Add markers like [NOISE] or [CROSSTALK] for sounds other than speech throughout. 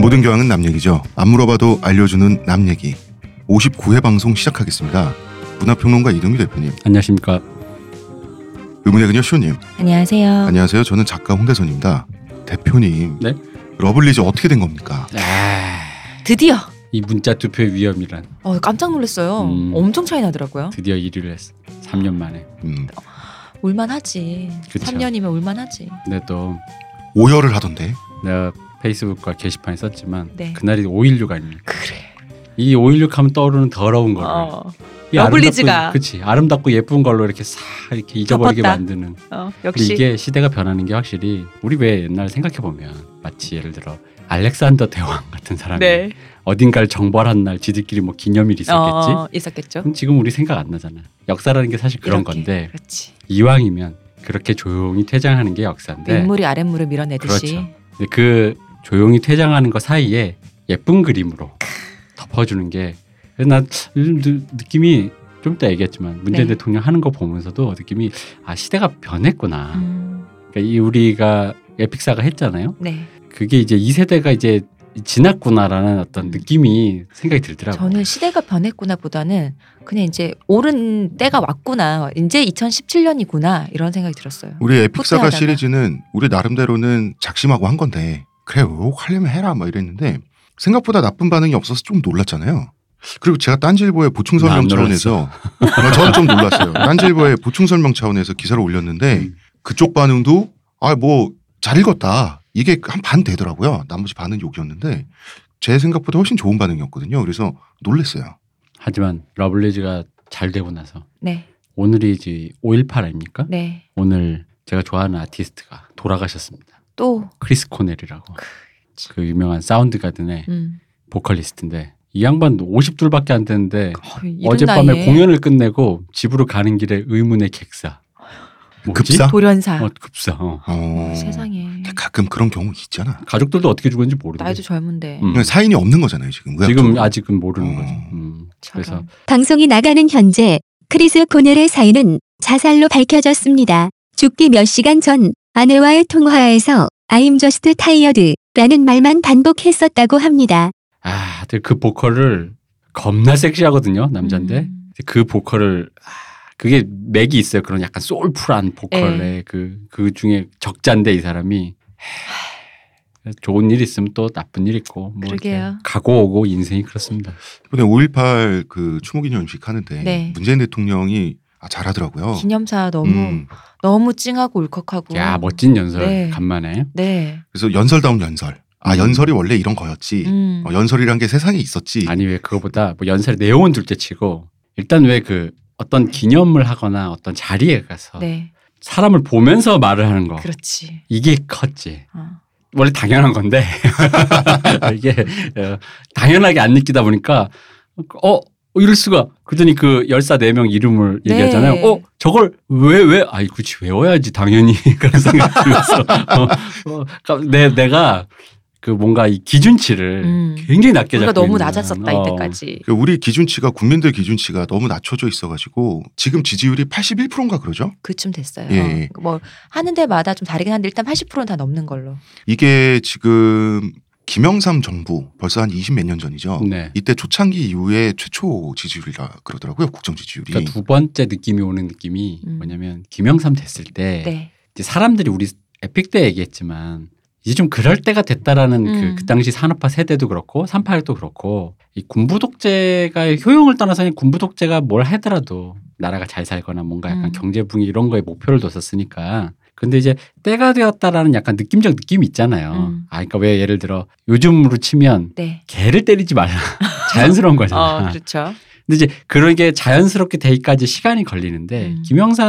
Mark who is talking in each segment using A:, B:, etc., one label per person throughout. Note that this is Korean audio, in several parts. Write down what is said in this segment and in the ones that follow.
A: 모든 교양은 남 얘기죠. 안 물어봐도 알려주는 남 얘기. 59회 방송 시작하겠습니다. 문화평론가 이동규 대표님,
B: 안녕하십니까.
A: 의문의 그녀 쇼님,
C: 안녕하세요.
A: 안녕하세요. 저는 작가 홍대선입니다. 대표님,
B: 네?
A: 러블리즈 어떻게 된 겁니까?
C: 드디어
B: 아, 이 문자 투표의 위험이란
C: 어, 깜짝 놀랐어요.
B: 음.
C: 엄청 차이 나더라고요.
B: 드디어 1위를 했어. 3년 만에.
A: 음,
C: 울만하지.
B: 그쵸.
C: 3년이면 울만하지.
B: 근데 또
A: 오열을 하던데.
B: 내가 페이스북과 게시판에 썼지만
C: 네.
B: 그날이 5.16 아닙니까?
C: 그래.
B: 이5.16 하면 떠오르는 더러운 거를
C: 어,
B: 이
C: 러블리즈가.
B: 아름답고- 그치 아름답고 예쁜 걸로 이렇게 싹 이렇게 잊어버리게
C: 덮었다.
B: 만드는.
C: 어,
B: 근데
C: 역시
B: 이게 시대가 변하는 게 확실히 우리 왜 옛날 생각해 보면 마치 예를 들어 알렉산더 대왕 같은 사람이
C: 네
B: 어딘가를 정벌한 날 지들끼리 뭐 기념일이 있었겠지.
C: 어, 있었겠죠.
B: 그럼 지금 우리 생각 안 나잖아. 역사라는 게 사실 그런
C: 이렇게.
B: 건데
C: 그렇지.
B: 이왕이면 그렇게 조용히 퇴장하는 게 역사인데
C: 윗물이 아랫물을 밀어내듯이
B: 네. 그렇죠. 근데 그 조용히 퇴장하는 거 사이에 예쁜 그림으로 덮어주는 게 나 요즘 느- 느낌이 좀 이따 얘기했지만 문재인
C: 네.
B: 대통령 하는 거 보면서도 느낌이 아 시대가 변했구나.
C: 음,
B: 그러니까 이 우리가 에픽사가 했잖아요.
C: 네.
B: 그게 이제 이 세대가 이제 지났구나라는
C: 음.
B: 어떤 느낌이 생각이 들더라고요.
C: 저는 시대가 변했구나보다는 그냥 이제 옳은 때가 왔구나. 이제 2017년이구나 이런 생각이 들었어요.
A: 우리 에픽사가
C: 후퇴하다가.
A: 시리즈는 우리 나름대로는 작심하고 한 건데 그래 욕하려면 해라 막 이랬는데 생각보다 나쁜 반응이 없어서 좀 놀랐잖아요. 그리고 제가 딴질보의 보충
B: 나안
A: 설명
B: 놀랐어.
A: [LAUGHS] 차원에서 아, 저는 좀 놀랐어요. 딴질보의 보충 설명 차원에서 기사를 올렸는데
B: 음.
A: 그쪽 반응도 아 뭐 잘 읽었다 이게 한 반 되더라고요. 나머지 반은 욕이었는데 제 생각보다 훨씬 좋은 반응이었거든요. 그래서 놀랐어요.
B: 하지만 러블리즈가 잘 되고 나서
C: 네,
B: 오늘이 이제 5.18 아닙니까?
C: 네.
B: 오늘 제가 좋아하는 아티스트가 돌아가셨습니다.
C: 또
B: 크리스 코넬이라고 그 유명한 사운드 가든의
C: 음.
B: 보컬리스트인데 이 양반 50둘밖에 안 되는데
C: 어, 이른
B: 어젯밤에
C: 나이에
B: 공연을 끝내고 집으로 가는 길에 의문의 객사 뭐지?
A: 급사?
C: 돌연사.
B: 어, 급사 어.
A: 어,
C: 세상에.
A: 가끔 그런 경우 있잖아.
B: 가족들도 어떻게 죽었는지 모르겠어
C: 나이도 젊은데.
B: 음.
A: 네, 사인이 없는 거잖아요 지금.
B: 지금
A: 의학적으로.
B: 아직은 모르는
A: 어.
B: 거죠 음, 그래서
C: 저런.
D: 방송이 나가는 현재 크리스 코넬의 사인은 자살로 밝혀졌습니다. 죽기 몇 시간 전 아내와의 통화에서 I'm just tired라는 말만 반복했었다고 합니다.
B: 아, 근데 그 보컬을 겁나 섹시하거든요 남잔데
C: 음.
B: 근데 그 보컬을 아, 그게 맥이 있어요. 그런 약간 소울풀한
C: 네.
B: 보컬의 그, 그 중에 적자인데 이 사람이 하, 좋은 일 있으면 또 나쁜 일 있고 뭐 이렇게
C: 그러게요.
B: 가고 오고 인생이 그렇습니다.
A: 이번에 5.18그 추모기념식 하는데
C: 네.
A: 문재인 대통령이 아, 잘하더라고요.
C: 기념사 너무
A: 음,
C: 너무 찡하고 울컥하고.
B: 야 멋진 연설
C: 네.
B: 간만에
C: 네.
A: 그래서 연설다운 연설. 아
B: 음.
A: 연설이 원래 이런 거였지.
C: 음.
A: 어, 연설이란 게 세상에 있었지.
B: 아니 왜 그거보다 뭐 연설 내용은 둘째치고 일단 왜 그 어떤 기념을 하거나 어떤 자리에 가서
C: 네.
B: 사람을 보면서 말을 하는
A: 어.
B: 거
C: 그렇지.
B: 이게 컸지.
C: 어.
B: 원래 당연한 건데 [LAUGHS] 이게 어, 당연하게 안 느끼다 보니까 어 이럴 수가 그러더니 그 열사 네 명 이름을
C: 네.
B: 얘기하잖아요. 어 저걸 왜 왜 아이 굳이 외워야지 당연히 [LAUGHS] 그런 생각 들면서 어, 어, 그러니까 내 내가 그 뭔가 이 기준치를
C: 음.
B: 굉장히 낮게
C: 우리가
B: 네. 잡고
C: 너무
B: 있는,
C: 낮았었다
B: 어,
C: 이때까지.
A: 그 우리 기준치가 국민들 기준치가 너무 낮춰져 있어가지고 지금 지지율이 81%인가 그러죠?
C: 그쯤 됐어요.
A: 예, 예.
C: 뭐 하는 데마다 좀 다르긴 한데 일단 80%는 다 넘는 걸로.
A: 이게 지금 김영삼 정부 벌써 한 20 몇 년 전이죠.
B: 네.
A: 이때 초창기 이후에 최초 지지율이라 그러더라고요 국정 지지율이.
B: 그러니까 두 번째 느낌이 오는 느낌이
C: 음.
B: 뭐냐면 김영삼 됐을 때
C: 네.
B: 이제 사람들이 우리 에픽 때 얘기했지만 이제 좀 그럴 때가 됐다라는
C: 음.
B: 그, 그 당시 산업화 세대도 그렇고 산파도 그렇고 이 군부 독재가의 효용을 떠나서 그냥 군부 독재가 뭘 하더라도 나라가 잘 살거나 뭔가 약간
C: 음.
B: 경제붕이 이런 거에 목표를 뒀었으니까 근데 이제 때가 되었다라는 약간 느낌적 느낌이 있잖아요.
C: 음.
B: 아 그러니까 왜 예를 들어 요즘으로 치면
C: 네.
B: 개를 때리지
C: [LAUGHS]
B: 말라 자연스러운
C: 어,
B: 거잖아.
C: 그렇죠.
B: 근데 이제 그런 게 자연스럽게 되기까지 시간이 걸리는데
C: 음.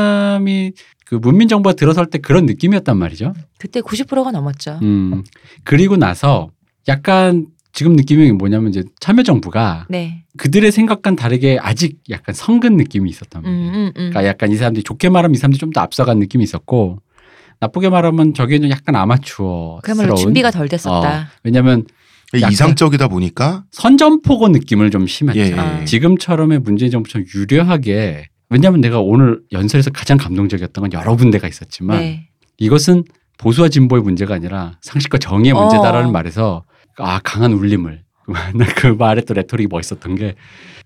B: 김영삼이 그 문민정부가 들어설 때 그런 느낌이었단 말이죠.
C: 그때 90%가 넘었죠.
B: 음. 그리고 나서 약간 지금 느낌이 뭐냐면 이제 참여정부가
C: 네.
B: 그들의 생각과는 다르게 아직 약간 성근 느낌이 있었단
C: 음,
B: 말이에요.
C: 음, 음.
B: 그러니까 약간 이 사람들이 좋게 말하면 이 사람들이 좀 더 앞서간 느낌이 있었고 나쁘게 말하면 저게 좀 약간 아마추어.
C: 그야말로 뭐 준비가 덜
B: 어,
C: 됐었다.
B: 왜냐하면 약간-
A: 이상적이다 보니까
B: 선전포고 느낌을 좀 심했죠.
A: 예,
C: 아.
A: 예.
B: 지금처럼의 문재인 정부처럼 유려하게 왜냐하면 내가 오늘 연설에서 가장 감동적이었던 건 여러 군데가 있었지만
C: 네.
B: 이것은 보수와 진보의 문제가 아니라 상식과 정의의
C: 어.
B: 문제다라는 말에서 아 강한 울림을 [LAUGHS] 그 말에 또 레토릭이 멋있었던 게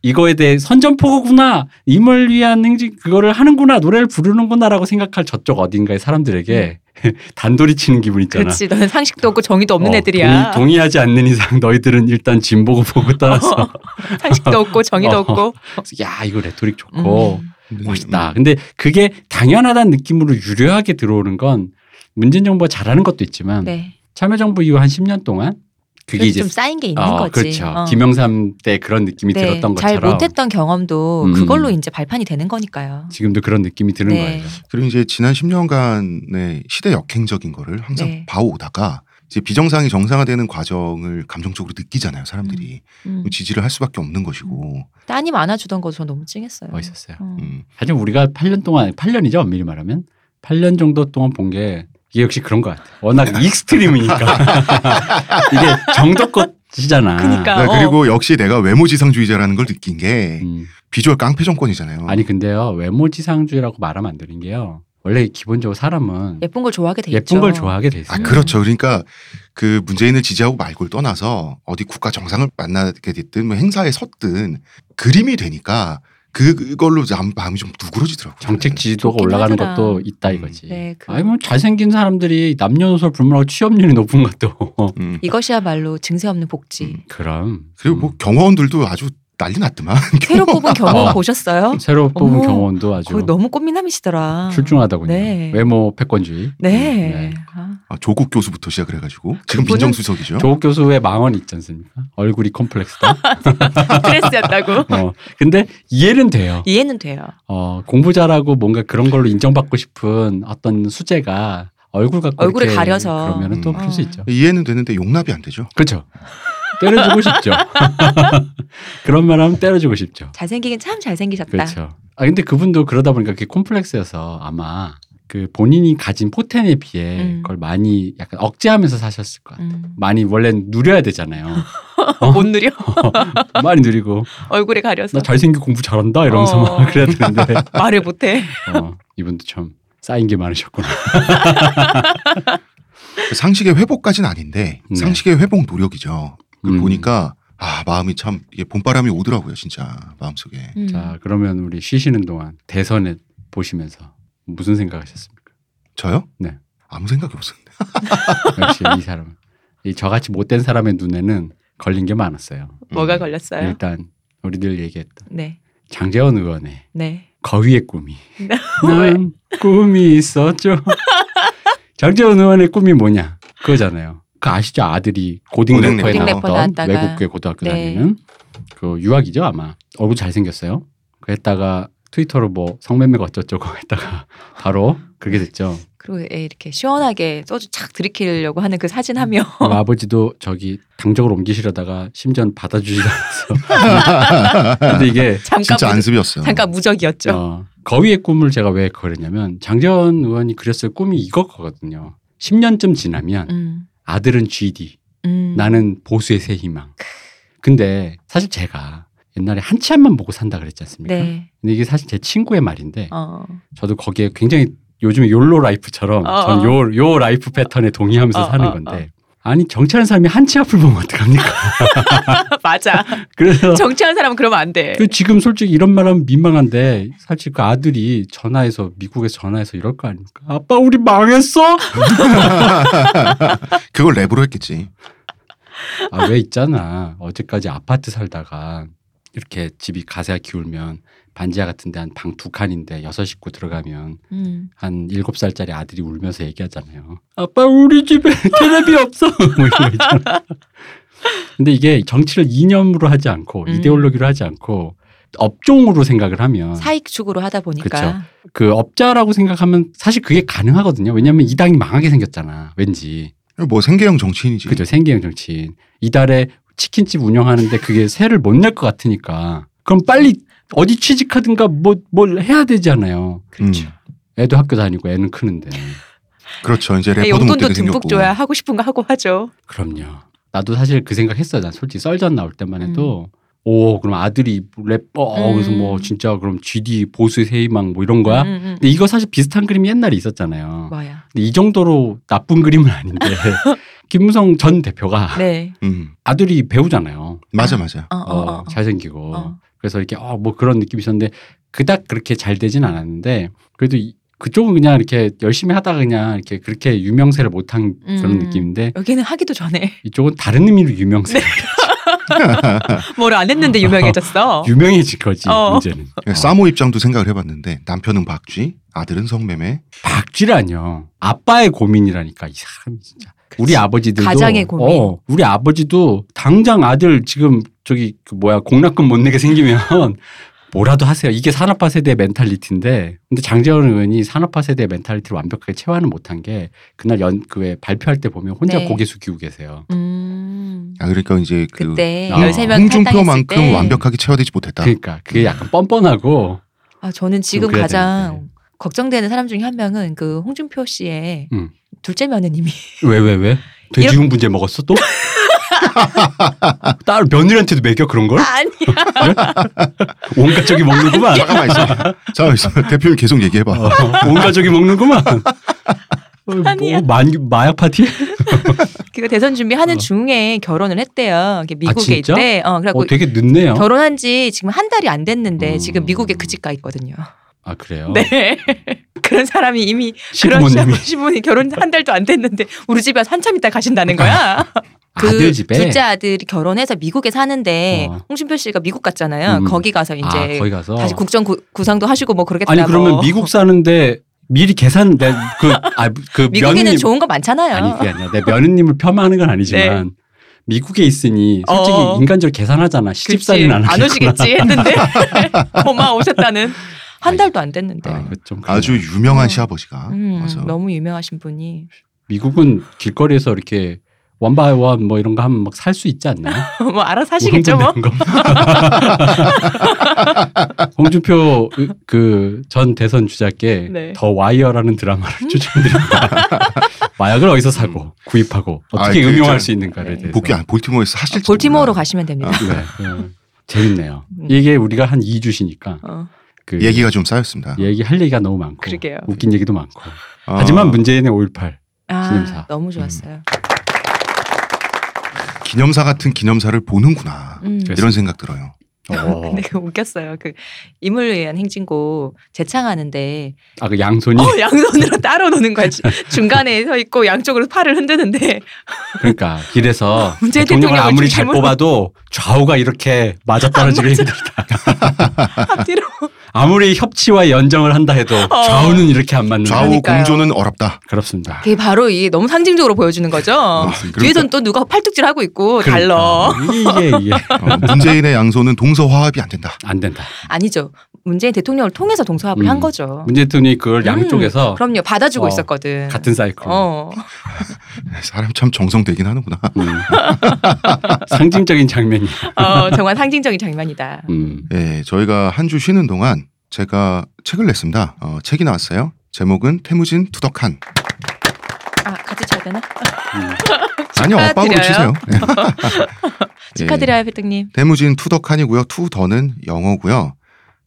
B: 이거에 대해 선전포고구나 임을 위한 행진 그거를 하는구나 노래를 부르는구나라고 생각할 저쪽 어딘가의 사람들에게 [LAUGHS] 단돌이 치는 기분 있잖아.
C: 그렇지. 너는 상식도 없고 정의도 없는
B: 어,
C: 애들이야.
B: 동의, 하지 않는 이상 너희들은 일단 진보고
C: [LAUGHS]
B: 보고 따라서
C: 상식도 없고
B: [LAUGHS]
C: 정의도
B: 어.
C: 없고.
B: 야 이거 레토릭 좋고
C: 음.
A: 근데
B: 멋있다. 근데 그게 당연하다는 느낌으로 유려하게 들어오는 건 문재인 정부가 잘하는 것도 있지만
C: 네.
B: 참여정부 이후 한 10년 동안 그게
C: 그래서
B: 이제
C: 좀 쌓인 게 있는
B: 어,
C: 거지.
B: 그렇죠.
C: 어.
B: 김영삼 때 그런 느낌이
C: 네,
B: 들었던
C: 잘
B: 것처럼
C: 못했던 경험도
B: 음.
C: 그걸로 이제 발판이 되는 거니까요.
B: 지금도 그런 느낌이 드는
C: 네.
B: 거예요.
A: 그리고 이제 지난 10년간의 시대 역행적인 거를 항상
C: 네.
A: 봐오다가 이제 비정상이 정상화되는 과정을 감정적으로 느끼잖아요 사람들이
C: 음.
A: 지지를 할 수밖에 없는 것이고
C: 따님 안아주던 거 저 너무 찡했어요.
B: 멋있었어요.
C: 어.
A: 음,
B: 사실 우리가 8년 동안 8년이죠 엄밀히 말하면 8년 정도 동안 본 게 이게 역시 그런 것 같아. 요
C: [LAUGHS]
B: 워낙 익스트림이니까 [LAUGHS] 이게 정도껏이잖아.
C: 그니까. 아,
A: 나
C: 어.
A: 네, 그리고 역시 내가 외모지상주의자라는 걸 느낀 게
B: 음.
A: 비주얼 깡패 정권이잖아요
B: 아니 근데요 외모지상주의라고 말하면 안 되는 게요. 원래 기본적으로 사람은
C: 예쁜 걸 좋아하게 돼 네, 있죠.
B: 예쁜 걸 좋아하게 돼
C: 음.
B: 있어요.
A: 아, 그렇죠. 그러니까 그 문재인을 지지하고 말고를 떠나서 어디 국가 정상을 만나게 됐든 뭐 행사에 섰든 그림이 되니까 그- 그걸로 남 마음이 좀 누그러지더라고요.
B: 정책 지지도가
C: 그렇죠. 좋긴
B: 올라가는
C: 하더라.
B: 것도 있다
A: 음.
B: 이거지.
C: 네, 그-
B: 아니 뭐 잘생긴 사람들이 남녀노소 불문하고 취업률이 높은 것도 [LAUGHS]
A: 저는. 음.
C: 이것이야말로 증세 없는 복지.
A: 음.
B: 그럼
A: 그리고 뭐 경호원들도 아주 난리 났더만.
C: 새로 그
B: [LAUGHS]
C: 뽑은 경험
B: 어.
A: 음.
C: 보셨어요?
B: 새로 뽑은
C: 어머,
B: 경원도 아주
C: 거의 너무 꽃미남이시더라.
B: 출중하다군요.
C: 네.
B: 외모 패권주의.
C: 네.
B: 네.
C: 아,
A: 아, 조국 교수부터 시작을 해가지고 지금
C: 그분은
A: 민정수석이죠.
B: 조국 교수의 망언 있지 않습니까? 얼굴이
C: [LAUGHS]
B: 콤플렉스다. [LAUGHS]
C: 스트레스였다고.
B: 어, 근데 이해는 돼요.
C: 이해는 돼요.
B: 어, 공부 잘하고 뭔가 그런 걸로 인정받고 싶은 어떤 수제가 얼굴 갖고
C: 얼굴을
B: 이렇게
C: 가려서.
B: 그러면은 또
A: 음.
B: 그럴 수
C: 어.
B: 있죠.
A: 이해는 되는데 용납이 안 되죠.
B: 그렇죠. 때려주고 싶죠. [LAUGHS] 그런 말 하면 때려주고 싶죠.
C: 잘생기긴 참 잘생기셨다.
B: 그렇죠. 아 근데 그분도 그러다 보니까 그게 콤플렉스여서 아마 그 본인이 가진 포텐에 비해
C: 음.
B: 그걸 많이 약간 억제하면서 사셨을 것 같아요.
C: 음.
B: 많이 원래 누려야 되잖아요. 어?
C: 못 누려
B: 많이 누리고
C: [LAUGHS] 얼굴에 가려서
B: 나 잘생겨 공부 잘한다 이러면서
C: 어.
B: 막 그래야 되는데
C: 말을 못해.
B: 어, 이분도 참 쌓인 게 많으셨구나.
A: 상식의 회복까지는 아닌데
B: 네.
A: 상식의 회복 노력이죠. 그
B: 음.
A: 보니까 아 마음이 참 이게 봄바람이 오더라고요 진짜 마음속에.
C: 음.
B: [LAUGHS] 자 그러면 우리 쉬시는 동안 대선에 보시면서 무슨 생각하셨습니까?
A: 저요?
B: 네.
A: 아무 생각이 없었는데.
B: 역시 이 사람 이 저같이 못된 사람의 눈에는 걸린 게 많았어요.
C: 뭐가
A: 음.
C: 걸렸어요?
B: 일단 우리들 얘기했던
C: 네,
B: 장재원 의원의
C: 네.
B: 거위의 꿈이.
C: 네.
B: 난 꿈이
C: [LAUGHS]
B: 있었죠. 장재원 의원의 꿈이 뭐냐? 그거잖아요. 그 아시죠? 아들이 고딩
A: 고딩 래퍼.
B: 래퍼에
C: 고딩 래퍼
B: 나왔던
C: 나왔다가.
B: 외국계 고등학교
C: 네.
B: 다니는 그 유학이죠 아마. 얼굴 잘생겼어요. 그랬다가 트위터로 뭐 성매매가 어쩌고저쩌고 했다가 바로 그렇게 됐죠.
C: 그리고 애 이렇게 시원하게 소주 착 들이키려고 하는 그 사진 하며
A: 음.
B: 그 아버지도 저기 당적으로 옮기시려다가 심지어 받아주지 않았어.
C: [LAUGHS]
B: 근데 이게
C: 잠깐
A: 진짜
C: 무,
A: 안습이었어요.
C: 그러니까 그 잠깐 무적이었죠.
B: 어, 거위의 꿈을 제가 왜 그렸냐면 장재원 의원이 그렸을 꿈이 이거거든요. 10년쯤 지나면
C: 음,
B: 아들은 GD,
C: 음.
B: 나는 보수의 새 희망. 근데 사실 제가 옛날에 한치 앞만 보고 산다 그랬지 않습니까?
C: 네.
B: 근데 이게 사실 제 친구의 말인데
A: 그러니까.
C: 어. [LAUGHS]
B: 저도 거기에 굉장히 요즘에 욜로 라이프처럼
C: 어,
B: 전 요, 요 라이프 패턴에 동의하면서
C: 어,
B: 사는
C: 어,
B: 건데 아니 정치하는 사람이 한치 앞을 보면 어떡합니까? [LAUGHS]
C: 맞아.
B: 그래서
C: 정치하는 사람은 그러면 안 돼.
B: 그 지금 솔직히 이런 말하면 민망한데 사실 그 아들이 전화해서 미국에서 전화해서 이럴 거 아닙니까? 아빠 우리 망했어?
A: 그걸 랩으로 했겠지.
B: 아 왜 있잖아 어제까지 아파트 살다가 이렇게 집이 가세가 기울면 반지하 같은데 한 방 두 칸인데 여섯 식구 들어가면
C: 음.
B: 한 일곱 살짜리 아들이 울면서 얘기하잖아요. 아빠 우리 집에 [LAUGHS] 텔레비 없어. 뭐 이런 거 있잖아. 근데 이게 정치를 이념으로 하지 않고
C: 음.
B: 이데올로기로 하지 않고 업종으로 생각을
A: 어.
B: 하면
C: 사익 축으로 하다 보니까
B: 그 업자라고 생각하면 사실 그게 가능하거든요. 왜냐하면 이 당이 망하게 생겼잖아. 왠지
A: 뭐 생계형 정치인이지.
B: 그죠 생계형 정치인 이달에 치킨집 운영하는데 그게 [LAUGHS] 세를 못 낼 것 같으니까 그럼 빨리 어디 취직하든가 뭐 뭘 해야 되잖아요.
A: 그렇죠.
B: 애도 학교 다니고 애는 크는데
A: 그렇죠. 이제
C: 애
A: 래퍼도 못
C: 네, 용돈도
A: 되게
C: 듬뿍
A: 생겼고.
C: 줘야 하고 싶은 거 하고 하죠.
B: 그럼요. 나도 사실 그 생각했어요. 난 솔직히 썰전 나올 때만 해도 오 그럼 아들이 래퍼 어, 그래서 뭐
C: 음.
B: 진짜 그럼 GD 보수 세희망 뭐 이런 거야.
C: 음, 음, 음.
B: 근데 이거 사실 비슷한 그림이 옛날에 있었잖아요.
C: 뭐야?
B: 근데 이 정도로 나쁜 그림은
C: [LAUGHS]
B: 아닌데 김무성 전 대표가
C: 네.
A: 음.
B: 아들이 배우잖아요.
A: 맞아 맞아.
C: 어, 어, 어,
B: 어,
C: 어.
B: 잘생기고
C: 어.
B: 그래서 이렇게 어, 뭐 그런 느낌이 있었는데 그닥 그렇게 잘 되진 않았는데 그래도 이- 그쪽은 그냥 이렇게 열심히 하다가 그냥 이렇게 그렇게 유명세를 못한 그런
C: 음.
B: 느낌인데
C: 여기는 하기도 전에 [LAUGHS]
B: 이쪽은 다른 의미로 유명세
C: 네. 뭘
A: [LAUGHS]
C: 안 했는데 유명해졌어.
B: [LAUGHS] 유명해진 거지
C: 어.
B: 문제는 어.
A: 예, 사모 입장도 생각을 해봤는데 남편은 박쥐, 아들은 성매매.
B: 박쥐라뇨 아빠의 고민이라니까 이 사람이 진짜 우리 아버지들도
C: 가장의 고민.
B: 어, 우리 아버지도 당장 아들 지금 저기 그 뭐야 공납금 못 내게 생기면 [LAUGHS] 뭐라도 하세요 이게 산업화 세대의 멘탈리티인데 근데 장재원 의원이 산업화 세대의 멘탈리티를 완벽하게 체화는 못한 게 그날 연그왜 발표할 때 보면 혼자
C: 네.
B: 고개 숙이고 계세요
C: 음.
A: 아 그러니까 이제 그
C: 그때
B: 아,
C: 13명 탈당했을
A: 홍준표만큼
C: 때
A: 완벽하게 체화되지 못했다.
B: 그러니까 그게 약간 뻔뻔하고
C: 아, 저는 지금
B: 그래야
C: 가장
B: 되는데. 네.
C: 걱정되는 사람 중에 한 명은 그 홍준표 씨의
B: 음.
C: 둘째 며느님이 [LAUGHS]
B: 왜 왜 왜? 돼지 훈분제 먹었어 또? 딸 며느리한테도 먹여 그런 걸? 네?
C: 아니야.
B: 온 가족이 먹는구만.
A: 잠깐만 있어. 잠깐만 있어.
B: [LAUGHS]
A: 대표님 계속 얘기해봐.
B: 어, 온 가족이 먹는구만. 어, 뭐,
C: 아니야.
B: 만, 마약 파티?
C: 그 대선 준비하는
B: 어. 아,
C: 중에 결혼을 했대요. 이게 미국에
B: 진짜?
C: 있대. 어, 그래갖고
B: 어, 되게 늦네요.
C: 결혼한 지 지금 한 달이 안 됐는데
B: 음.
C: 지금 미국에 그 집 가 있거든요.
B: 아 그래요?
C: 네. [LAUGHS] 그런 사람이 이미 그런
B: 시부모님이
C: [LAUGHS] 신분이 결혼 한 달도 안 됐는데 우리 집에 와서 한참 있다 가신다는 거야. 그
B: [LAUGHS] 아들 집에
C: 둘째 아들이 결혼해서 미국에 사는데
B: 어.
C: 홍신표 씨가 미국 갔잖아요.
B: 음.
C: 거기 가서 이제
B: 아, 거기 가서
C: 다시 국정 구, 구상도 하시고 뭐 그러겠다.
B: 아니 그러면
C: 뭐.
B: 미국 사는데 미리 계산 내그아그
C: [LAUGHS] 미국에는 좋은 거 많잖아요.
B: 아니 그게 아니라 내 며느님을 폄하하는 건 아니지만 미국에 있으니 솔직히
C: 네. 어어.
B: 인간적으로 계산하잖아 시집살이는 안,
C: 안
B: 하겠구나.
C: 오시겠지
B: [LAUGHS]
C: 했는데 고마 오셨다는 한 달도 안 됐는데.
B: 아, 이거 좀 그러네.
A: 아주 유명한
C: 어.
A: 시아버지가
C: 음,
A: 와서
C: 너무
B: [LAUGHS]
C: 유명하신 분이
B: 미국은 길거리에서 이렇게 원바이원 뭐 이런 거 하면 막 살 수 있지 않나요?
C: 뭐 알아서 하시겠죠
B: 뭐
C: 뭐.
B: [LAUGHS] 홍준표 그 전 대선 주자께
C: 네.
B: 더 와이어라는 드라마를 [LAUGHS] 추천드립니다. 마약을 어디서 사고 구입하고 어떻게
A: 아, 그
B: 음용할
A: 저-
B: 수 있는가를
C: 네.
B: 대해서.
A: 복귀 안 볼티모어에서 하실 아,
C: 볼티모어로 가시면 됩니다.
B: 네, 네. 재밌네요.
C: 음.
B: 이게 우리가 한 2주시니까
C: 어,
B: 그
A: 얘기가 좀 쌓였습니다.
B: 할 얘기가 너무 많고
C: 그러게요.
B: 웃긴 얘기도 많고.
A: 어,
B: 예. 하지만 문재인의 5.18
C: 아,
B: 신임사. 음.
C: 너무 좋았어요.
A: 기념사 같은 기념사를 보는구나
C: 음.
A: 이런 생각 들어요.
B: 어.
C: 근데 그 웃겼어요. 그 임을 위한 행진곡 재창하는데
B: 아그 양손이
C: 어,
B: [LAUGHS]
C: 양손으로 따로 노는 거야. 주- 중간에 서 있고 양쪽으로 팔을 흔드는데
B: 그러니까 길에서
C: 문재인
B: 대통령을
C: 대통령을
B: 아무리
C: 지금
B: 잘
C: 잘못-
B: 뽑아도 좌우가 이렇게 맞아떨어지기 힘들다. 아.
C: 앞뒤로
B: [LAUGHS] 아무리 협치와 연정을 한다 해도 좌우는 이렇게 안 맞는다.
A: 좌우
C: 그러니까요.
A: 공조는 어렵다. 어,
B: 그렇습니다.
C: 그게 바로 이게 너무 상징적으로 보여주는 거죠. 어,
B: 아,
A: 그러니까,
C: 뒤에선 또 누가 팔뚝질 하고 있고 달러.
B: 그러니까 이게 이게
C: [LAUGHS]
A: 어, 문재인의 양손은 동서 화합이 안 된다.
B: 안 된다.
C: 아니죠. 문재인 대통령을 통해서 동서합을
B: 음.
C: 한 거죠.
B: 문재인 대통령이 그걸
C: 음,
B: 양쪽에서
C: 그럼요. 받아주고
B: 어,
C: 있었거든.
B: 같은 사이클.
C: 어.
A: 사람 참 정성되긴 하는구나.
B: 음. [LAUGHS] 상징적인 장면이.
C: 어, 정말 상징적인 장면이다.
B: 음.
A: 예, 저희가 한 주 쉬는 동안 제가 책을 냈습니다. 어, 책이 나왔어요. 제목은 태무진 투덕한.
C: 아, 같이 쳐야 되나?
A: 예.
B: 음.
A: 아니요,
C: 축하드려요.
A: 엇박으로
C: [LAUGHS]
A: 치세요. 예.
C: 축하드려요, 회장님.
A: 태무진 투덕한이고요. 투더는 영어고요.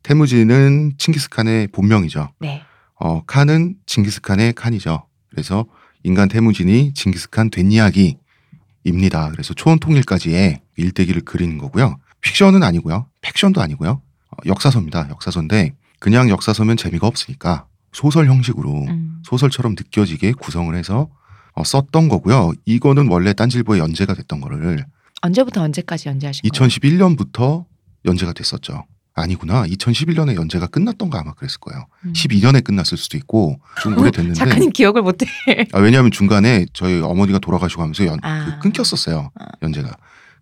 A: 태무진은 칭기스칸의 본명이죠.
C: 네.
A: 어, 칸은 징기스칸의 칸이죠. 그래서 인간 태무진이 징기스칸 된 이야기입니다. 그래서 초원 통일까지의 일대기를 그리는 거고요. 픽션은 아니고요. 팩션도 아니고요. 어, 역사서입니다. 역사서인데 그냥 역사서면 재미가 없으니까 소설 형식으로
C: 음.
A: 소설처럼 느껴지게 구성을 해서 어, 썼던 거고요. 이거는 원래 딴질보에 연재가 됐던 거를
C: 언제부터 언제까지 연재하신 거예요?
A: 2011년부터 연재가 됐었죠. 아니구나. 2011년에 연재가 끝났던가 아마 그랬을 거예요.
C: 음.
A: 12년에 끝났을 수도 있고 좀 오래됐는데
C: 어? 작가님 기억을 못해.
A: 아, 왜냐하면 중간에 저희 어머니가 돌아가시고 하면서 연,
C: 아.
A: 그 끊겼었어요
C: 아.
A: 연재가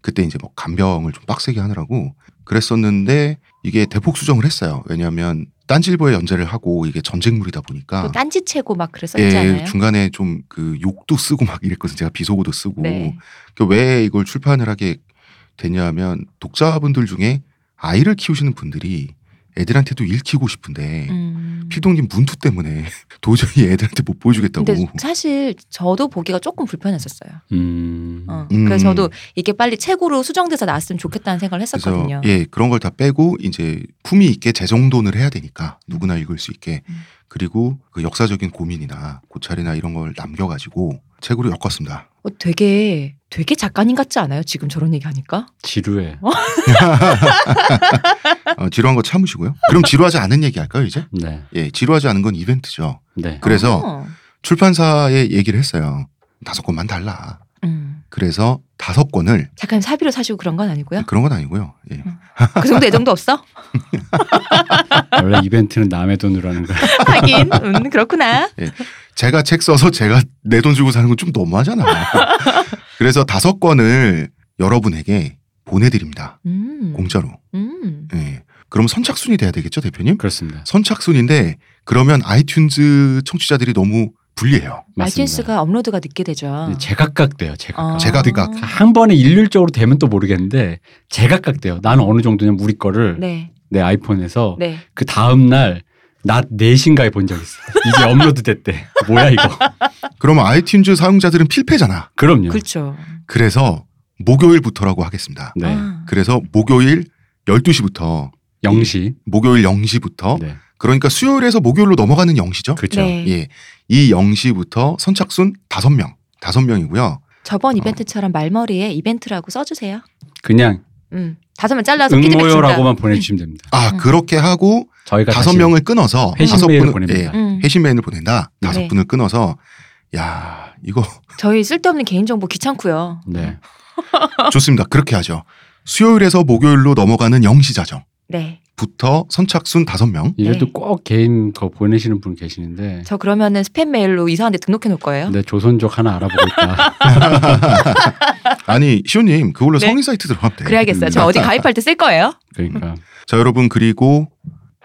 A: 그때 이제 뭐 간병을 좀 빡세게 하느라고 그랬었는데 이게 대폭 수정을 했어요 왜냐하면 딴질보에 연재를 하고 이게 전쟁물이다 보니까
C: 또 딴지 채고 막 그랬었잖아요.
A: 아. 예, 중간에 좀 그 욕도 쓰고 막 이랬거든요 제가 비속어도 쓰고
C: 네.
A: 그왜 이걸 출판을 하게 되냐면 독자분들 중에 아이를 키우시는 분들이 애들한테도 읽히고 싶은데
C: 음.
A: 필동님 문투 때문에 [LAUGHS] 도저히 애들한테 못 보여주겠다고.
C: 근데 사실 저도 보기가 조금 불편했었어요.
B: 음.
C: 어.
A: 음.
C: 그래서 저도 이게 빨리 책으로 수정돼서 나왔으면 좋겠다는 생각을
A: 그래서
C: 했었거든요.
A: 예 그런 걸 다 빼고 이제 품위 있게 재정돈을 해야 되니까 누구나 읽을 수 있게
C: 음.
A: 그리고 그 역사적인 고민이나 고찰이나 이런 걸 남겨가지고 책으로 엮었습니다.
C: 어, 되게 되게 작가님 같지 않아요? 지금 저런 얘기 하니까?
B: 지루해.
A: 어, 지루한 거 참으시고요. 그럼 지루하지 않은 얘기 할까요 이제?
B: 네.
A: 예 지루하지 않은 건 이벤트죠.
B: 네.
A: 그래서
C: 어.
A: 출판사에 얘기를 했어요. 다섯 권만 달라.
C: 음.
A: 그래서 다섯 권을
C: 작가님 사비로 사시고 그런 건 아니고요.
A: 그런 건 아니고요. 예.
C: 그 정도
A: [LAUGHS]
C: 애정도 없어?
B: 원래 이벤트는 남의 돈으로 하는 거야.
C: 하긴 음, 그렇구나.
A: 제가 책 써서 제가 내 돈 주고 사는 건 좀 너무하잖아. 그래서 다섯 권을 여러분에게 보내드립니다.
C: 음.
A: 공짜로.
C: 음.
A: 예. 그럼 선착순이 돼야 되겠죠, 대표님?
B: 그렇습니다.
A: 선착순인데 그러면 아이튠즈 청취자들이 너무 불리해요.
B: 맞습니다.
C: 아이튠스가 업로드가 늦게 되죠.
B: 제각각 돼요. 제각각.
C: 어.
A: 네, 제가 제각각.
B: 한 번에 일률적으로 되면 또 모르겠는데 제각각 돼요. 나는 어느 정도냐면 우리 거를
C: 네,
B: 내 아이폰에서
C: 네.
B: 그 다음 날낮 4시인가에 본 적 있어. 이제 업로드 됐대. 뭐야 이거. [LAUGHS]
A: 그러면 아이튠즈 사용자들은 필패잖아.
B: 그럼요.
C: 그렇죠.
A: 그래서 목요일부터라고 하겠습니다.
B: 네.
C: 아.
A: 그래서 목요일 12시부터
B: 영 0시.
A: 목요일 0시부터
B: 네.
A: 그러니까 수요일에서 목요일로 넘어가는 0시죠.
B: 그렇죠.
C: 네.
A: 예. 이 0시부터 선착순 5명. 5명이고요. 어.
C: 저번 이벤트처럼 말머리에 이벤트라고 써주세요.
B: 그냥
C: 음. 다섯 명 잘라서 피드백 준다.
B: 응모요라고만 보내주시면 됩니다.
A: 아,
C: 음.
A: 그렇게 하고
B: 저희가
A: 다섯
B: 그러니까 다시
A: 명을 끊어서
B: 회신
A: 다섯
B: 메일을
A: 분을-
B: 보냅니다.
A: 예,
C: 음.
A: 회신 메일을 보낸다. 다섯
C: 네.
A: 분을 끊어서 야, 이거 [LAUGHS]
C: 저희 쓸데없는 개인정보 귀찮고요.
B: 네.
A: 좋습니다. 그렇게 하죠. 수요일에서 목요일로 넘어가는 0시 자정부터
C: 네.
A: 선착순 5명.
B: 이래도
C: 네.
B: 꼭 개인 거 보내시는 분 계시는데
A: 네.
C: 저 그러면은 스팸 메일로 이상한 데 등록해 놓을 거예요.
B: 내 조선족 하나 알아보고 있다.
A: 아니, 시호님, 그걸로
C: 네.
A: 성인 사이트 들어가면 돼.
C: 그래야겠어요. 저 어디 가입할 때 쓸 거예요. [LAUGHS]
B: 그러니까
A: 자, 여러분, 그리고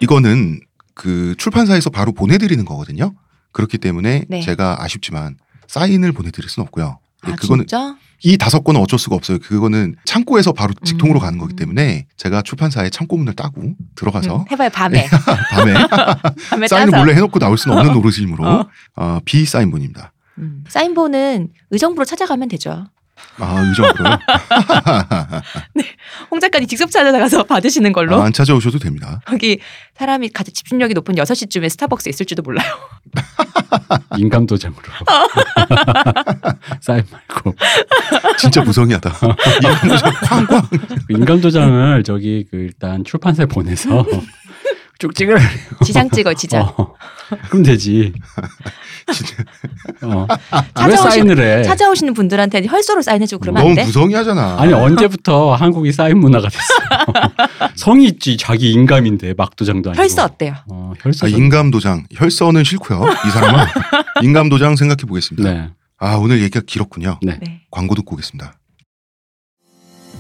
A: 이거는 그 출판사에서 바로 보내드리는 거거든요. 그렇기 때문에
C: 네.
A: 제가 아쉽지만 사인을 보내드릴 수는 없고요. 예,
C: 아,
A: 그거는
C: 진짜?
A: 이 다섯 권은 어쩔 수가 없어요. 그거는 창고에서 바로 직통으로
C: 음.
A: 가는 거기 때문에 제가 출판사에 창고문을 따고 들어가서
C: 음, 해봐요 밤에.
A: 밤에 [LAUGHS]
C: 밤에
A: 사인을
C: 따서.
A: 몰래 해놓고 나올 수는 없는 노릇이므로
C: 어.
A: 어, 비사인본입니다.
C: 음. 사인본은 의정부로 찾아가면 되죠.
A: 아, 의정부로요?
C: 홍 작가님 직접 찾아가서 [LAUGHS] 받으시는 걸로.
A: 아, 안 찾아오셔도 됩니다.
C: 여기 사람이 가장 집중력이 높은 6시쯤에 스타벅스 있을지도 몰라요.
B: 인감도장으로
C: 어.
B: [LAUGHS] 사인 말고
C: [LAUGHS]
A: 진짜 무성의하다.
B: 그 인감도장을 저기 그 일단 출판사에
A: [LAUGHS]
B: 보내서 쭉 찍을.
C: 지장 찍어 지장.
B: 어. 그럼 되지.
A: 진짜
B: 어. 왜
C: 찾아오시-
B: 사인을 해?
C: 찾아오시는 분들한테 혈서로 사인해주고 그러면
A: 너무
C: 안 돼?
A: 무성의하잖아.
B: 아니 언제부터 한국이 사인 문화가 됐어? [LAUGHS] 성이 있지 자기 인감인데 막도장도 아니고.
C: 혈서 어때요?
B: 어, 혈서.
A: 아, 인감도장. 혈서는 싫고요. 이
C: [LAUGHS]
A: 사람은 인감도장 생각해 보겠습니다.
B: 네.
A: 아, 오늘 얘기가 길었군요.
C: 네. [LAUGHS]
A: 광고 듣고 오겠습니다.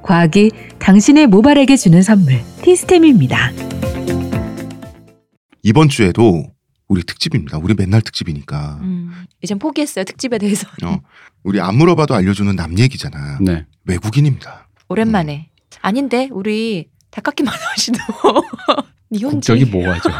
E: 과학이 당신의 모발에게 주는 선물, 티스템입니다.
A: 이번 주에도 우리 특집입니다. 우리 맨날 특집이니까.
C: 음, 이젠 포기했어요 특집에 대해서. [LAUGHS]
A: 어, 우리 안 물어봐도 알려주는 남 얘기잖아.
B: 네.
A: 외국인입니다.
C: 오랜만에. 아닌데 우리 닭깎이만 하시도 니혼지.
B: 국적이
C: [LAUGHS]
B: 뭐하죠?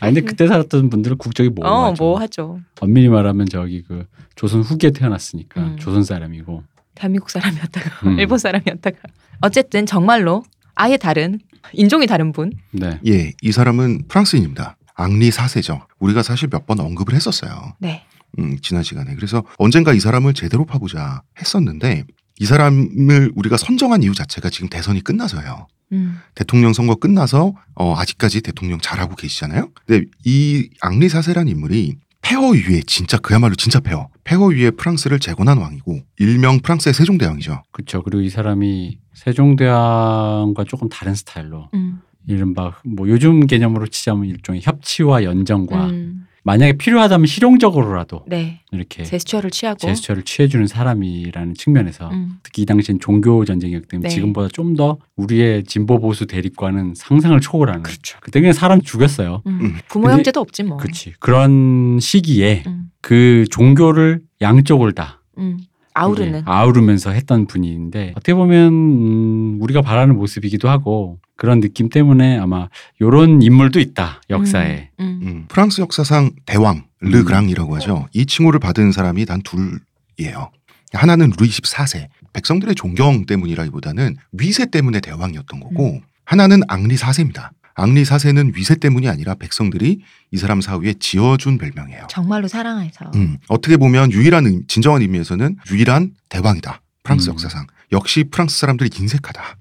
B: 아 근데 그때 살았던 분들은 국적이
C: 어,
B: 뭐하죠?
C: 뭐 하죠.
B: 엄밀히 말하면 저기 그 조선 후기에 태어났으니까
C: 음.
B: 조선 사람이고.
C: 대한민국 사람이었다가
B: 음.
C: 일본 사람이었다가 어쨌든 정말로 아예 다른 인종이 다른 분.
B: 네.
A: 예, 이 사람은 프랑스인입니다. 앙리 4세죠. 우리가 사실 몇 번 언급을 했었어요.
C: 네.
A: 음, 지난 시간에. 그래서 언젠가 이 사람을 제대로 파보자 했었는데 이 사람을 우리가 선정한 이유 자체가 지금 대선이 끝나서요.
C: 음.
A: 대통령 선거 끝나서 어, 아직까지 대통령 잘하고 계시잖아요. 근데 이 앙리 사세란 인물이 폐허 위에 진짜 그야말로 진짜 폐허. 폐허 위에 프랑스를 재건한 왕이고 일명 프랑스의 세종대왕이죠.
B: 그렇죠. 그리고 이 사람이 세종대왕과 조금 다른 스타일로
C: 음.
B: 이른바 뭐 요즘 개념으로 치자면 일종의 협치와 연정과
C: 음,
B: 만약에 필요하다면 실용적으로라도
C: 네.
B: 이렇게
C: 제스처를 취하고.
B: 제스처를 취해주는 사람이라는 측면에서
C: 음,
B: 특히 이 당시엔 종교 전쟁이었기 때문에
C: 네.
B: 지금보다 좀 더 우리의 진보 보수 대립과는 상상을 초월하는
C: 그렇죠.
B: 그때 그냥 사람 죽였어요.
C: 음.
A: 음.
C: 부모
B: 근데-
C: 형제도 없지 뭐.
B: 그렇지. 그런 시기에
C: 음,
B: 그 종교를 양쪽을 다
C: 음. 아우르는.
B: 예, 아우르면서 했던 분인데 어떻게 보면 음, 우리가 바라는 모습이기도 하고 그런 느낌 때문에 아마 요런 인물도 있다 역사에
C: 음, 음.
A: 음, 프랑스 역사상 대왕
B: 음.
A: 르그랑이라고 하죠. 이 칭호를 받은 사람이 단 둘이에요. 하나는 루이 14세. 백성들의 존경 때문이라기보다는 위세 때문에 대왕이었던
C: 음.
A: 거고 하나는 앙리 4세입니다. 앙리 4세는 위세 때문이 아니라 백성들이 이 사람 사후에 지어준 별명이에요.
C: 정말로 사랑해서.
A: 음, 어떻게 보면 유일한 의- 진정한 의미에서는 유일한 대왕이다. 프랑스
B: 음.
A: 역사상 역시 프랑스 사람들이 인색하다.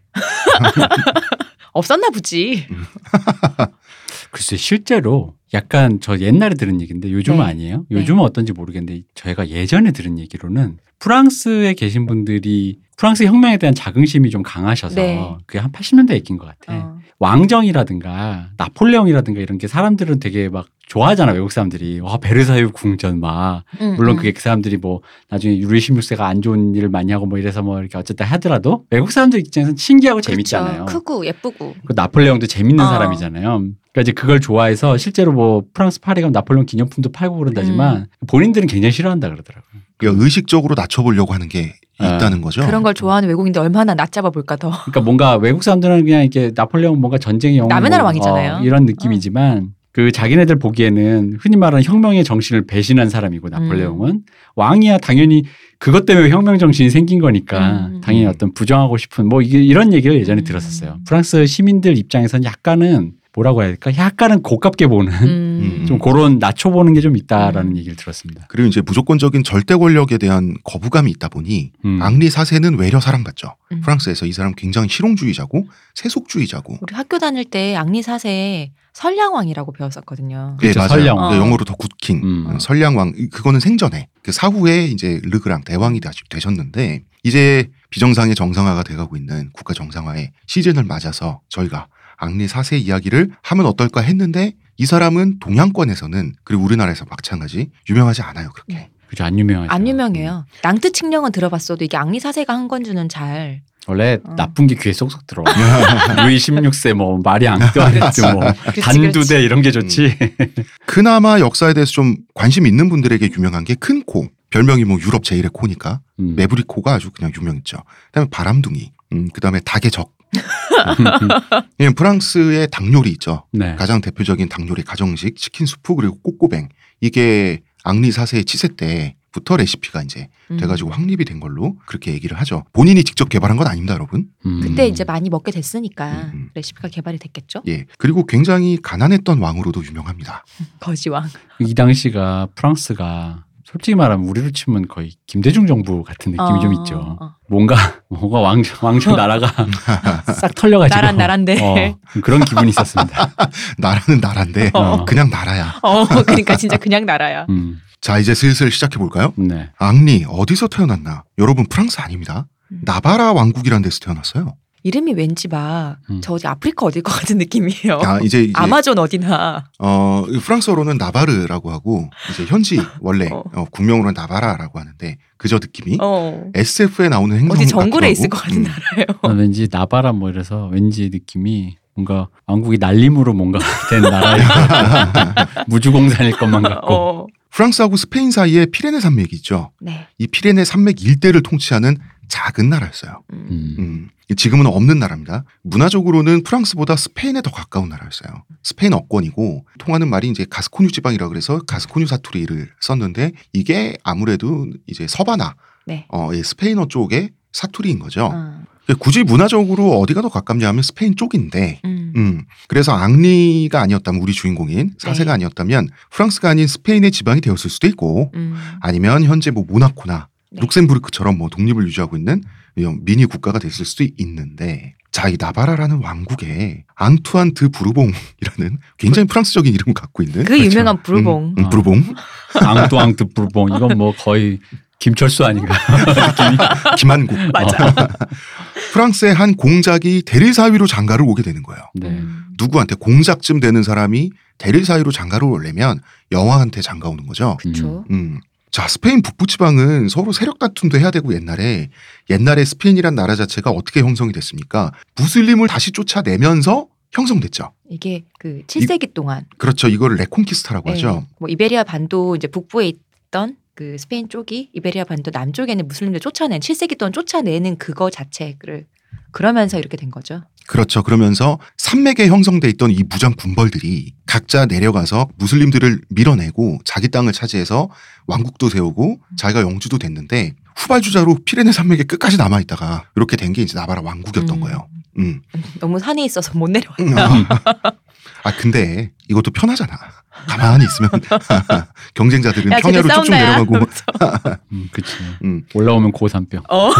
C: 없었나 보지.
B: 음. 글쎄 실제로 약간 저 옛날에 들은 얘기인데 요즘은
C: 네.
B: 아니에요 요즘은 어떤지 모르겠는데 저희가 예전에 들은 얘기로는 프랑스에 계신 분들이 프랑스 혁명에 대한 자긍심이 좀 강하셔서
C: 네.
B: 그게 한 80년대 얘기인 것 같아
C: 어.
B: 왕정이라든가 나폴레옹이라든가 이런 게 사람들은 되게 막 좋아하잖아 외국 사람들이 와 베르사유 궁전 막
C: 음,
B: 물론
C: 음.
B: 그게 그 사람들이 뭐 나중에 유리 16세가 안 좋은 일을 많이 하고 뭐 이래서 뭐 이렇게 어쨌든 하더라도 외국 사람들 입장에서는 신기하고
C: 그렇죠.
B: 재밌잖아요.
C: 크고 예쁘고.
B: 그 나폴레옹도 재밌는
C: 어.
B: 사람이잖아요. 그러니까 이제 그걸 좋아해서 실제로 뭐 프랑스 파리 가면 나폴레옹 기념품도 팔고 그런다지만
C: 음.
B: 본인들은 굉장히 싫어한다 그러더라고요.
A: 그러니까 의식적으로 낮춰보려고 하는 게
B: 아.
A: 있다는 거죠.
C: 그런 걸 좋아하는 외국인들 얼마나 낮잡아
B: [LAUGHS]
C: 볼까 더.
B: 그러니까 뭔가 외국 사람들은 그냥 이렇게 나폴레옹 뭔가 전쟁의 영웅
C: 남의 나라
B: 뭐,
C: 왕이잖아요.
B: 어, 이런 느낌이지만 그 자기네들 보기에는 흔히 말하는 혁명의 정신을 배신한 사람이고 나폴레옹은
C: 음.
B: 왕이야 당연히 그것 때문에 혁명 정신이 생긴 거니까
C: 음.
B: 당연히 어떤 부정하고 싶은 뭐 이게 이런 얘기를 예전에
C: 음.
B: 들었었어요. 프랑스 시민들 입장에서는 약간은 뭐라고 해야 될까? 약간은 고깝게 보는
C: 음.
B: 좀 그런 낮춰보는 게 좀 있다라는
C: 음.
B: 얘기를 들었습니다.
A: 그리고 이제 무조건적인 절대 권력에 대한 거부감이 있다 보니
B: 음.
A: 앙리 4세는 외려 사랑받죠.
C: 음.
A: 프랑스에서 이 사람 굉장히 실용주의자고 세속주의자고.
C: 우리 학교 다닐 때 앙리 사세 설량왕이라고 배웠었거든요.
B: 그렇죠, 설령.
A: 네,
C: 어.
A: 영어로 더 굿킹.
B: 음.
A: 설량왕 이- 그거는 생전에 그 사후에 이제 르그랑 대왕이 다시 되셨는데 이제 비정상의 정상화가 돼가고 있는 국가 정상화의 시즌을 맞아서 저희가 앙리 4세 이야기를 하면 어떨까 했는데 이 사람은 동양권에서는 그리고 우리나라에서 마찬가지 유명하지 않아요 그렇게.
C: 네.
B: 그죠 안 유명하죠.
C: 안 유명해요.
B: 음.
C: 낭트 칙령은 들어봤어도 이게 앙리 사세가 한 건지는 잘.
B: 원래
C: 어.
B: 나쁜 게 귀에 쏙쏙 들어. [LAUGHS]
A: [LAUGHS]
B: 루이 16세 뭐 말이
C: [LAUGHS]
B: 안 떠났지 뭐
C: 그렇지, 그렇지.
B: 단두대 이런 게 좋지.
A: 그나마 역사에 대해서 좀 관심 있는 분들에게 유명한 게 큰 코. 별명이 뭐 유럽 제일의 코니까
B: 음.
A: 메브리 코가 아주 그냥 유명했죠. 그다음에 바람둥이. 음, 그다음에 닭의 적. 예, 프랑스의 닭 요리 있죠.
B: [LAUGHS] 네.
A: 가장 대표적인 닭 요리 가정식 치킨 수프 그리고 꼬꼬뱅. 이게 앙리 사세의 치세 때부터 레시피가 이제
C: 음.
A: 돼가지고 확립이 된 걸로 그렇게 얘기를 하죠. 본인이 직접 개발한 건 아닙니다, 여러분.
B: 음.
C: 그때 이제 많이 먹게 됐으니까
A: 음, 음.
C: 레시피가 개발이 됐겠죠.
A: 예. 그리고 굉장히 가난했던 왕으로도 유명합니다.
C: 거지왕.
B: 이 당시가 프랑스가 솔직히 말하면 우리로 치면 거의 김대중 정부 같은 그 느낌이 좀 있죠.
C: 어.
B: 뭔가 뭔가 왕정
C: [LAUGHS]
B: 왕정 나라가 싹 털려가지고
C: 나란 나란데.
B: 어, 그런 기분이 있었습니다.
A: 나라는 나라인데
B: 어.
A: 그냥 나라야.
C: 어. 그러니까 진짜 그냥 나라야.
B: 음,
A: 자, 이제 슬슬 시작해 볼까요?
B: 네.
A: 앙리 어디서 태어났나? 여러분 프랑스 아닙니다.
C: 음.
A: 나바라 왕국이라는 데서 태어났어요.
C: 이름이 왠지 막
B: 음.
C: 저 어디 아프리카 어딜 것 같은 느낌이에요.
A: 아, 이제, 이제
C: 아마존 어디나.
A: 어, 프랑스어로는 나바르라고 하고 이제 현지 원래
C: [LAUGHS] 어.
A: 어, 국명으로는 나바라라고 하는데 그저 느낌이
C: 어.
A: SF에 나오는 행성 음.
C: 어디 정글에 있을 것 같은 나라예요.
B: 나 왠지 나바라 뭐 이래서 왠지 느낌이 뭔가 왕국이 날림으로 뭔가 된 나라일 것 같고 [LAUGHS] 무주공산일 것만 같고
C: 어.
A: 프랑스하고 스페인 사이에 피레네 산맥이 있죠.
C: 네.
A: 이 피레네 산맥 일대를 통치하는 작은 나라였어요.
C: 음.
B: 음.
A: 음, 지금은 없는 나라입니다. 문화적으로는 프랑스보다 스페인에 더 가까운 나라였어요. 스페인 어권이고 통하는 말이 이제 가스코뉴 지방이라 그래서 가스코뉴 사투리를 썼는데 이게 아무래도 이제 서바나
C: 네.
A: 어, 예, 스페인어 쪽의 사투리인 거죠. 그러니까
C: 어.
A: 굳이 문화적으로 어디가 더 가깝냐 하면 스페인 쪽인데
C: 음.
A: 음, 그래서 앙리가 아니었다면 우리 주인공인 사세가
C: 네.
A: 아니었다면 프랑스가 아닌 스페인의 지방이 되었을 수도 있고
C: 음.
A: 아니면 현재 뭐 모나코나
C: 네.
A: 룩셈부르크처럼 뭐 독립을 유지하고 있는 이런 미니 국가가 됐을 수도 있는데 자 이 나바라라는 왕국에 앙투안 드 부르봉이라는 굉장히 프랑스적인 이름을 갖고 있는
C: 그 유명한 부르봉.
A: 네, 음, 부르봉
B: 앙뚜앙뚜 부르봉
C: [LAUGHS]
B: 이건 뭐 거의 김철수 아닌가
A: 김한국 어.
C: 맞아.
A: [LAUGHS] 프랑스의 한 공작이 대리사위로 장가를 오게 되는 거예요.
B: 네.
C: 음.
A: 누구한테 공작쯤 되는 사람이 대리사위로 장가를 오려면 영화한테 장가 오는 거죠.
C: 그렇죠.
A: 음. 자, 스페인 북부 지방은 서로 세력 다툼도 해야 되고 옛날에 옛날에 스페인이란 나라 자체가 어떻게 형성이 됐습니까? 무슬림을 다시 쫓아내면서 형성됐죠.
C: 이게 그 7세기 동안
A: 그렇죠. 이거를 레콘키스타라고
C: 예,
A: 하죠.
C: 뭐 이베리아 반도 이제 북부에 있던 그 스페인 쪽이 이베리아 반도 남쪽에는 무슬림들 쫓아낸 7세기 동안 쫓아내는 그거 자체를 그러면서 이렇게 된 거죠.
A: 그렇죠. 그러면서 산맥에 형성돼 있던 이 무장 군벌들이 각자 내려가서 무슬림들을 밀어내고 자기 땅을 차지해서 왕국도 세우고 자기가 영주도 됐는데 후발주자로 피레네 산맥에 끝까지 남아 있다가 이렇게 된 게 이제 나바라 왕국이었던
C: 음.
A: 거예요. 음.
C: 너무 산에 있어서 못 내려와.
A: [LAUGHS] 아 근데 이것도 편하잖아. 가만히 있으면 [LAUGHS] 경쟁자들은
C: 야, 쟤들
A: 평야로 쭉쭉
C: 싸운다. 야.
A: 내려가고
C: 그러면서.
B: 음, 그치.
A: 음.
B: 올라오면 고산병.
C: 어.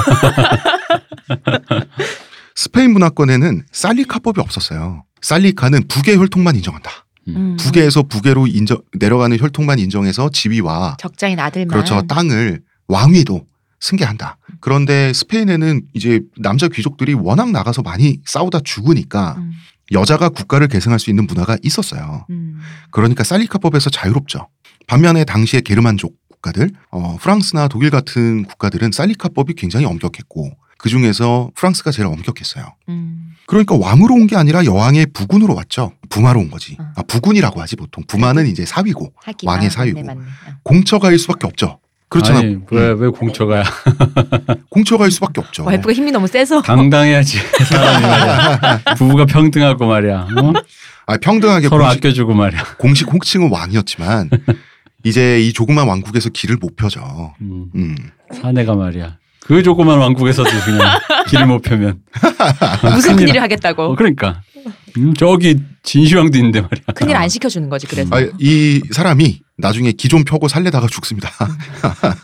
A: 스페인 문화권에는 살리카법이 없었어요. 살리카는 북의 혈통만 인정한다.
B: 음.
A: 북에서 북에로 인정, 내려가는 혈통만 인정해서 지위와
C: 적장인 아들만.
A: 그렇죠 땅을 왕위도 승계한다. 그런데 스페인에는 이제 남자 귀족들이 워낙 나가서 많이 싸우다 죽으니까
C: 음,
A: 여자가 국가를 계승할 수 있는 문화가 있었어요.
C: 음.
A: 그러니까 살리카법에서 자유롭죠. 반면에 당시의 게르만족 국가들, 어, 프랑스나 독일 같은 국가들은 살리카법이 굉장히 엄격했고 그 중에서 프랑스가 제일 엄격했어요.
C: 음.
A: 그러니까 왕으로 온 게 아니라 여왕의 부군으로 왔죠. 부마로 온 거지.
C: 어.
A: 아, 부군이라고 하지 보통. 부마는 이제 사위고
C: 네. 하기
A: 왕의
C: 아,
A: 사유고.
C: 맞네, 맞네.
A: 공처가일 수밖에 없죠. 그렇잖아. 음.
B: 아니, 왜, 왜 공처가야? [LAUGHS]
A: 공처가일 수밖에 없죠.
C: 어. 와이프가 힘이 너무
A: 아,
C: 세서.
B: 당당해야지. 사람이 말이야. 부부가 평등하고 말이야. 어?
A: 아, 평등하게
B: 서로
A: 공식,
B: 아껴주고 말이야.
A: 공식 호칭은 왕이었지만
B: [LAUGHS]
A: 이제 이 조그만 왕국에서 길을 못 펴죠.
B: 음,
A: 음.
B: 사내가 말이야. 그 조그만 왕국에서도 그냥 길을
A: [LAUGHS]
B: 못 펴면.
C: 무슨
B: 큰일
C: 큰일을
B: 어,
C: 하겠다고.
B: 그러니까. 음, 저기 진시황도 있는데 말이야.
C: 큰일 안 시켜주는 거지, 그래서.
A: 어, 아, 이 사람이 나중에 기 좀 펴고 살려다가 죽습니다. [LAUGHS]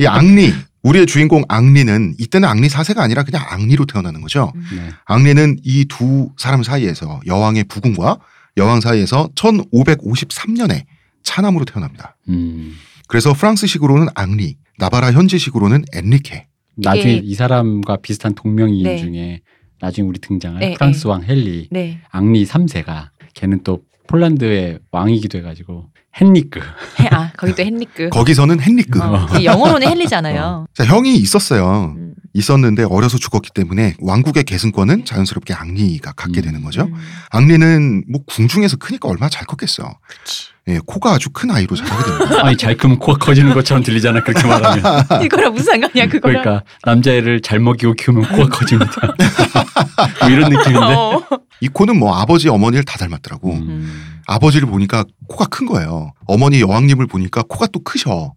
A: 이 앙리, 우리의 주인공 앙리는 이때는 앙리 사세가 아니라 그냥 앙리로 태어나는 거죠.
B: 네.
A: 앙리는 이 두 사람 사이에서 여왕의 부군과 여왕 사이에서 1553년에 차남으로 태어납니다.
B: 음.
A: 그래서 프랑스식으로는 앙리, 나바라 현지식으로는 엔리케.
B: 나중에
C: 이게-
B: 이 사람과 비슷한 동명이인
C: 네.
B: 중에 나중에 우리 등장할
C: 네,
B: 프랑스
C: 네.
B: 왕 헨리
C: 네.
B: 앙리 3세가 걔는 또 폴란드의 왕이기도 해가지고 헨리크
C: 해- 아, 거기 또 헨리크.
A: 거기서는 헨리크.
C: 어, 이 영어로는 헨리잖아요.
A: 자, 형이 있었어요.
C: 음.
A: 있었는데 어려서 죽었기 때문에 왕국의 계승권은 자연스럽게 앙리가 갖게
B: 음.
A: 되는 거죠.
C: 음.
A: 앙리는 뭐 궁중에서 크니까 얼마나 잘 컸겠어.
C: 그치.
A: 예, 코가 아주 큰 아이로 자라게 됩니다.
B: 아니 잘 크면 코가 커지는 것처럼 들리잖아 [LAUGHS] 그렇게 말하면
C: 이거랑 무슨 상관이야, 그거랑.
B: 그러니까 남자애를 잘 먹이고 키우면 코가 커집니다 뭐 이런 느낌인데
C: 어.
A: 이 코는 뭐 아버지 어머니를 다 닮았더라고.
B: 음.
A: 아버지를 보니까 코가 큰 거예요. 어머니 여왕님을 보니까 코가 또 크셔.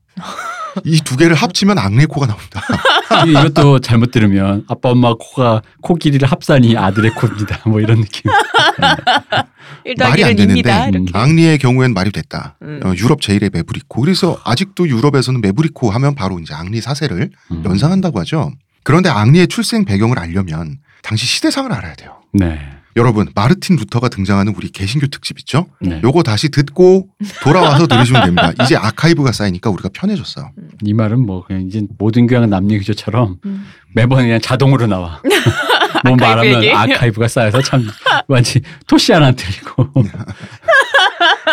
A: 이 두 개를 합치면 앙리 코가 나옵니다.
B: 이- 이것도 잘못 들으면 아빠 엄마 코가 코 길이를 합산이 아들의 코입니다 뭐 이런 느낌
A: 말이 안
C: 1더하기는 입니다.
A: 되는데 음.
C: 이렇게.
A: 앙리의 경우엔 말이 됐다.
C: 음.
A: 어, 유럽 제일의 메브리코. 그래서 아직도 유럽에서는 메브리코 하면 바로 이제 앙리 사세를
B: 음.
A: 연상한다고 하죠. 그런데 앙리의 출생 배경을 알려면 당시 시대상을 알아야 돼요.
B: 네.
A: 여러분 마르틴 루터가 등장하는 우리 개신교 특집 있죠?
B: 네.
A: 요거 다시 듣고 돌아와서 들으시면 됩니다. 이제 아카이브가 쌓이니까 우리가 편해졌어.
B: 이 말은 뭐 그냥 이제 모든 교양 남녀 교조처럼
C: 음.
B: 매번 그냥 자동으로 [LAUGHS] 나와. 뭐 말하면
C: 얘기.
B: 아카이브가 쌓여서 참 마치 토시 하나 들리고
A: 네.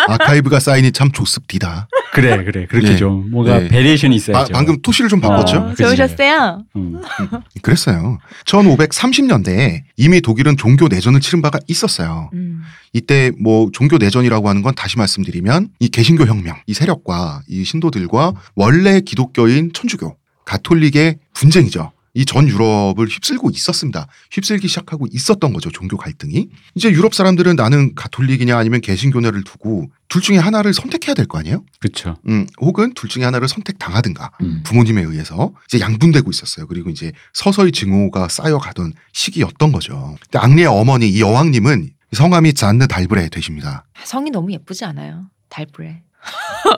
A: 아카이브가 쌓이니 참 좋습디다.
B: [LAUGHS] 그래 그래 그렇게
A: 네.
B: 좀 뭔가
A: 네.
B: 베리에이션이
A: 바-
B: 있어야죠.
A: 방금 토시를 좀
B: 아,
A: 바꿨죠?
B: 그치.
C: 그렇죠. 좋으셨어요? 아,
B: 음.
A: 그랬어요. 1530년대에 이미 독일은 종교 내전을 치른 바가 있었어요.
C: 음.
A: 이때 뭐 종교 내전이라고 하는 건 다시 말씀드리면 이 개신교 혁명, 이 세력과 이 신도들과 원래 기독교인 천주교, 가톨릭의 분쟁이죠. 이 전 유럽을 휩쓸고 있었습니다. 휩쓸기 시작하고 있었던 거죠. 종교 갈등이. 이제 유럽 사람들은 나는 가톨릭이냐 아니면 개신교냐를 두고 둘 중에 하나를 선택해야 될 거 아니에요?
B: 그렇죠.
A: 음, 혹은 둘 중에 하나를 선택당하든가.
B: 음.
A: 부모님에 의해서 이제 양분되고 있었어요. 그리고 이제 서서히 증오가 쌓여가던 시기였던 거죠. 근데 앙리의 어머니 이 여왕님은 성함이 잔느 달브레 되십니다.
C: 아, 성이 너무 예쁘지 않아요. 달브레.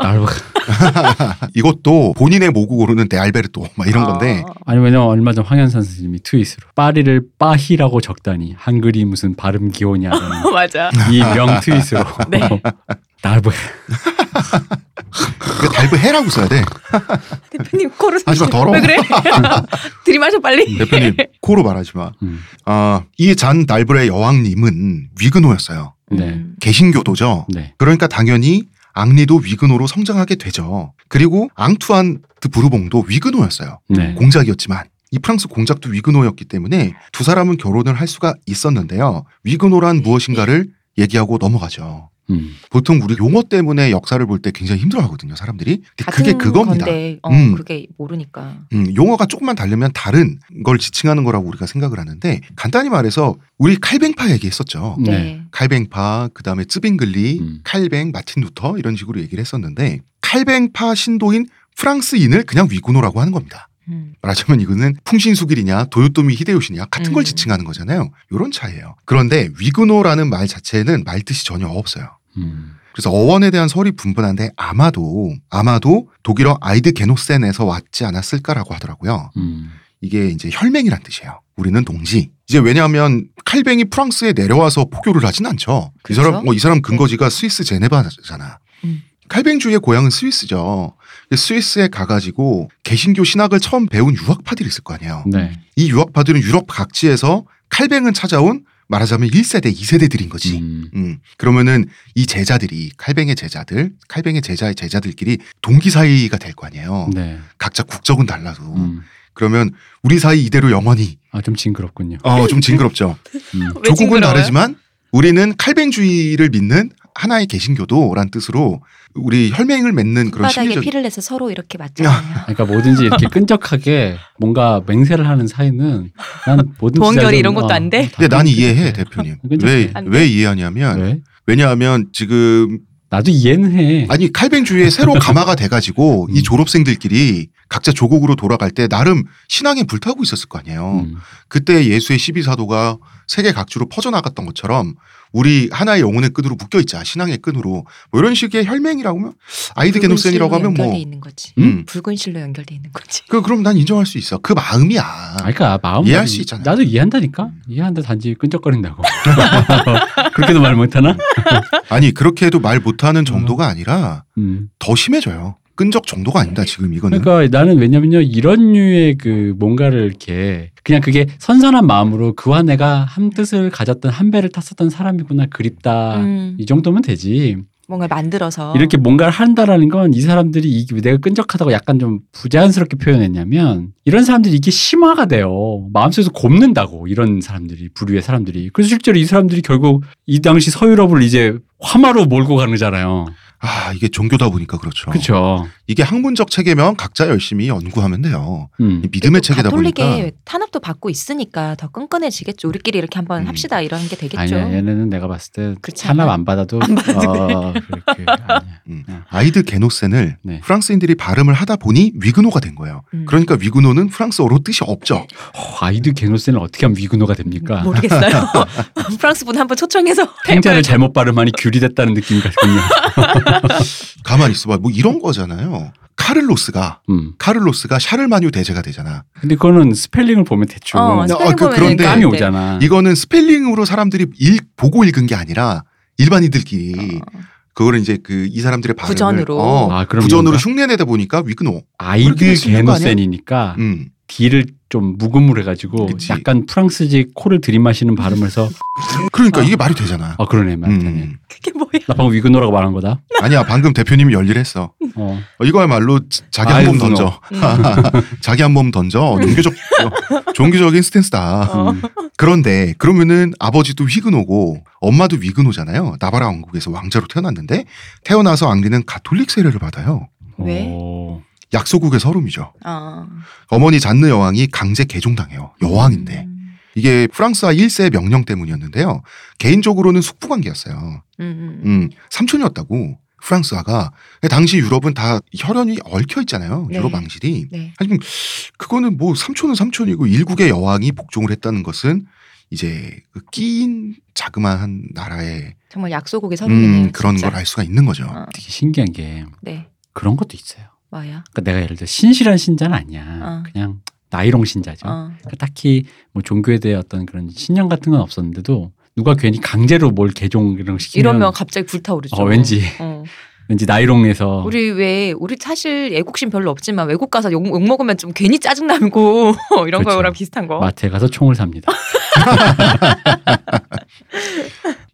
B: 아유,
A: 아, 이것도 본인의 모국어로는 데알베르토 막 이런 건데
C: 어.
B: 아니 왜냐면 얼마 전 황현산 선생님이 트윗으로 파리를 빠히라고 적다니 한글이 무슨 발음 기호냐는
A: [LAUGHS]
C: 어, 맞아.
B: [LAUGHS] 이 명 트윗으로
C: [LAUGHS] 네.
B: 나를 보여.
A: 이거 달고 해라고 써야 돼.
C: 대표님 코로
A: 하지 마, 아, 더러워. [LAUGHS]
C: 왜 그래? 들이마셔 빨리.
A: 대표님 코로 말하지 마.
B: 음.
A: 아, 이 잔 달브레 여왕님은 위그노였어요.
B: 네.
C: 음.
A: 개신교도죠.
B: 네.
A: 그러니까 당연히 앙리도 위그노로 성장하게 되죠. 그리고 앙투안 드 부르봉도 위그노였어요.
B: 네.
A: 공작이었지만 이 프랑스 공작도 위그노였기 때문에 두 사람은 결혼을 할 수가 있었는데요. 위그노란 무엇인가를 얘기하고 넘어가죠.
B: 음.
A: 보통 우리 용어 때문에 역사를 볼 때 굉장히 힘들어하거든요, 사람들이. 근데
C: 같은
A: 그게 그겁니다.
C: 건데, 어,
A: 음.
C: 그게 모르니까.
A: 음, 용어가 조금만 다르면 다른 걸 지칭하는 거라고 우리가 생각을 하는데 간단히 말해서 우리 칼뱅파 얘기했었죠.
B: 네.
C: 네.
A: 칼뱅파, 그 다음에 쯔빙글리,
B: 음.
A: 칼뱅, 마틴 루터 이런 식으로 얘기를 했었는데 칼뱅파 신도인 프랑스인을 그냥 위구노라고 하는 겁니다.
C: 음.
A: 말하자면 이거는 풍신수길이냐 도요토미 히데요시냐 같은 걸
C: 음.
A: 지칭하는 거잖아요. 이런 차이예요. 그런데 위구노라는 말 자체는 말 뜻이 전혀 없어요.
B: 음.
A: 그래서 어원에 대한 설이 분분한데 아마도 아마도 독일어 아이드 게노센에서 왔지 않았을까라고 하더라고요.
B: 음.
A: 이게 이제 혈맹이란 뜻이에요. 우리는 동지. 이제 왜냐하면 칼뱅이 프랑스에 내려와서 포교를 하진 않죠.
C: 그쵸?
A: 이 사람 어, 이 사람 근거지가 스위스 제네바잖아.
C: 음.
A: 칼뱅주의 고향은 스위스죠. 스위스에 가가지고 개신교 신학을 처음 배운 유학파들이 있을 거 아니에요.
B: 네.
A: 이 유학파들은 유럽 각지에서 칼뱅은 찾아온 말하자면 1세대, 2세대들인 거지.
B: 음.
A: 음, 그러면은 이 제자들이 칼뱅의 제자들, 칼뱅의 제자의 제자들끼리 동기 사이가 될 거 아니에요.
B: 네.
A: 각자 국적은 달라도
B: 음.
A: 그러면 우리 사이 이대로 영원히
B: 아, 좀 징그럽군요.
A: 어, 좀 징그럽죠.
B: 음.
C: 네. [LAUGHS] 왜
A: 조국은
C: 징그러워요?
A: 다르지만 우리는 칼뱅주의를 믿는 하나의 개신교도란 뜻으로 우리 혈맹을 맺는 그런
C: 바닥에
A: 심리적
C: 피를 내서 서로 이렇게 맞잖아요.
B: 그러니까 뭐든지 이렇게 끈적하게 뭔가 맹세를 하는 사이는 난 뭐든지
C: 보험결의
B: 잘 좀-
C: 이런 것도
B: 어,
C: 안 돼?
B: 다
A: 근데 난
B: 끈적해.
A: 이해해 대표님.
B: 그죠?
A: 왜
C: 아, 네. 안 돼. 네.
A: 왜 이해하냐면
B: 왜?
A: 왜냐하면 지금
B: 나도 이해는 해.
A: 아니 칼뱅주의에
C: [LAUGHS]
A: 새로 감화가 돼가지고 이
B: 음.
A: 졸업생들끼리 각자 조국으로 돌아갈 때 나름 신앙에 불타고 있었을 거 아니에요.
B: 음.
A: 그때 예수의 12사도가 세계 각주로 퍼져나갔던 것처럼 우리 하나의 영혼의 끈으로 묶여있자 신앙의 끈으로 뭐 이런 식의 혈맹이라고 하면 아이드
C: 붉은
A: 게노센이라고
C: 실로
A: 하면 뭐
C: 연결돼 있는 거지.
A: 음.
C: 붉은 실로 연결돼 있는 거지.
A: 그, 그럼 난 인정할 수 있어. 그 마음이야.
B: 아, 그러니까 마음
A: 이해할 수 있잖아요.
B: 나도 이해한다니까.
A: 음.
B: 이해한다 단지
A: [LAUGHS]
B: 끈적거린다고. [LAUGHS] 그렇게도 말 못하나?
A: 아니, 그렇게 해도 말 못하는 정도가 아니라
B: 음.
A: 더 심해져요. 끈적 정도가 아니다, 지금 이거는.
B: 그러니까 나는 왜냐면요 이런 류의 그 뭔가를 이렇게 그냥 그게 선선한 마음으로 그와 내가 한 뜻을 가졌던 한 배를 탔었던 사람이구나 그립다 아,
C: 음,
B: 이 정도면 되지
C: 뭔가 만들어서
B: 이렇게 뭔가를 한다라는 건 이 사람들이 이 내가 끈적하다고 약간 좀 부자연스럽게 표현했냐면 이런 사람들이 이게 심화가 돼요 마음속에서 곱는다고 이런 사람들이 부류의 사람들이 그래서 실제로 이 사람들이 결국 이 당시 서유럽을 이제 화마로 몰고 가는 거잖아요
A: 아, 이게 종교다 보니까 그렇죠.
B: 그렇죠
A: 이게 학문적 책이면 각자 열심히 연구하면 돼요.
B: 음.
A: 이 믿음의
C: 그
A: 책이다
C: 가톨릭에
A: 보니까.
C: 탄압도 받고 있으니까 더 끈끈해지겠죠. 우리끼리 이렇게 한번
A: 음.
C: 합시다 이런 게 되겠죠.
B: 아니야 얘네는 내가 봤을 때
C: 그렇지
B: 찬압
C: 않아요?
B: 안 받아도 어, 그렇게 아니야.
A: 아이드 게노센을
B: 네.
A: 프랑스인들이 발음을 하다 보니 위그노가 된 거예요.
C: 음.
A: 그러니까 위그노는 프랑스어로 뜻이 없죠.
B: 어, 아이들 갱노세는 어떻게 하면 위구노가 됩니까?
C: 모르겠어요.
B: [LAUGHS]
C: [LAUGHS] 프랑스 분 한번 초청해서
B: 탱자를 잘못 발음하니 귤이 됐다는 느낌이 같군요.
A: 가만히 있어봐. 뭐 이런 거잖아요. 카를로스가
B: 음.
A: 카를로스가 샤를마뉴 대제가 되잖아.
B: 근데 그거는 스펠링을 보면 대충
C: 어,
A: 네,
C: 스페인
A: 어, 그-
C: 보면은
A: 그런데
B: 땀이
A: 네.
B: 오잖아.
A: 이거는 스펠링으로 사람들이 읽, 보고 읽은 게 아니라 일반인들끼리 그거를 이제 그 이 사람들의 발음을
C: 구전으로.
A: 어,
B: 어. 아, 그럼
A: 구전으로 흉내내다 보니까 위그노. 그렇게
B: 아이들
A: 될수 있는 거 아니야?
B: 게노센이니까
A: 음.
B: D를 좀 무금으로 해가지고
A: 그치.
B: 약간 프랑스식 코를 들이마시는
A: [LAUGHS]
B: 발음을 해서
A: 그러니까 이게 말이 되잖아.
B: 아 그러네 말하자면
A: 음.
C: 그게 뭐야?
B: 나 방금 위그노라고 말한 거다.
A: 아니야 방금 대표님이 열일했어.
B: 어.
A: 어, 이거야말로 자- 자기 한
B: 아이고,
A: 몸 던져. [LAUGHS] 자기 한 몸 던져. 종교적 어, 종교적인 스탠스다.
C: 어.
B: 음.
A: 그런데 그러면은 아버지도 휘그노고 엄마도 위그노잖아요. 나바라 왕국에서 왕자로 태어났는데 태어나서 앙리는 가톨릭 세례를 받아요.
C: 왜?
B: 오.
A: 약소국의 서름이죠.
C: 어.
A: 어머니 잔느 여왕이 강제 개종당해요. 여왕인데.
C: 음.
A: 이게 프랑스와 1세의 명령 때문이었는데요. 개인적으로는 숙부 관계였어요.
C: 음, 음.
A: 음, 삼촌이었다고. 프랑스와가 당시 유럽은 다 혈연이 얽혀 있잖아요.
C: 네.
A: 유럽 왕실이.
C: 네.
A: 하지만 그거는 뭐 삼촌은 삼촌이고 일국의 여왕이 복종을 했다는 것은 이제 그 끼인 자그마한 나라의
C: 정말 약소국의 서름이네요.
A: 음, 그런
C: 진짜.
A: 걸 알 수가 있는 거죠.
C: 어.
B: 되게 신기한 게
C: 네.
B: 그런 것도 있어요.
C: 뭐야?
B: 그러니까 내가 예를 들어 신실한 신자는 아니야.
C: 어.
B: 그냥 나이롱 신자죠.
C: 어.
B: 그러니까 딱히 뭐 종교에 대해 어떤 그런 신념 같은 건 없었는데도 누가 괜히 강제로 뭘 개종 이런 거 시키면
C: 이러면 갑자기 불타오르죠.
B: 어, 왠지
C: 어.
B: 왠지 나이롱에서
C: 우리 왜 우리 사실 애국심 별로 없지만 외국 가서 욕, 욕 먹으면 좀 괜히 짜증 나고 [LAUGHS] 이런
B: 그렇죠.
C: 거랑 비슷한 거.
B: 마트에 가서 총을 삽니다.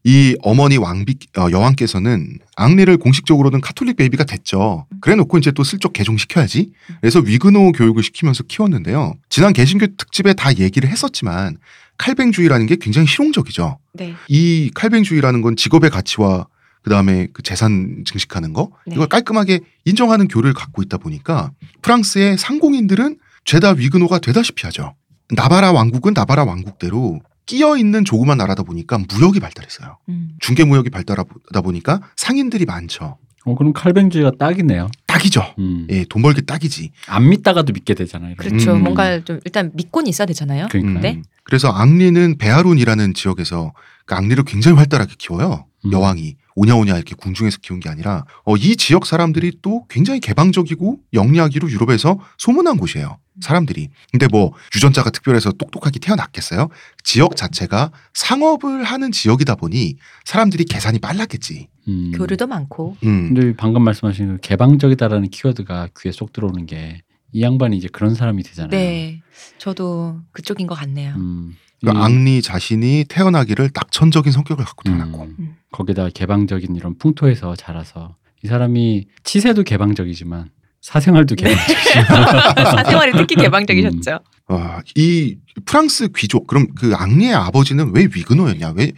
A: 이 어머니 왕비 어, 여왕께서는 앙리를 공식적으로는 카톨릭 베이비가 됐죠.
C: 음.
A: 그래놓고 이제 또 슬쩍 개종시켜야지. 그래서 위그노 교육을 시키면서 키웠는데요. 지난 개신교 특집에 다 얘기를 했었지만 칼뱅주의라는 게 굉장히 실용적이죠.
C: 네.
A: 이 칼뱅주의라는 건 직업의 가치와 그다음에 그 재산 증식하는 거
C: 네.
A: 이걸 깔끔하게 인정하는 교를 갖고 있다 보니까 프랑스의 상공인들은 죄다 위그노가 되다시피 하죠. 나바라 왕국은 나바라 왕국대로 끼어 있는 조그만 나라다 보니까 무역이 발달했어요.
C: 음.
A: 중개 무역이 발달하다 보니까 상인들이 많죠.
B: 어, 그럼 칼뱅주가 딱이네요.
A: 딱이죠.
B: 음.
A: 예, 돈 벌기 딱이지.
B: 안 믿다가도 믿게 되잖아요. 이런
C: 그렇죠.
A: 음.
C: 뭔가 좀 일단 믿고는 있어야 되잖아요.
B: 거. 그러니까.
C: 네.
A: 그래서 앙리는 베아룬이라는 지역에서 그 앙리를 굉장히 활달하게 키워요.
B: 음.
A: 여왕이 오냐오냐 이렇게 궁중에서 키운 게 아니라 어, 이 지역 사람들이 또 굉장히 개방적이고 영리하기로 유럽에서 소문난 곳이에요. 사람들이. 근데 뭐 유전자가 특별해서 똑똑하게 태어났겠어요? 지역 자체가 상업을 하는 지역이다 보니 사람들이 계산이 빨랐겠지.
B: 음.
C: 교류도 많고.
A: 음.
B: 근데 방금 말씀하신 그 개방적이다라는 키워드가 귀에 쏙 들어오는 게 이 양반이 이제 그런 사람이 되잖아요.
C: 네. 저도 그쪽인 것 같네요.
B: 음.
A: 그러니까 앙리 자신이 태어나기를 낙천적인 성격을 갖고 태어났고.
C: 음.
B: 거기다가 개방적인 이런 풍토에서 자라서 이 사람이 치세도 개방적이지만 사생활도
C: 네.
B: 개방적이지만
C: [LAUGHS] 사생활이
B: 음.
C: 특히 개방적이셨죠.
A: 와, 아, 이 프랑스 귀족 그럼 그 앙리의 아버지는 왜 위그노였냐? 왜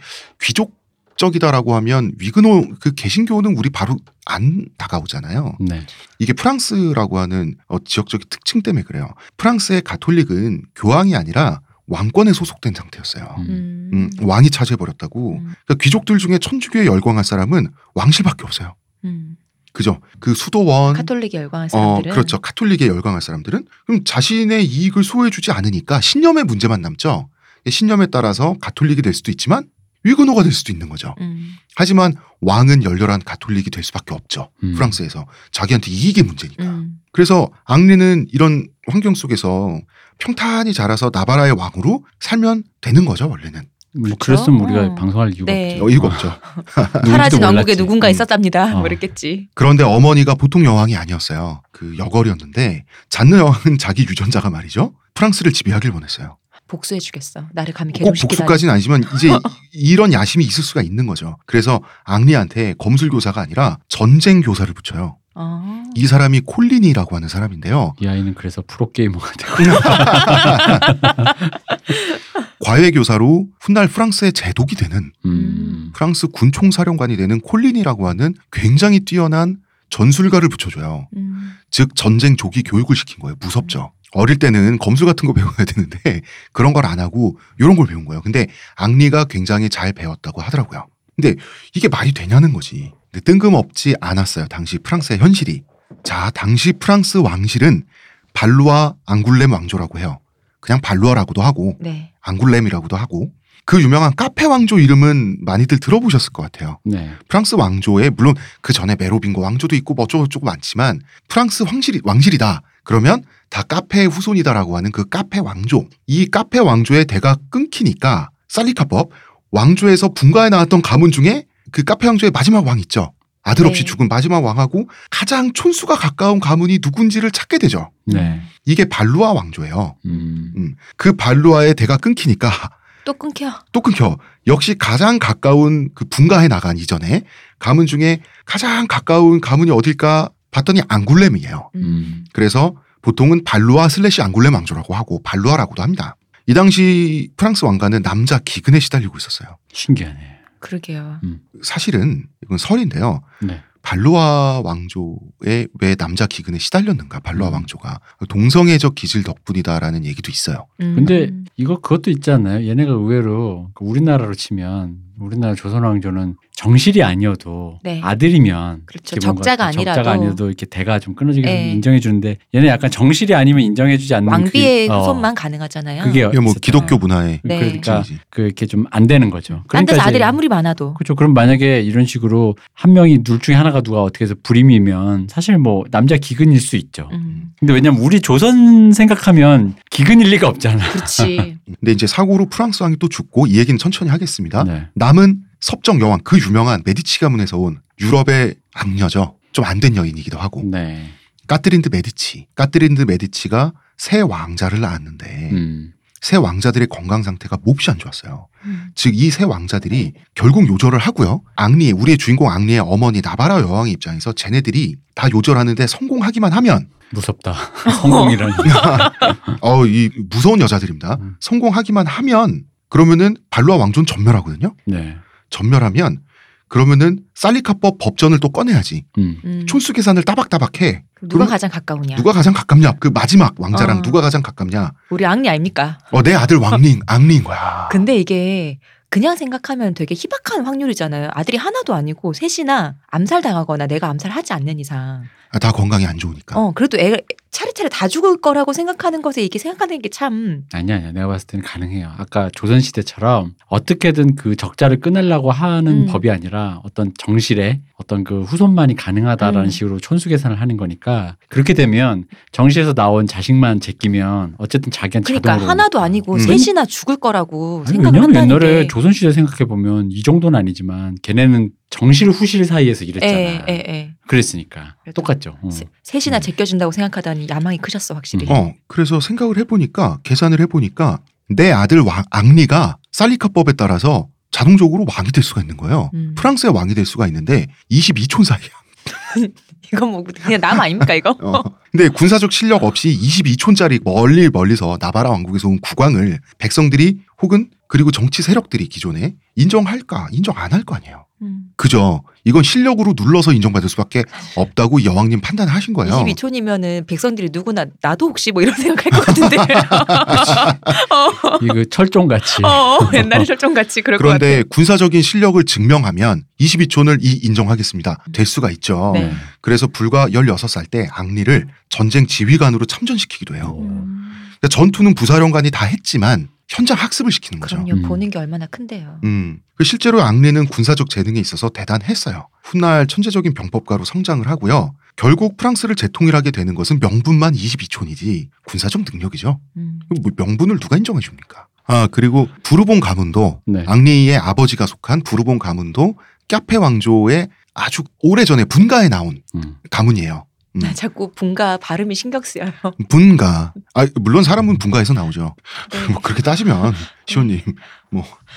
A: 귀족적이다라고 하면 위그노 그 개신교는 우리 바로 안 다가오잖아요.
B: 네.
A: 이게 프랑스라고 하는 어, 지역적인 특징 때문에 그래요. 프랑스의 가톨릭은 교황이 아니라 왕권에 소속된 상태였어요.
B: 음.
C: 음.
A: 음, 왕이 차지해 버렸다고.
C: 음.
A: 그러니까 귀족들 중에 천주교에 열광할 사람은 왕실밖에 없어요.
C: 음.
A: 그죠? 그
B: 음.
A: 수도원,
C: 카톨릭에 열광한
A: 어,
C: 사람들은
A: 그렇죠. 카톨릭에 열광할 사람들은 그럼 자신의 이익을 소외주지 않으니까 신념의 문제만 남죠. 신념에 따라서 가톨릭이 될 수도 있지만 위그노가 될 수도 있는 거죠.
C: 음.
A: 하지만 왕은 열렬한 가톨릭이 될 수밖에 없죠.
B: 음.
A: 프랑스에서 자기한테 이익의 문제니까.
C: 음.
B: 아,
A: 그래서 앙리는 이런 환경 속에서 평탄히 자라서 나바라의 왕으로 살면 되는 거죠. 원래는
B: 뭐
C: 그렇죠.
B: 그랬으면 우리가
C: 어.
B: 방송할 이유가
C: 네.
A: 어,
B: 없죠.
A: 이유가 없죠.
B: 그렇죠. 누군지도
C: 사라진 왕국에
B: 몰랐지.
C: 누군가
B: 음.
C: 있었답니다.
B: 어.
C: 모르겠지.
A: 그런데 어머니가 보통 여왕이 아니었어요. 그 여걸이었는데 잔느 여왕은 자기 유전자가 말이죠. 프랑스를 지배하길 원했어요.
C: 복수해 주겠어. 나를 감히
A: 꼭
C: 개종시키다.
A: 복수까지는 아니지만
C: [LAUGHS]
A: 이제 이- 이런 야심이 있을 수가 있는 거죠. 그래서 앙리한테 검술 교사가 아니라 전쟁 교사를 붙여요.
C: 아.
A: 이 사람이 콜린이라고 하는
C: [LAUGHS]
A: 사람인데요.
B: 이 아이는 그래서 프로게이머가 되고
A: 과외 교사로 훗날 프랑스의 제독이 되는
B: 음.
A: 프랑스 군총사령관이 되는 콜린이라고 하는 굉장히 뛰어난 전술가를 붙여줘요.
C: 음.
A: 즉 전쟁 조기 교육을 시킨 거예요. 무섭죠. 어릴 때는 검술 같은 거 배워야 되는데 [LAUGHS] 그런 걸 안 하고 이런 걸 배운 거예요. 근데 앙리가 굉장히 잘 배웠다고 하더라고요. 근데 이게 말이 되냐는 거지. 근데 뜬금없지 않았어요. 당시 프랑스의 현실이. 자, 당시 프랑스 왕실은 발루아 앙굴렘 왕조라고 해요. 그냥 발루아라고도 하고
C: 네.
A: 앙굴렘이라고도 하고 그 유명한 카페 왕조 이름은 많이들 들어보셨을 것 같아요.
B: 네.
A: 프랑스 왕조에 물론 그 전에 메로빙고 왕조도 있고 뭐 어쩌고저쩌고 많지만 프랑스 황실이 왕실이다 그러면 다 카페의 후손이다라고 하는 그 카페 왕조 이 카페 왕조의 대가 끊기니까 살리카법 왕조에서 분가해 나왔던 가문 중에 그 카페 왕조의 마지막 왕 있죠 아들 없이
C: 네.
A: 죽은 마지막 왕하고 가장 촌수가 가까운 가문이 누군지를 찾게 되죠
B: 네.
A: 이게 발루아 왕조예요
B: 음.
A: 그 발루아의 대가 끊기니까
C: 또 끊겨.
A: 또 끊겨. 역시 가장 가까운 그 분가해 나간 이전에 가문 중에 가장 가까운 가문이 어딜까 봤더니 앙굴렘이에요.
B: 음.
A: 그래서 보통은 발루아 슬래시 앙굴렘 왕조라고 하고 발루아라고도 합니다. 이 당시 프랑스 왕가는 남자 기근에 시달리고 있었어요.
B: 신기하네.
C: 그러게요.
A: 사실은 이건 설인데요.
B: 네.
A: 발루아 왕조에 왜 남자 기근에 시달렸는가? 발루아
B: 음.
A: 왕조가 동성애적 기질 덕분이다라는 얘기도 있어요.
C: 음.
B: 근데 이거 그것도 있지 않나요? 얘네가 의외로 그 우리나라로 치면 우리나라 조선왕조는 정실이 아니어도
C: 네.
B: 아들이면
C: 그렇죠.
B: 이렇게 뭔가
C: 적자가 아니라도.
B: 적자가 아니어도 이렇게 대가 좀 끊어지게
C: 네.
B: 인정해 주는데 얘네 약간 정실이 아니면 인정해 주지 않는
C: 왕비의
B: 그, 어,
C: 후손만 가능하잖아요.
B: 그게
A: 이게 뭐
B: 있었잖아요.
A: 기독교 문화의
C: 네. 음.
B: 그러니까
A: 특징이지.
B: 그 이렇게 좀 안 되는 거죠. 그러니까
C: 딴 데서
B: 이제-
C: 아들이 아무리 많아도
B: 그렇죠. 그럼 만약에 이런 식으로 한 명이 둘 중에 하나가 누가 어떻게 해서 불임이면 사실 뭐 남자 기근일 수 있죠. [LAUGHS]
C: 음,
B: 근데 왜냐면 우리 조선 생각하면 기근일 리가 없잖아.
C: 그렇지.
A: 근데 이제 사고로 프랑스 왕이 또 죽고 이 얘기는 천천히 하겠습니다.
B: 네.
A: 남은 섭정 여왕 그 유명한 메디치 가문에서 온 유럽의 악녀죠. 좀 안 된 여인이기도 하고
B: 네.
A: 까트린드 메디치 까트린드 메디치가 새 왕자를 낳았는데
B: 음.
A: 새 왕자들의 건강 상태가 몹시 안 좋았어요. 즉 이 새 왕자들이 결국 요절을 하고요. 앙리 우리의 주인공 앙리의 어머니 나바라 여왕의 입장에서 쟤네들이 다 요절하는데 성공하기만 하면
C: [LAUGHS]
B: 무섭다. 성공이라니.
C: 어.
A: 어이 무서운 여자들입니다.
B: 음.
A: 성공하기만 하면 그러면은 발루아 왕조는 전멸하거든요.
B: 네.
A: 전멸하면 그러면은 살리카법 법전을 또 꺼내야지.
B: 음.
C: 음.
A: 촌수 계산을 따박따박해.
C: 누가
A: 그럼-
C: 가장 가까우냐?
A: 누가 가장 가깝냐? 그 마지막 왕자랑
C: 어.
A: 누가 가장 가깝냐?
C: 우리 악리 아닙니까?
A: 어, 내 아들 왕린, 앙린
B: 아.
A: 거야.
C: 근데 이게 그냥 생각하면 되게 희박한 확률이잖아요. 아들이 하나도 아니고 셋이나 암살당하거나 내가 암살하지 않는 이상.
A: 아, 다 건강이 안 좋으니까.
C: 어, 그래도 애 차례차례 다 죽을 거라고 생각하는 것에 이게 생각하는 게 참
B: 아니야, 아니야. 내가 봤을 때는 가능해요. 아까 조선 시대처럼 어떻게든 그 적자를 끊으려고 하는
C: 음.
B: 법이 아니라 어떤 정실에 어떤 그 후손만이 가능하다라는
C: 음.
B: 식으로 촌수 계산을 하는 거니까 그렇게 되면 정실에서 나온 자식만 제끼면 어쨌든 자기한테
C: 그러니까
B: 자동으로
C: 하나도
B: 오니까.
C: 아니고
A: 음.
C: 셋이나 죽을 거라고
B: 아니,
C: 생각을
B: 왜냐면
C: 한다는
B: 옛날에
C: 게
B: 조선 시대 생각해 보면 이 정도는 아니지만 걔네는 정실 후실 사이에서 일했잖아.
C: 예, 예, 예.
B: 그랬으니까
C: 그래도
B: 똑같죠. 어.
C: 세- 셋이나
B: 음.
C: 제껴준다고 생각하다니 야망이 크셨어 확실히.
B: 음.
A: 어, 그래서 생각을 해보니까, 계산을 해보니까, 내 아들 왕, 앙리가 살리카법에 따라서 자동적으로 왕이 될 수가 있는 거예요.
C: 음.
A: 프랑스의 왕이 될 수가 있는데, 22촌 사이야.
C: 이거 뭐 그냥 남 아닙니까 이거?
A: 어. 근데 군사적 실력 없이 22촌짜리 멀리 멀리서 나바라 왕국에서 온 국왕을 백성들이 혹은 그리고 정치 세력들이 기존에 인정할까, 인정 안 할 거 아니에요.
C: 음.
A: 그죠. 이건 실력으로 눌러서 인정받을 수밖에 없다고 여왕님 판단하신 거예요.
C: 22촌이면은 백성들이 누구나 나도 혹시 뭐 이런 생각할 것 같은데.
B: 이거 그 철종 같이.
C: [LAUGHS] 어, 어, 옛날에 설정 같이 그럴 것 같아.
A: 그런데 군사적인 실력을 증명하면 22촌을 이 인정하겠습니다. 될 수가 있죠.
C: 음. 네.
A: 그래서 불과 16살 때 앙리를 전쟁 지휘관으로 참전시키기도 해요.
F: 음.
A: 그러니까 전투는 부사령관이 다 했지만 현장 학습을 시키는 거죠.
C: 그럼요
B: 음.
C: 보는 게 얼마나 큰데요.
A: 그렇죠. 음. 그 실제로 앙리는 군사적 재능에 있어서 대단했어요. 훗날 천재적인 병법가로 성장을 하고요. 결국 프랑스를 재통일하게 되는 것은 명분만 22촌이지 군사적 능력이죠.
C: 음.
A: 뭐 명분을 누가 인정해 줍니까? 아 그리고 부르본 가문도
B: 네.
A: 앙리의 아버지가 속한 부르본 가문도 캬페 왕조의 아주 오래전에 분가에 나온
B: 음.
A: 가문이에요. 음.
C: 나 [LAUGHS] 자꾸 분가 발음이 신경 쓰여요.
A: 분가. 아 물론 사람은 분가에서 나오죠.
C: 네.
A: [LAUGHS] 뭐 그렇게 따지면 시온님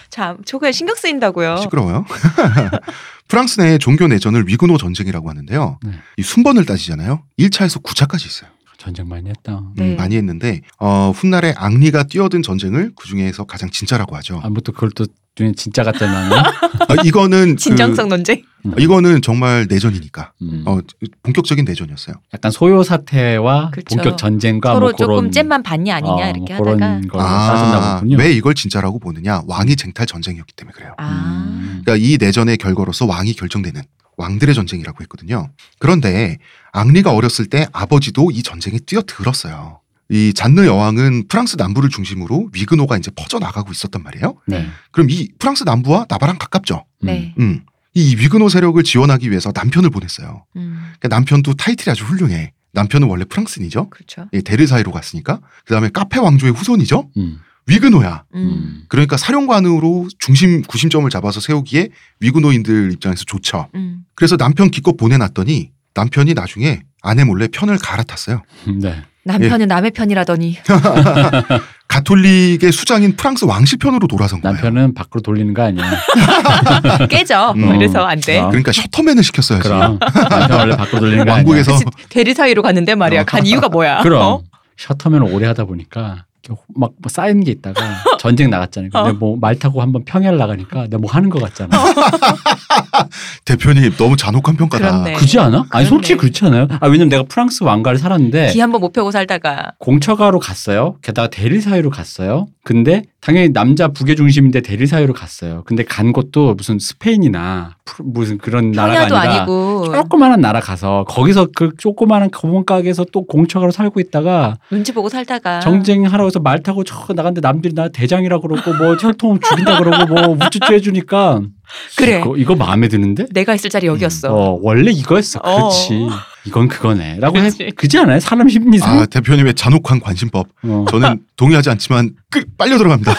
C: 참 저거에 신경
B: 아.
C: 쓰인다고요.
A: 시끄러워요. 그 [LAUGHS] 프랑스 내 종교 내전을 위그노 전쟁이라고 하는데요.
B: 네.
A: 이 순번을 따지잖아요. 1차에서 9차까지 있어요.
B: 전쟁 많이 했다.
C: 네.
A: 음, 많이 했는데 어, 훗날에 앙리가 뛰어든 전쟁을 그 중에서 가장 진짜라고 하죠.
B: 아무튼 그걸 또 눈에
A: [LAUGHS]
B: 진짜 같다는.
A: 아, 이거는 그-
C: 진정성 논쟁.
A: 이거는 정말 내전이니까
B: 음.
A: 어, 본격적인 내전이었어요.
B: 약간 소요 사태와
C: 그렇죠.
B: 본격 전쟁과
C: 서로
B: 뭐
C: 조금
B: 그런
C: 잼만 봤냐 아니냐
B: 어,
C: 이렇게
B: 뭐 그런
C: 하다가
B: 걸 따졌나 보군요.
A: 아. 왜 이걸 진짜라고 보느냐? 왕이 쟁탈 전쟁이었기 때문에 그래요.
C: 아
B: 음.
A: 그러니까 이 내전의 결과로서 왕이 결정되는 왕들의 전쟁이라고 했거든요. 그런데 앙리가 어렸을 때 아버지도 이 전쟁에 뛰어들었어요. 이 잔느 여왕은 프랑스 남부를 중심으로 위그노가 이제 퍼져나가고 있었단 말이에요.
B: 네.
A: 그럼 이 프랑스 남부와 나바랑 가깝죠.
C: 네.
A: 음. 이 위그노 세력을 지원하기 위해서 남편을 보냈어요.
C: 음,
A: 그러니까 남편도 타이틀이 아주 훌륭해. 남편은 원래 프랑스인이죠.
C: 그렇죠.
A: 예, 데르사이로 갔으니까. 그 다음에 카페 왕조의 후손이죠.
B: 음.
A: 위그노야.
C: 음.
A: 그러니까 사령관으로 중심 구심점을 잡아서 세우기에 위그노인들 입장에서 좋죠.
C: 음.
A: 그래서 남편 기껏 보내놨더니 남편이 나중에 아내 몰래 편을 갈아탔어요.
B: 음. 네.
C: 남편은 남의 편이라더니 [LAUGHS]
A: 가톨릭의 수장인 프랑스 왕실 편으로 돌아선 거예요.
B: 남편은 밖으로 돌리는 거 아니야.
C: 깨져.
A: 음.
C: 그래서 안 돼.
B: 어.
A: [LAUGHS] 그러니까 셔터맨을 시켰어야지.
B: 그럼 남편 원래 밖으로 돌리는 거 아니야.
A: 왕국에서
C: 그 대리 사이로 갔는데 말이야. 간 이유가 뭐야?
B: 그럼
C: 어?
B: 셔터면 오래 하다 보니까 이렇게 막뭐 쌓인 게
C: [LAUGHS]
B: 있다가 전쟁 나갔잖아요. 근데
C: 어.
B: 뭐 말 타고 한번 평야를 나가니까 내가 뭐 하는 것 같잖아.
A: 대표님 너무 잔혹한 평가다.
C: 그렇네.
B: 그지 않아? 아니
C: 그렇네.
B: 솔직히 그렇지 않아요? 아 왜냐면 내가 프랑스 왕가를 살았는데
C: 기 한번 못 펴고 살다가
B: 공처가로 갔어요. 게다가 대리사유로 갔어요. 근데 당연히 남자 북의 중심인데 대리사유로 갔어요. 근데 간 곳도 무슨 스페인이나 프- 무슨 그런
C: 편야도
B: 나라가 어? 아니라
C: 아니고
B: 조그만한 나라 가서 거기서 그 조그만한 검은 가게에서 또 공처가로 살고 있다가
C: 눈치 보고 살다가
B: 정쟁하러 와서 말 타고 저 나갔는데 남들이 나 대장이라 그러고 뭐 혈통 죽인다 그러고 뭐 우쭈쭈 해주니까
C: 그래.
B: 이거, 이거 마음에 드는데? 음,
C: 내가 있을 자리 여기였어.
B: 어 원래 이거였어.
C: 어.
B: 그렇지. 이건 그거네라고 해
C: 그치.
B: 그지 않아요? 사람 심리상
C: 음.
A: 아 대표님의 잔혹한 관심법
B: 어,
A: 저는 동의하지 않지만 끄, 빨려
B: [LAUGHS]
A: 들어갑니다.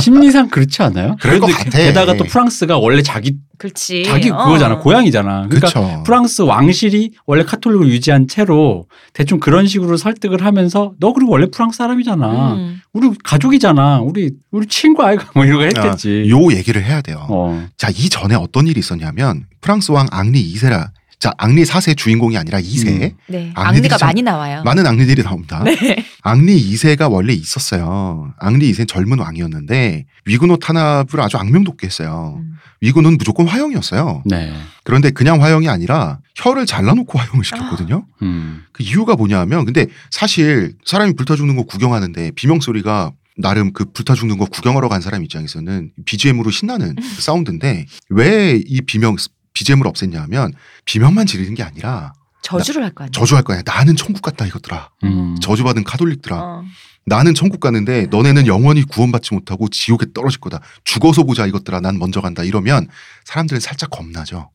B: 심리상 그렇지 않아요?
A: 그럴 것
B: 그런데
A: 같아.
B: 게다가 또 프랑스가 원래 자기
C: 그렇지.
B: 자기
C: 어.
B: 그거잖아 고향이잖아. 그러니까
A: 그렇죠.
B: 프랑스 왕실이 원래 카톨릭을 유지한 채로 대충 그런 식으로 설득을 하면서 너 그리고 원래 프랑스 사람이잖아.
C: 음.
B: 우리 가족이잖아. 우리 우리 친구 아이가 뭐 이런 거
A: 아,
B: 했겠지.
A: 요 얘기를 해야 돼요.
B: 어.
A: 자, 이 전에 어떤 일이 있었냐면 프랑스 왕 앙리 2세라. 자, 앙리 4세 주인공이 아니라 2세.
B: 음.
C: 네.
A: 아,
C: 악리가
A: 근데 참-
C: 많이 나와요.
A: 많은 앙리들이 나옵니다.
C: 음. 네. [LAUGHS]
A: 앙리 2세가 원래 있었어요. 앙리 2세는 젊은 왕이었는데 위그노 탄압을 아주 악명돋게 했어요.
C: 음.
A: 위그노는 무조건 화형이었어요.
B: 네.
A: 그런데 그냥 화형이 아니라 혀를 잘라놓고 화형을 시켰거든요.
B: 음.
A: 그 이유가 뭐냐면 근데 사실 사람이 불타 죽는 거 구경하는데 비명 소리가 나름 그 불타 죽는 거 구경하러 간 사람 입장에서는 BGM으로 신나는 그 사운드인데 왜 이 비명 BGM을 없앴냐면 비명만 지르는 게 아니라
C: 저주를 할 거 아니야.
A: 저주할 거야. 나는 천국 갔다 이것들아.
B: 음.
A: 저주받은 카톨릭들아.
C: 어.
A: 나는 천국 가는데 너네는 영원히 구원받지 못하고 지옥에 떨어질 거다. 죽어서 보자 이것들아. 난 먼저 간다. 이러면 사람들은 살짝 겁나죠.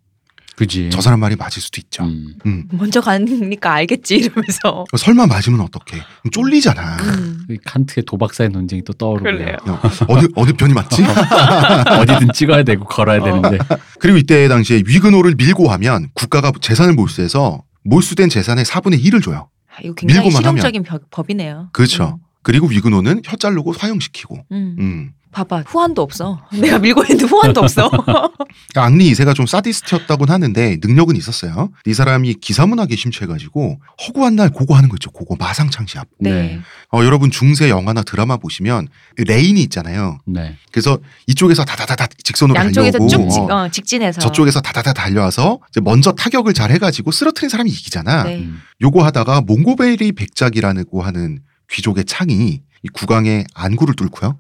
B: 그지.
A: 저 사람 말이 맞을 수도 있죠.
B: 예. 음.
A: 음.
C: 먼저 가니까 알겠지 이러면서.
A: 어, 설마 맞으면 어떡해. 그럼 쫄리잖아.
C: 음.
B: 이그 칸트의 도박사의 논쟁이 또 떠오르네요.
C: 그래요.
A: 어, [LAUGHS] 어느 어느 편이 맞지?
B: [LAUGHS] 어디든 찍어야 되고 걸어야
C: 어.
B: 되는데.
A: [LAUGHS] 그리고 이때 당시에 위그노를 밀고 하면 국가가 재산을 몰수해서 몰수된 재산의 4분의 1을 줘요.
C: 아, 이거 굉장히
A: 밀고만
C: 실용적인 벼- 법이네요.
A: 그렇죠. 그리고 위그노는 혀 자르고 화형시키고.
C: 음. 음.
A: 음.
C: 봐봐 후환도 없어. [LAUGHS] 내가 밀고 했는데 후환도 없어.
A: 그러니까 앙리 2세가 좀 사디스트였다곤 하는데 능력은 있었어요. 이 사람이 기사문학에 심취해가지고 허구한 날 고거 하는 거 있죠. 고거 마상창시합.
C: 네.
A: 어, 여러분 중세 영화나 드라마 보시면 레인이 있잖아요.
B: 네.
A: 그래서 이쪽에서 다다다다 직선으로
C: 양쪽에서
A: 달려오고
C: 쭉 직,
A: 어,
C: 어, 직진해서.
A: 저쪽에서 다다다 달려와서 이제 먼저 타격을 잘 해가지고 쓰러뜨린 사람이 이기잖아.
C: 네.
B: 음.
A: 요거 하다가 몽고베리 백작이라고 하는 귀족의 창이 이 국왕의 안구를 뚫고요.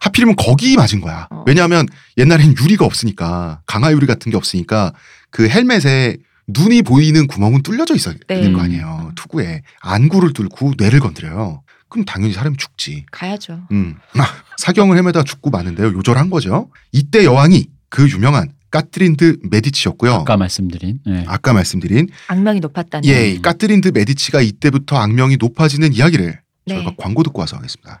A: 하필이면 거기 맞은 거야.
C: 어.
A: 왜냐하면 옛날엔 유리가 없으니까 강화 유리 같은 게 없으니까 그 헬멧에 눈이 보이는 구멍은 뚫려져 있어야
C: 네.
A: 되는 거 아니에요.
C: 음.
A: 투구에 안구를 뚫고 뇌를 건드려요. 그럼 당연히 사람이 죽지.
C: 가야죠.
A: 음. 사경을 헤매다 죽고 마는데요. 요절한 거죠. 이때 여왕이 그 유명한 까트린드 메디치였고요.
B: 아까 말씀드린. 네.
A: 아까 말씀드린
C: 악명이 높았다는.
A: 예,
B: 음.
A: 이 까트린드 메디치가 이때부터 악명이 높아지는 이야기를
C: 네.
A: 저희가 광고 듣고 와서 하겠습니다.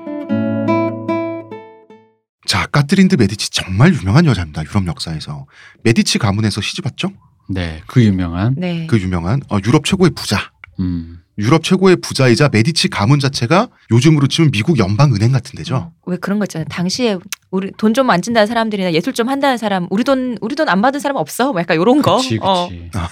A: 자, 까트린드 메디치 정말 유명한 여자입니다. 유럽 역사에서 메디치 가문에서 시집왔죠.
B: 네. 그 유명한.
C: 네.
A: 그 유명한 어, 유럽 최고의 부자.
B: 음.
A: 유럽 최고의 부자이자 메디치 가문 자체가 요즘으로 치면 미국 연방은행 같은
B: 어.
A: 데죠.
C: 왜 그런 거 있잖아요. 당시에 우리 돈 좀 안 준다는 사람들이나 예술 좀 한다는 사람, 우리 돈 우리 돈 안 받은 사람 없어. 뭐 약간 요런 거.
B: 그치, 그치.
C: 어.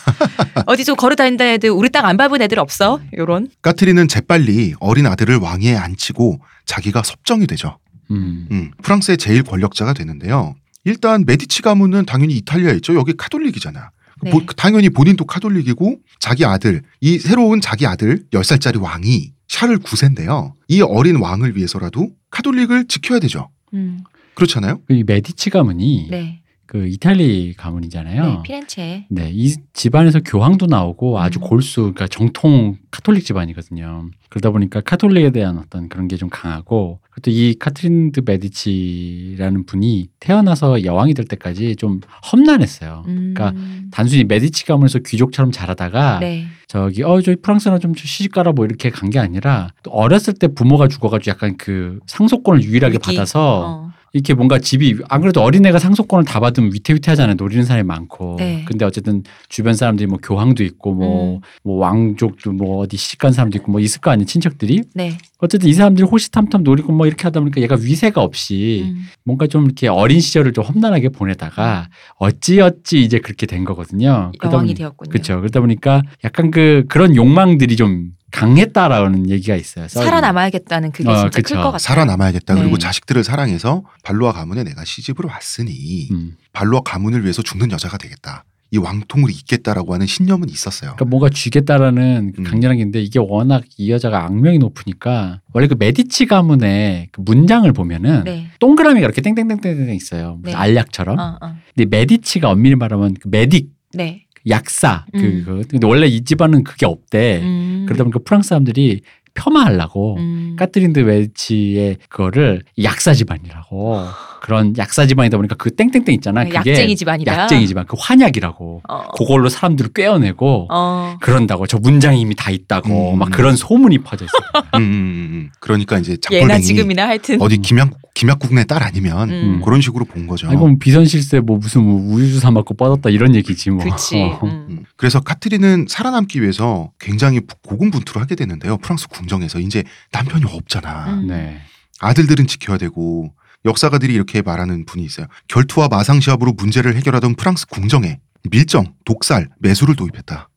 C: 어디 좀 걸어 다닌다 애들 우리 땅 안 밟은 애들 없어.
B: 음.
C: 요런.
A: 까트린은 재빨리 어린 아들을 왕위에 앉히고 자기가 섭정이 되죠.
B: 음.
A: 음, 프랑스의 제일 권력자가 되는데요. 일단 메디치 가문은 당연히 이탈리아에 있죠. 여기 카톨릭이잖아.
B: 그
C: 네.
B: 뭐
A: 보- 당연히 본인도 카톨릭이고 자기 아들, 이 새로운 자기 아들 10살짜리 왕이 샤를 9세인데요. 이 어린 왕을 위해서라도 카톨릭을 지켜야 되죠.
C: 음.
A: 그렇잖아요?
B: 그이 메디치 가문이
C: 네.
B: 그 이탈리
C: 네.
B: 가문이잖아요.
C: 피렌체.
B: 네, 이 집안에서 교황도 나오고 아주
C: 음.
B: 골수, 그러니까 정통 카톨릭 집안이거든요. 그러다 보니까 카톨릭에 대한 어떤 그런 게 좀 강하고, 그리고 이 카트린 드 메디치라는 분이 태어나서 여왕이 될 때까지 좀 험난했어요.
C: 음.
B: 그러니까 단순히 메디치 가문에서 귀족처럼 자라다가
C: 네.
B: 저기 어 저기 프랑스나 좀 시집 가라 뭐 이렇게 간 게 아니라 또 어렸을 때 부모가 죽어가지고 약간 그 상속권을 유일하게
C: 위기.
B: 받아서
C: 어.
B: 이렇게 뭔가 집이 안 그래도 어린애가 상속권을 다 받으면 위태위태하잖아요. 노리는 사람이 많고.
C: 네.
B: 근데 어쨌든 주변 사람들이 뭐 교황도 있고 뭐,
C: 음.
B: 뭐 왕족도 뭐 어디 시집간 사람도 있고 뭐 있을 거 아니에요. 친척들이.
C: 네.
B: 어쨌든 이 사람들이 호시탐탐 노리고 뭐 이렇게 하다 보니까 얘가 위세가 없이
C: 음.
B: 뭔가 좀 이렇게 어린 시절을 좀 험난하게 보내다가 어찌어찌 이제 그렇게 된 거거든요. 그러다
C: 여왕이
B: 보니-
C: 되었군요.
B: 그렇죠. 그러다 보니까 약간 그 그런 욕망들이 좀 강했다라는 얘기가 있어요. 써있는.
C: 살아남아야겠다는 그게
B: 어,
C: 진짜 클
B: 그쵸.
C: 것 같아요.
A: 살아남아야겠다.
C: 네.
A: 그리고 자식들을 사랑해서 발루아 가문에 내가 시집으로 왔으니
B: 음.
A: 발루아 가문을 위해서 죽는 여자가 되겠다. 이 왕통을 잇겠다라고 하는 신념은 있었어요.
B: 그러니까 뭔가 쥐겠다라는 그
A: 음.
B: 강렬한 게 있는데 이게 워낙 이 여자가 악명이 높으니까 원래 그 메디치 가문의 그 문장을 보면은
C: 네.
B: 동그라미가 이렇게 땡땡땡땡땡 있어요. 무슨
C: 네.
B: 알약처럼.
C: 어, 어.
B: 근데 메디치가 엄밀히 말하면 그 메딕
C: 네.
B: 약사
C: 음.
B: 그거. 근데 원래 이 집안은 그게 없대.
C: 음.
B: 네. 그러다 뭐 보니까 프랑스 사람들이 폄하하려고
C: 음.
B: 까트린 드 웨치의 그거를 약사 집안이라고 그런 약사 집안이다 보니까 그 땡땡땡 있잖아.
C: 네,
B: 그게
C: 약쟁이 집안이다.
B: 약쟁이지만 그 환약이라고
C: 어.
B: 그걸로 사람들을 꿰어내고
C: 어.
B: 그런다고 저 문장이 이미 다 있다고
A: 음.
B: 막 그런 소문이 퍼져 있어요.
A: 음, 음, 음. 그러니까 이제
C: 예나
A: 작골뱅이
C: 지금이나 하여튼.
A: 어디 김약국 김약국내 딸 아니면
C: 음.
A: 그런 식으로 본 거죠.
B: 음. 아, 이건 비선실세 뭐 무슨 우유주사 맞고 뻗었다 이런 얘기지 뭐.
C: 그렇지.
B: 어.
C: 음.
A: 음. 그래서 카트린은 살아남기 위해서 굉장히 고군분투를 하게 되는데요. 프랑스 궁정에서 이제 남편이 없잖아.
C: 음.
B: 네.
A: 아들들은 지켜야 되고 역사가들이 이렇게 말하는 분이 있어요. 결투와 마상시합으로 문제를 해결하던 프랑스 궁정에 밀정, 독살, 매수를 도입했다.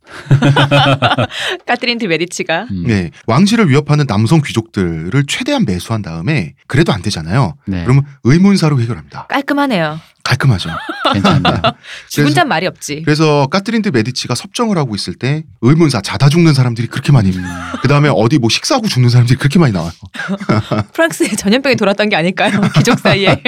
C: 까트린 드 메디치가
B: 음.
A: 네, 왕실을 위협하는 남성 귀족들을 최대한 매수한 다음에 그래도 안 되잖아요.
B: 네.
A: 그러면 의문사로 해결합니다.
C: 깔끔하네요.
B: [LAUGHS]
A: 깔끔하죠.
B: 괜찮네요.
C: 죽은
A: 그래서-
C: 잔 말이 없지.
A: 그래서 까트린 드 메디치가 섭정을 하고 있을 때 의문사 자다 죽는 사람들이 그렇게 많이 그 다음에 어디 뭐 식사하고 죽는 사람들이 그렇게 많이 나와요.
B: 그
C: 프랑스에 [LAUGHS] 전염병이 돌았던
B: [LAUGHS]
C: 게 아닐까요? 귀족 사이에.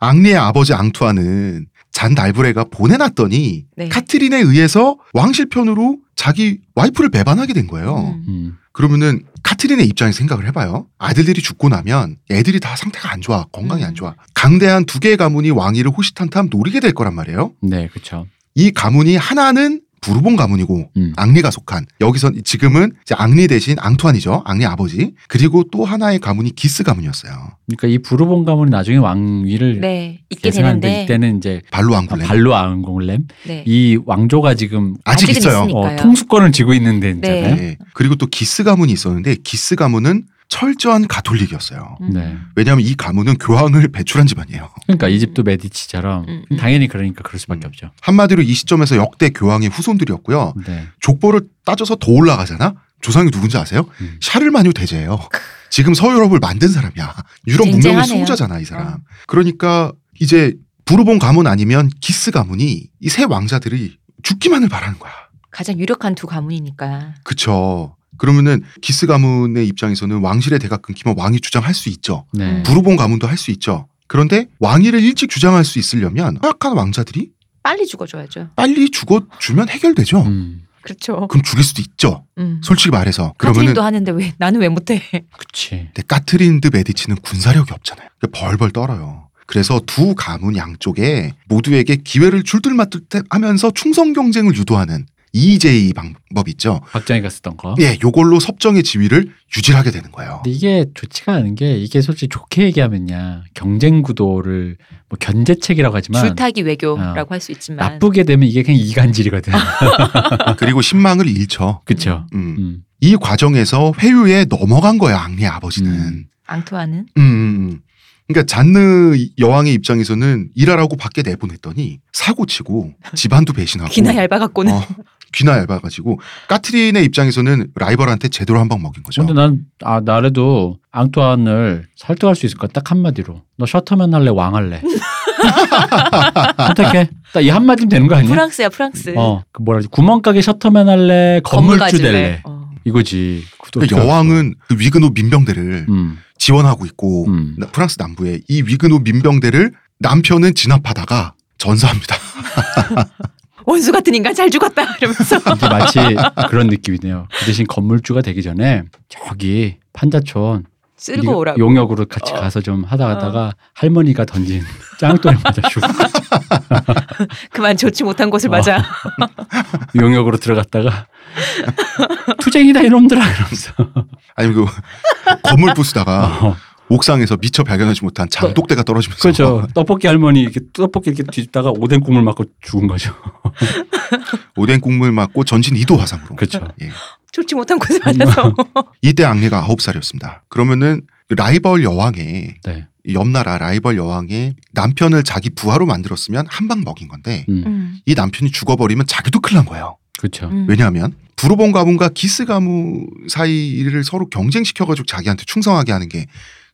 A: 앙리의 아버지 앙투아는 잔 달브레가 보내놨더니
C: 네.
A: 카트린에 의해서 왕실편으로 자기 와이프를 배반하게 된 거예요.
C: 음.
B: 음.
A: 그러면은 카트린의 입장에서 생각을 해봐요. 아들들이 죽고 나면 애들이 다 상태가 안 좋아, 건강이
C: 음.
A: 안 좋아. 강대한 두 개의 가문이 왕위를 호시탐탐 노리게 될 거란 말이에요.
B: 네, 그렇죠.
A: 이 가문이 하나는 부르본 가문이고
B: 음.
A: 앙리가 속한 여기서 지금은 이제 앙리 대신 앙투안이죠. 앙리 아버지 그리고 또 하나의 가문이 기스 가문이었어요.
B: 그러니까 이 부르본 가문이 나중에 왕위를
C: 네. 있게
B: 계승하는데
C: 되는데.
B: 이때는 이제 아,
A: 발로 앙굴레
B: 발로 앙공렘
C: 네.
B: 이 왕조가 지금
A: 아직
C: 아직은
A: 있어요.
C: 있으니까요.
B: 어, 통수권을 쥐고 있는 데잖아요.
C: 네.
A: 네. 그리고 또 기스 가문이 있었는데 기스 가문은 철저한 가톨릭이었어요.
C: 음.
B: 네.
A: 왜냐하면 이 가문은 교황을 배출한 집안이에요.
B: 그러니까 이 집도 메디치처럼
C: 음, 음.
B: 당연히 그러니까 그럴
A: 음.
B: 수밖에 없죠.
A: 한마디로 이 시점에서 역대 교황의 후손들이었고요.
B: 네.
A: 족보를 따져서 더 올라가잖아. 조상이 누군지 아세요?
B: 음.
A: 샤를마뉴 대제예요. 지금 서유럽을 만든 사람이야. 유럽
C: 쟁쟁하네요.
A: 문명의 수호자잖아 이 사람.
C: 어.
A: 그러니까 이제 부르본 가문 아니면 기스 가문이 이 세 왕자들이 죽기만을 바라는 거야.
C: 가장 유력한 두 가문이니까.
A: 그쵸? 그러면은 기스 가문의 입장에서는 왕실의 대가 끊기면 왕이 주장할 수 있죠.
B: 네.
A: 부르본 가문도 할 수 있죠. 그런데 왕위를 일찍 주장할 수 있으려면 허약한 왕자들이
C: 빨리 죽어줘야죠.
A: 빨리 죽어주면 해결되죠.
B: 음.
C: 그렇죠.
A: 그럼 죽일 수도 있죠.
C: 음.
A: 솔직히 말해서. 그러면은
C: 카트린도 하는데 왜 나는 왜 못해?
B: 그치.
A: 근데 까트린 드 메디치는 군사력이 없잖아요. 그러니까 벌벌 떨어요. 그래서 두 가문 양쪽에 모두에게 기회를 줄들맞듯하면서 충성 경쟁을 유도하는 EJ 방법 있죠.
B: 박정희가 쓰던 거.
A: 예, 요걸로 섭정의 지위를 유지하게 되는 거예요.
B: 근데 이게 좋지가 않은 게 이게 솔직히 좋게 얘기하면야 경쟁 구도를 뭐 견제책이라고 하지만
C: 줄타기 외교라고 할 수 있지만
B: 어. 나쁘게 되면 이게 그냥
C: [LAUGHS]
B: 이간질이거든.
A: 그리고 신망을 잃죠.
B: 그렇죠.
A: 음.
B: 음.
A: 이 과정에서 회유에 넘어간 거예요, 앙리 아버지는.
B: 음.
C: 앙투아는
A: 음, 음. 음. 그러니까 잔느 여왕의 입장에서는 일하라고 밖에 내보냈더니
B: [LAUGHS]
A: 사고치고 집안도 배신하고
C: 귀나 얇아 갖고는 [LAUGHS]
A: 어, 귀나 얇아가지고 까트린의 입장에서는 라이벌한테 제대로 한 방 먹인 거죠.
B: 근데 난, 아, 나래도 앙투안을 설득할 수 있을 것같딱 한마디로. 너 셔터맨 할래? 왕 할래? [LAUGHS] 선택해. 딱 이 한마디면 되는 거 아니야?
C: 프랑스야 프랑스.
B: 어, 그 뭐라 지 구멍가게 셔터맨 할래? 건물주
C: 가질래?
B: 될래?
C: 어.
B: 이거지. 그것도
A: 그러니까
B: 어떻게
A: 여왕은 그 위그노 민병대를
B: 알았어. 음,
A: 지원하고 있고
B: 음.
A: 나- 프랑스 남부에 이 위그노 민병대를 남편은 진압하다가 전사합니다. [LAUGHS]
C: 원수 같은 인간 잘 죽었다
B: [LAUGHS]
C: 이러면서
B: 이게 마치 그런 느낌이네요. 그 대신 건물주가 되기 전에 저기 판자촌
C: 쓸고
B: 용-
C: 오라고.
B: 용역으로 같이
C: 어.
B: 가서 좀 하다 가다가 할머니가 던진 짱돌에 맞아 죽고 [LAUGHS]
C: 그만 좋지 못한 곳을
B: 어.
C: 맞아. [LAUGHS]
B: 용역으로 들어갔다가 투쟁이다 이놈들아 이러면서
A: 아니면 그 [LAUGHS] 건물 부수다가
B: 어,
A: 옥상에서 미처 발견하지 못한 장독대가 떨어지면서
B: 네. 그렇죠. 떡볶이 할머니 이렇게 떡볶이 이렇게 뒤집다가 오뎅 국물 맞고 죽은 거죠.
A: [LAUGHS] 오뎅 국물 맞고 전신 이도 화상으로.
B: 그렇죠.
A: 예.
C: 좋지 못한 곳을 맞아서.
A: 이때 앙리가 아홉 살이었습니다. 그러면은 라이벌 여왕의
B: 네.
A: 옆나라 라이벌 여왕의 남편을 자기 부하로 만들었으면 한 방 먹인 건데
B: 음,
C: 음.
A: 이 남편이 죽어버리면 자기도 큰일 난 거예요.
B: 그렇죠.
C: 음.
A: 왜냐하면 부르본 가문과 기스 가문 사이를 서로 경쟁시켜가지고 자기한테 충성하게 하는 게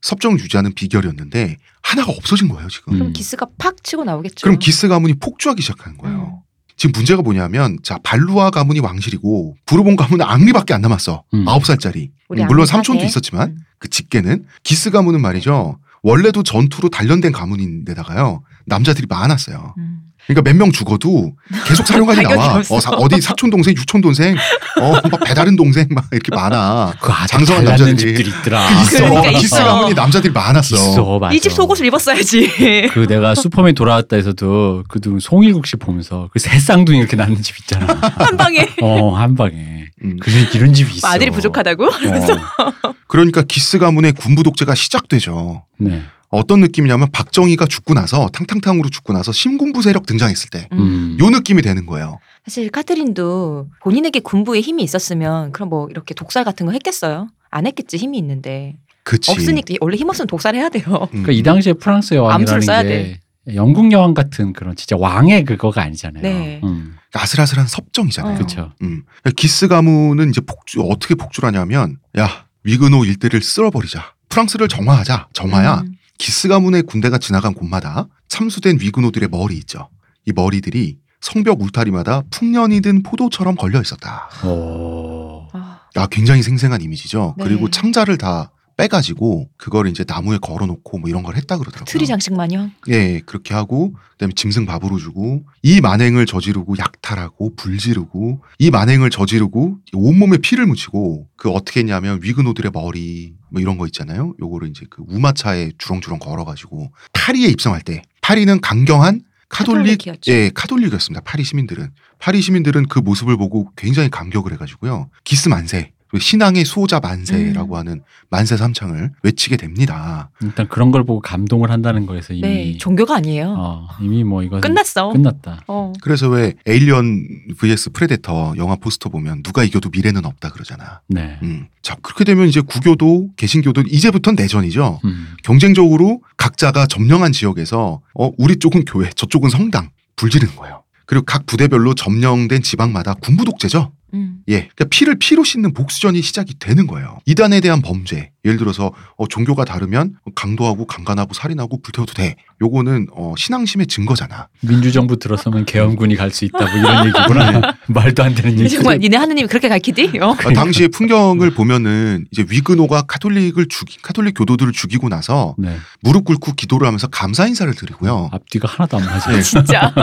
A: 섭정을 유지하는 비결이었는데 하나가 없어진 거예요 지금.
B: 음.
C: 그럼 기스가 팍 치고 나오겠죠. 음.
A: 그럼 기스 가문이 폭주하기 시작한 거예요. 지금 문제가 뭐냐면 자 발루아 가문이 왕실이고 부르본 가문은 앙리밖에 안 남았어.
B: 음.
A: 아홉 살짜리.
C: 우리
A: 물론
C: 아버지
A: 삼촌도
C: 사세.
A: 있었지만
C: 음.
A: 그 직계는 기스 가문은 말이죠. 원래도 전투로 단련된 가문인데다가요 남자들이 많았어요.
C: 음.
A: 그러니까 몇 명 죽어도 계속
C: [LAUGHS]
A: 사령관이
C: 자격이
A: 나와.
C: 없어.
A: 어, 사- 어디 사촌 동생, 유촌 동생, 어, 막 배다른 동생 막 이렇게 많아.
B: 그 아주
A: 장성한
B: 잘났는
A: 남자들이.
B: 집들이 있더라.
A: 있어.
C: 그러니까
A: 기스
C: 있어.
A: 가문이 남자들이 많았어.
B: 있어, 맞아.
C: 이집 속옷을 입었어야지. [LAUGHS]
B: 그 내가 슈퍼맨 돌아왔다 해서도 그둥 송일국 씨 보면서 그 새 쌍둥이 이렇게 낳는 집 있잖아.
C: 한 방에 [LAUGHS]
B: 어, 한 방에.
A: 음.
B: 그래 이런 집이 있어.
C: 뭐 아들이 부족하다고.
B: 어,
A: 그러니까 기스 가문의 군부 독재가 시작되죠.
B: 네.
A: 어떤 느낌이냐면 박정희가 죽고 나서 탕탕탕으로 죽고 나서 신군부 세력 등장했을 때 요
B: 음.
A: 느낌이 되는 거예요.
C: 사실 카트린도 본인에게 군부에 힘이 있었으면 그럼 뭐 이렇게 독살 같은 거 했겠어요? 안 했겠지 힘이 있는데
A: 그치.
C: 없으니까 원래 힘 없으면 독살해야 돼요.
A: 음.
B: 그러니까 이 당시에 프랑스
C: 암수를
B: 여왕이라는
C: 써야
B: 게 영국 여왕 같은 그런 진짜 왕의 그거가 아니잖아요.
C: 네.
B: 음,
A: 아슬아슬한 섭정이잖아요.
C: 어.
B: 그렇죠.
A: 음. 기스 가문은 이제 폭주 어떻게 폭주를 하냐면 야 위그노 일대를 쓸어버리자. 프랑스를 정화하자. 정화야.
C: 음.
A: 기스 가문의 군대가 지나간 곳마다 참수된 위그노들의 머리 있죠. 이 머리들이 성벽 울타리마다 풍년이 든 포도처럼 걸려 있었다.
C: 어.
B: 오.
C: 아,
A: 아, 굉장히 생생한 이미지죠.
C: 네.
A: 그리고 창자를 다 빼가지고 그걸 이제 나무에 걸어놓고 뭐 이런 걸 했다 그러더라고요.
C: 트리 장식 마냥.
A: 예, 그렇게 하고 그다음에 짐승 밥으로 주고 이 만행을 저지르고 약탈하고 불지르고 이 만행을 저지르고 온몸에 피를 묻히고 그 어떻게 했냐면 위그노들의 머리 뭐 이런 거 있잖아요. 요거를 이제 그 우마차에 주렁주렁 걸어 가지고 파리에 입성할 때 파리는 강경한 카톨릭
C: 카톨릭이었죠.
A: 예, 카톨릭이었습니다. 파리 시민들은 파리 시민들은 그 모습을 보고 굉장히 감격을 해 가지고요. 기스 만세 신앙의 수호자 만세라고 하는 만세 삼창을 외치게 됩니다.
B: 일단 그런 걸 보고 감동을 한다는 거에서 이미
C: 네, 종교가 아니에요.
B: 어, 이미 뭐 이거
C: 끝났어.
B: 끝났다.
C: 어.
A: 그래서 왜 에일리언 vs 프레데터 영화 포스터 보면 누가 이겨도 미래는 없다 그러잖아.
B: 네.
A: 음. 자, 그렇게 되면 이제 구교도 개신교도 이제부터는 내전이죠.
B: 음.
A: 경쟁적으로 각자가 점령한 지역에서 어, 우리 쪽은 교회, 저쪽은 성당 불지르는 거예요. 그리고 각 부대별로 점령된 지방마다 군부 독재죠.
C: 음.
A: 예. 그러니까 피를 피로 씻는 복수전이 시작이 되는 거예요. 이단에 대한 범죄. 예를 들어서 어, 종교가 다르면 강도하고 강간하고 살인하고 불태워도 돼. 요거는 어, 신앙심의 증거잖아.
B: 민주정부 들어서면 계엄군이 갈 수 있다 뭐 이런 얘기구나. [LAUGHS] 말도 안 되는 얘기.
C: 정말 니네 뭐 하느님이 그렇게 가르치디? 어?
A: 아, 당시의 풍경을 보면은 이제 위그노가 카톨릭을 죽이 카톨릭 교도들을 죽이고 나서
B: 네.
A: 무릎 꿇고 기도를 하면서 감사 인사를 드리고요.
B: 앞뒤가 하나도 안 맞아.
A: 네.
C: 진짜.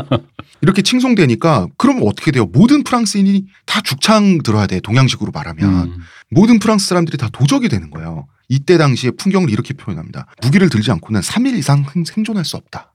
A: 이렇게 칭송되니까 그러면 어떻게 돼요? 모든 프랑스인이 다 죽창 들어야 돼. 동양식으로 말하면
B: 음.
A: 모든 프랑스 사람들이 다 도적이 되는 거예요. 이때 당시의 풍경을 이렇게 표현합니다. 무기를 들지 않고는 3일 이상 생- 생존할 수 없다.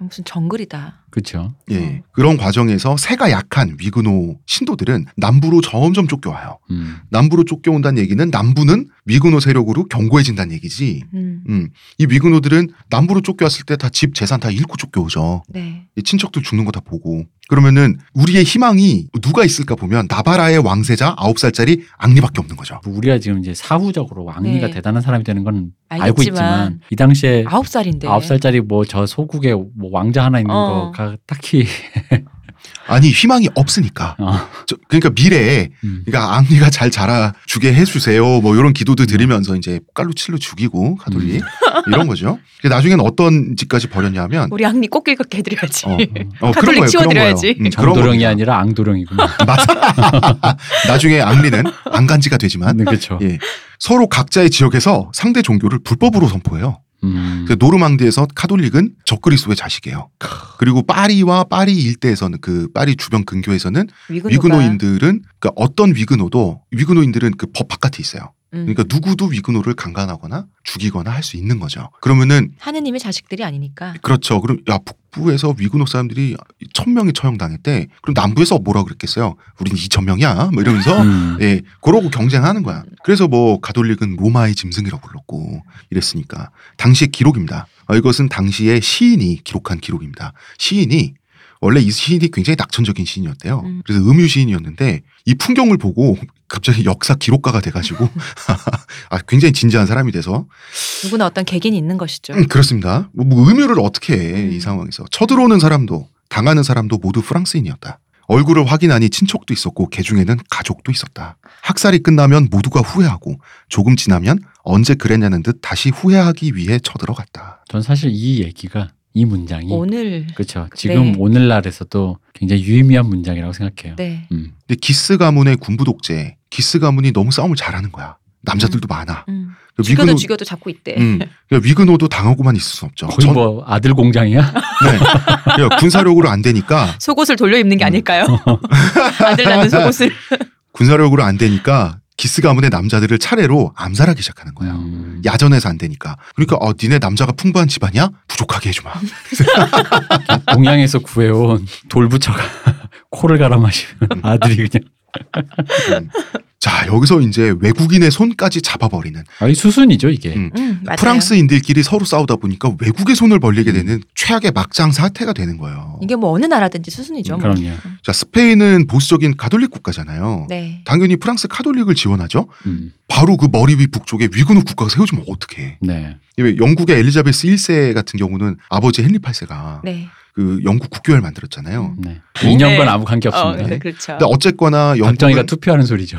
C: 무슨 정글이다.
B: 그렇죠.
A: 예. 그런 과정에서 새가 약한 위그노 신도들은 남부로 점점 쫓겨와요.
B: 음.
A: 남부로 쫓겨온다는 얘기는 남부는 위그노 세력으로 견고해진다는 얘기지.
C: 음.
A: 음, 이 미그노들은 남부로 쫓겨왔을 때 다 집 재산 다 잃고 쫓겨오죠.
C: 네.
A: 이 친척들 죽는 거 다 보고. 그러면은 우리의 희망이 누가 있을까 보면 나바라의 왕세자 9살짜리 앙리밖에 없는 거죠.
B: 우리가 지금 이제 사후적으로 왕리가
C: 네.
B: 대단한 사람이 되는 건 알고 있지만
C: 알겠지만
B: 이 당시에
C: 아, 아홉 살인데.
B: 아홉 살짜리 뭐 저 소국에 뭐 왕자 하나 있는
C: 어.
B: 거가
A: [LAUGHS]
B: 딱히
A: 아니 희망이 없으니까.
B: 어.
C: 아.
A: 저- 그러니까 미래에
B: 음.
A: 그러니까 앙리가 잘 자라 주게 해주세요. 뭐 이런 기도도 드리면서 이제 깔로 칠로 죽이고 가톨릭 [LAUGHS] 이런 거죠. 근데 나중엔 어떤 짓까지 벌였냐면
C: 음. 우리 악리 꽃길 걷게 해드려야지.
A: 어,
B: 어,
A: 그런 거예요.
C: 가톨릭
A: 그런 거예요.
C: 치워드려야지.
A: 음, 그런
B: 정도령이
A: 겁니다.
B: 아니라
A: [LAUGHS]
B: 앙도령이구나.
A: 맞아. 나중에 앙리는 안 간지가 되지만
B: 네, 그렇죠.
A: 예. 서로 각자의 지역에서 상대 종교를 불법으로 선포해요.
B: 음.
A: 그 노르망디에서 카톨릭은 적그리스도의 자식이에요. 그리고 파리와 파리 일대에서는 그 파리 주변 근교에서는
C: [LAUGHS] 위그노가.
A: 위그노인들은 그러니까 어떤 위그노도 위그노인들은 그 법 바깥에 있어요.
C: 음.
A: 그러니까 누구도 위그노를 강간하거나 죽이거나 할 수 있는 거죠. 그러면은
C: 하느님의 자식들이 아니니까.
A: 그렇죠. 그럼 야 북부에서 위그노 사람들이 천 명이 처형당했대. 그럼 남부에서 뭐라 그랬겠어요? 우린 이천 명이야. 뭐
C: [LAUGHS]
A: 이러면서
B: 음.
A: 예, 그러고 경쟁하는 거야. 그래서 뭐 가톨릭은 로마의 짐승이라고 불렀고 이랬으니까 당시의 기록입니다. 어, 이것은 당시의 시인이 기록한 기록입니다. 시인이 원래 이 시인이 굉장히 낙천적인 시인이었대요.
C: 음.
A: 그래서 음유 시인이었는데 이 풍경을 보고 갑자기 역사 기록가가 돼가지고 [LAUGHS] 아, 굉장히 진지한 사람이 돼서
C: 누구나 어떤 계기는 있는 것이죠.
A: 음, 그렇습니다. 뭐, 뭐 음유를 어떻게 해 이
C: 음.
A: 상황에서 쳐들어오는 사람도 당하는 사람도 모두 프랑스인이었다. 얼굴을 확인하니 친척도 있었고 개 중에는 가족도 있었다. 학살이 끝나면 모두가 후회하고 조금 지나면 언제 그랬냐는 듯 다시 후회하기 위해 쳐들어갔다.
B: 전 사실 이 얘기가 이 문장이
C: 오늘
B: 그렇죠. 지금
C: 네.
B: 오늘날에서도 굉장히 유의미한 문장이라고 생각해요.
C: 네.
B: 음.
A: 근데 기스 가문의 군부 독재. 기스 가문이 너무 싸움을 잘하는 거야. 남자들도 많아.
C: 음.
A: 그러니까
C: 죽여도 죽여도 잡고 있대.
A: 음, 그러니까 위그노도 당하고만 있을 수 없죠.
B: 거의 뭐 아들 공장이야.
A: 네. 그러니까 군사력으로 안 되니까
C: 속옷을 돌려 입는
A: 음.
C: 게
A: [LAUGHS]
C: 아닐까요? 아들 낳는 속옷을.
A: 군사력으로 안 되니까 기스 가문의 남자들을 차례로 암살하기 시작하는 거예요.
B: 음.
A: 야전에서 안 되니까. 그러니까 어, 니네 남자가 풍부한 집안이야? 부족하게 해주마.
B: 동양에서 구해온 돌부처가 [LAUGHS] 코를 갈아 마시면 아들이 그냥
C: [LAUGHS]
A: 음. 자 여기서 이제 외국인의 손까지 잡아버리는
B: 아니 수순이죠 이게.
A: [LAUGHS] 음.
C: 음, 맞아요.
A: 프랑스인들끼리 서로 싸우다 보니까 외국의 손을 벌리게 되는 최악의 막장 사태가 되는 거예요.
C: 음. 이게 뭐 어느 나라든지 수순이죠. 뭐.
B: 그럼요.
A: 자 스페인은 보수적인 가톨릭 국가잖아요.
C: 네.
A: 당연히 프랑스 가톨릭을 지원하죠.
B: 음.
A: 바로 그 머리 위 북쪽에 위군우 국가가 세워지면 어떡해.
B: 네.
A: 왜 영국의 엘리자베스 1세 같은 경우는 아버지 헨리 8세가
C: 네.
A: 그 영국 국교회를 만들었잖아요.
C: 음.
B: 네.
A: 네.
B: 2년간 아무 관계
C: 어,
B: 없습니다.
C: 네, 그렇죠.
A: 근데 어쨌거나
B: 박정희가
A: 영국은
B: 투표하는 소리죠.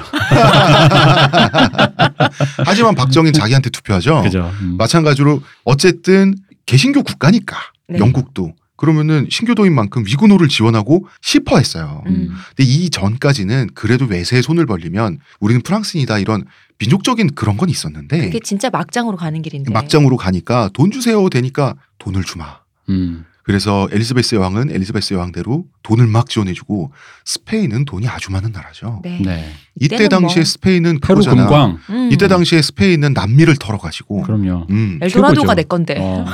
A: 하지만 박정희 자기한테 투표하죠.
B: [LAUGHS] 그죠. 음.
A: 마찬가지로 어쨌든 개신교 국가니까
C: 네.
A: 영국도 그러면은 신교도인 만큼 위군호를 지원하고 싶어했어요.
C: 음.
A: 근데 이 전까지는 그래도 외세에 손을 벌리면 우리는 프랑스인이다 이런 민족적인 그런 건 있었는데
C: 그게 네. 진짜 막장으로 가는 길인데.
A: 막장으로 가니까 돈 주세요 되니까 돈을 주마.
B: 음.
A: 그래서 엘리자베스 여왕은 엘리자베스 여왕대로 돈을 막 지원해주고 스페인은 돈이 아주 많은 나라죠.
C: 네.
B: 네.
A: 이때
C: 이때는
A: 당시에
C: 뭐
A: 스페인은
B: 페루
A: 그거잖아.
B: 금광.
C: 음.
A: 이때 당시에 스페인은 남미를 털어가지고
B: 그럼요.
A: 음,
C: 엘도라도가
B: 최고죠.
C: 내 건데.
B: 어.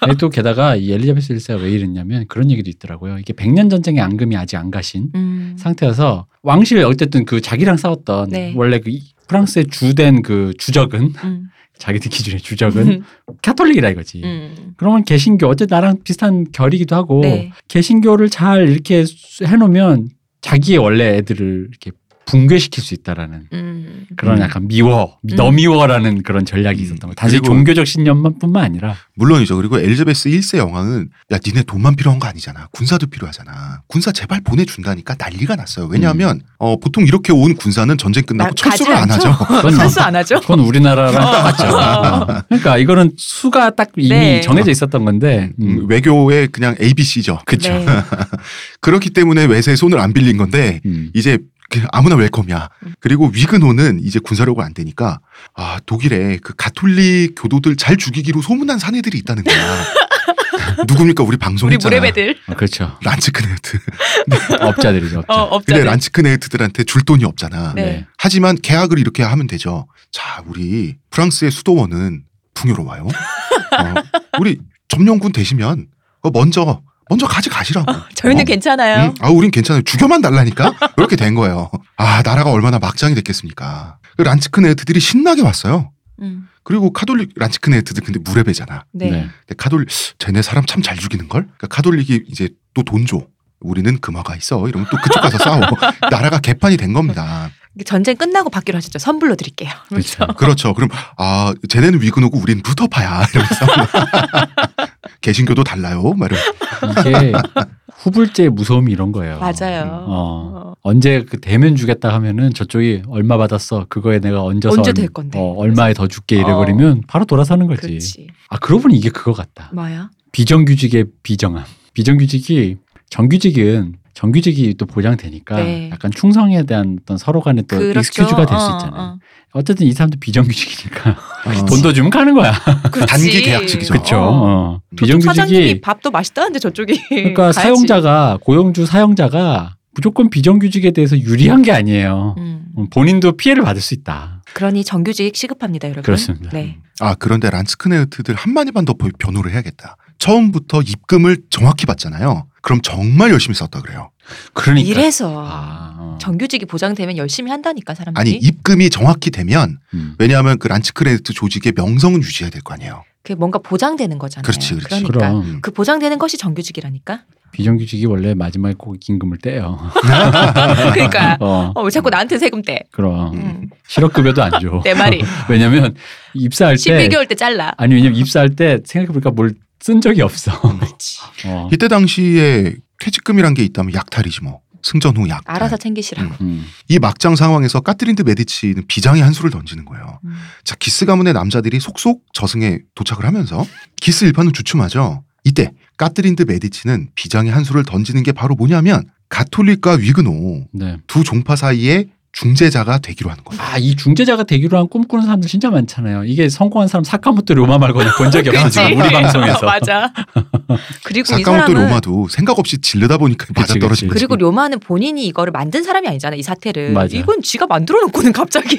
B: 근데 또 게다가 이 엘리자베스 1세가 왜 이랬냐면 그런 얘기도 있더라고요. 이게 100년 전쟁의 앙금이 아직 안 가신
C: 음.
B: 상태여서 왕실 어쨌든 그 자기랑 싸웠던
C: 네.
B: 원래 그 이- 프랑스의 주된 그 주적은 [LAUGHS]
C: 음.
B: 자기들 기준의
A: 음.
B: 주적은 카톨릭이라 이거지.
C: 음.
B: 그러면 개신교 어쨌든 나랑 비슷한 결이기도 하고
C: 네.
B: 개신교를 잘 이렇게 수- 해놓으면 자기의 원래 애들을 이렇게 붕괴시킬 수 있다라는
C: 음.
B: 그런
A: 음.
B: 약간 미워,
C: 음.
B: 너 미워라는 그런 전략이
A: 음.
B: 있었던 거예요. 단순히
A: 그리고-
B: 종교적 신념만뿐만 아니라
A: 물론이죠. 그리고 엘리자베스 1세 여왕은 야 니네 돈만 필요한 거 아니잖아. 군사도 필요하잖아. 군사 제발 보내준다니까 난리가 났어요.
B: 음.
A: 왜냐하면 어, 보통 이렇게 온 군사는 전쟁 끝나고
C: 나-
A: 철수를 안
C: 아, 가지 않죠.
A: 하죠.
C: [LAUGHS]
B: 그건
C: 실수 안 하죠?
B: 그건 우리나라랑 똑같죠. 그러니까 이거는 수가 딱 이미
C: 아. 네.
B: 정해져 있었던 건데
A: 음,
B: 음,
A: 외교의 그냥 ABC죠. [LAUGHS]
B: 그쵸.
C: 네.
A: 그렇기 때문에 외세에 손을 안 빌린 건데
B: 음.
A: 이제 그 아무나 웰컴이야.
C: 음.
A: 그리고 위그노는 이제 군사력을 안 되니까 아 독일에 그 가톨릭 교도들 잘 죽이기로 소문난 사내들이 있다는
C: [LAUGHS]
A: 거야. 누굽니까 우리
C: 우리
A: 방송했잖아.
C: 무레배들.
B: 아, 그렇죠.
C: [LAUGHS]
A: 란츠크네트.
B: 업자들이죠.
C: 어,
B: 업자.
A: 근데
C: 업자들.
A: 란츠크네트들한테 줄 돈이 없잖아.
C: 네.
A: 하지만 계약을 이렇게 하면 되죠. 자, 우리 프랑스의 수도원은
C: [LAUGHS]
A: 풍요로워요. 어, 우리 점령군 되시면 어, 먼저 먼저 가져가시라고.
C: [LAUGHS] 저희는
A: 어,
C: 괜찮아요.
A: 음, 아, 우린 괜찮아요. 죽여만
C: [LAUGHS]
A: 달라니까? 이렇게 된 거예요. 아, 나라가 얼마나 막장이 됐겠습니까. 그 란츠크네트들이 신나게 왔어요.
C: 음.
A: 그리고 카톨릭, 란츠크네트들 근데 무레배잖아.
C: 네.
A: 근데 카톨릭, 쟤네 사람 참 잘 죽이는걸? 그러니까 카톨릭이 이제 또 돈 줘. 우리는 금화가 있어. 이러면 또 그쪽 가서
C: [LAUGHS]
A: 싸워. 나라가 개판이 된 겁니다.
C: 전쟁 끝나고 받기로 하셨죠. 선불로 드릴게요.
B: 그렇죠.
A: 그렇죠. 그럼, 아, 쟤네는 위그노고 우린 루터파야. [LAUGHS]
C: [LAUGHS]
A: 이러면서. 개신교도 달라요. 막 이러면서.
B: 이게 후불제의 무서움이 이런 거예요.
C: 그렇죠. 맞아요.
B: 어. 언제 그 대면 주겠다 하면은 저쪽이 얼마 받았어 그거에 내가 얹어서
C: 언제
B: 얼-
C: 될 건데.
B: 어, 얼마에 더 줄게 이래버리면 바로 돌아서는 거지.
C: 그렇지.
B: 아 그러고 보니 이게 그거 같다.
C: 뭐야?
B: 비정규직의 비정함. 비정규직이 정규직은 정규직이 또 보장되니까
C: 네. 그렇죠.
B: 약간 충성에 대한 어떤 서로 간의 또그 익스큐즈가 될 수 있잖아요. 어. 쨌든이 사람도 비정규직이니까
A: 어,
B: 돈도 주면 가는 거야.
A: 단기 계약직이죠.
B: 그렇죠.
C: 어.
B: 어.
C: 저쪽 사장님이
B: 비정규직이
C: 밥도 맛있다는데 저쪽이.
B: 그러니까
C: 가야지.
B: 사용자가 고용주 사용자가 무조건 비정규직에 대해서 유리한 게 아니에요.
C: 음.
B: 본인도 피해를 받을 수 있다.
C: 그러니 정규직 시급합니다, 여러분.
B: 그렇습니다. 음.
C: 네.
A: 아 그런데 란츠크네우트들 한마디만 더 보- 변호를 해야겠다. 처음부터 입금을 정확히 받잖아요. 그럼 정말 열심히 썼다 그래요.
B: 그러니까
C: 이래서
B: 아, 어.
C: 정규직이 보장되면 열심히 한다니까
A: 아니
C: 사람들이.
A: 입금이 정확히 되면
B: 음.
A: 왜냐하면 그 란츠크네우트 조직의 명성은 유지해야 될 거 아니에요.
C: 그게 뭔가 보장되는 거잖아요.
A: 그렇지, 그렇지.
C: 러니까
B: 그럼
C: 그 보장되는
B: [LAUGHS]
C: 것이 정규직이라니까.
B: 비정규직이 원래 마지막에 꼭 임금을 떼요.
C: 그러니까
B: [LAUGHS] 어,
C: 어, 왜 자꾸 나한테 세금 떼?
B: 그럼
C: 음,
B: 실업급여도 안 줘.
C: 내 말이
B: 왜냐면 입사할 때
C: 11개월 때 잘라.
B: 아니 왜냐면 입사할 때 생각해보니까 뭘 쓴 적이 없어.
C: 음,
B: 어.
A: 이때 당시에 퇴직금이란 게 있다면 약탈이지 뭐. 승전 후 약탈.
C: 알아서 챙기시라고.
B: 음.
A: 이 막장 상황에서 까트린 드 메디치는 비장의 한 수를 던지는 거예요.
C: 음.
A: 자 기스 가문의 남자들이 속속 저승에 도착을 하면서 기스 일파는 주춤하죠. 이때 까트린드 메디치는 비장의 한 수를 던지는 게 바로 뭐냐면 가톨릭과 위그노
B: 네.
A: 두 종파 사이의 중재자가 되기로 하는 거예요.
B: 아, 이 중재자가 되기로 한 꿈꾸는 사람들 진짜 많잖아요. 이게 성공한 사람 사카모토 로마 말고는 본 적이 없어요.
A: 그치.
B: 지금
C: [LAUGHS]
B: 우리 방송에서. 음.
C: 맞아. 그리고 이
A: 사카모토
C: 사람은
A: 로마도 생각 없이 질르다 보니까 맞아 떨어진 거지.
C: 그리고 로마는 본인이 이거를 만든 사람이 아니잖아 이 사태를
B: 맞아. 네.
C: 이건 지가 만들어 놓고는 갑자기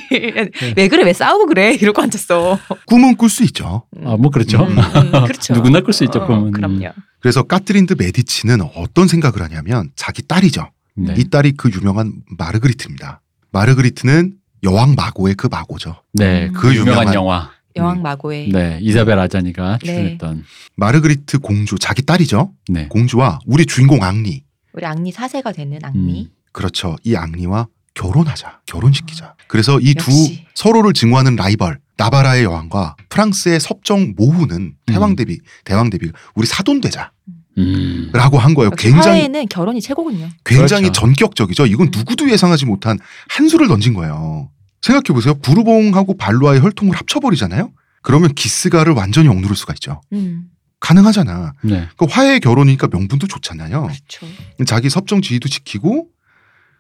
C: 왜 그래 왜 싸우고 그래 이러고 앉았어
A: 꿈은 꿀 수 있죠.
B: 아, 뭐 그렇죠.
A: 음.
B: [LAUGHS]
C: 그렇죠
B: 누구나 끌 수 있죠,
C: 어,
B: 꿈은. 음.
C: 그럼요
A: 그래서 까트린드 메디치는 어떤 생각을 하냐면 자기 딸이죠.
B: 네.
A: 이 딸이 그 유명한 마르그리트입니다. 마르그리트는 여왕 마고의 그 마고죠.
B: 네.
A: 그
B: 유명한,
A: 유명한
B: 영화.
C: 여왕 마고의
B: 네. 이사벨 아자니가
C: 네.
B: 출연했던.
A: 마르그리트 공주 자기 딸이죠.
B: 네.
A: 공주와 우리 주인공 앙리
C: 우리 앙리 사세가
B: 음.
C: 되는 앙리
A: 그렇죠. 이 앙리와 결혼하자. 결혼시키자. 그래서 이 두
C: 역시.
A: 서로를 증오하는 라이벌 나바라의 여왕과 프랑스의 섭정 모후는 태왕 대비 대왕 대비 우리 사돈되자라고
B: 음.
A: 한 거예요.
C: 역시
A: 굉장히
C: 그렇죠. 사회에는 결혼이 최고군요
A: 굉장히
B: 그렇죠.
A: 전격적이죠. 이건
C: 음.
A: 누구도 예상하지 못한 한 수를 던진 거예요. 생각해 보세요. 부르봉하고 발루아의 혈통을 합쳐버리잖아요. 그러면 기스가를 완전히 억누를 수가 있죠.
C: 음
A: 가능하잖아.
B: 네.
A: 그 화해 결혼이니까 명분도 좋잖아요.
C: 그렇죠
A: 자기 섭정 지위도 지키고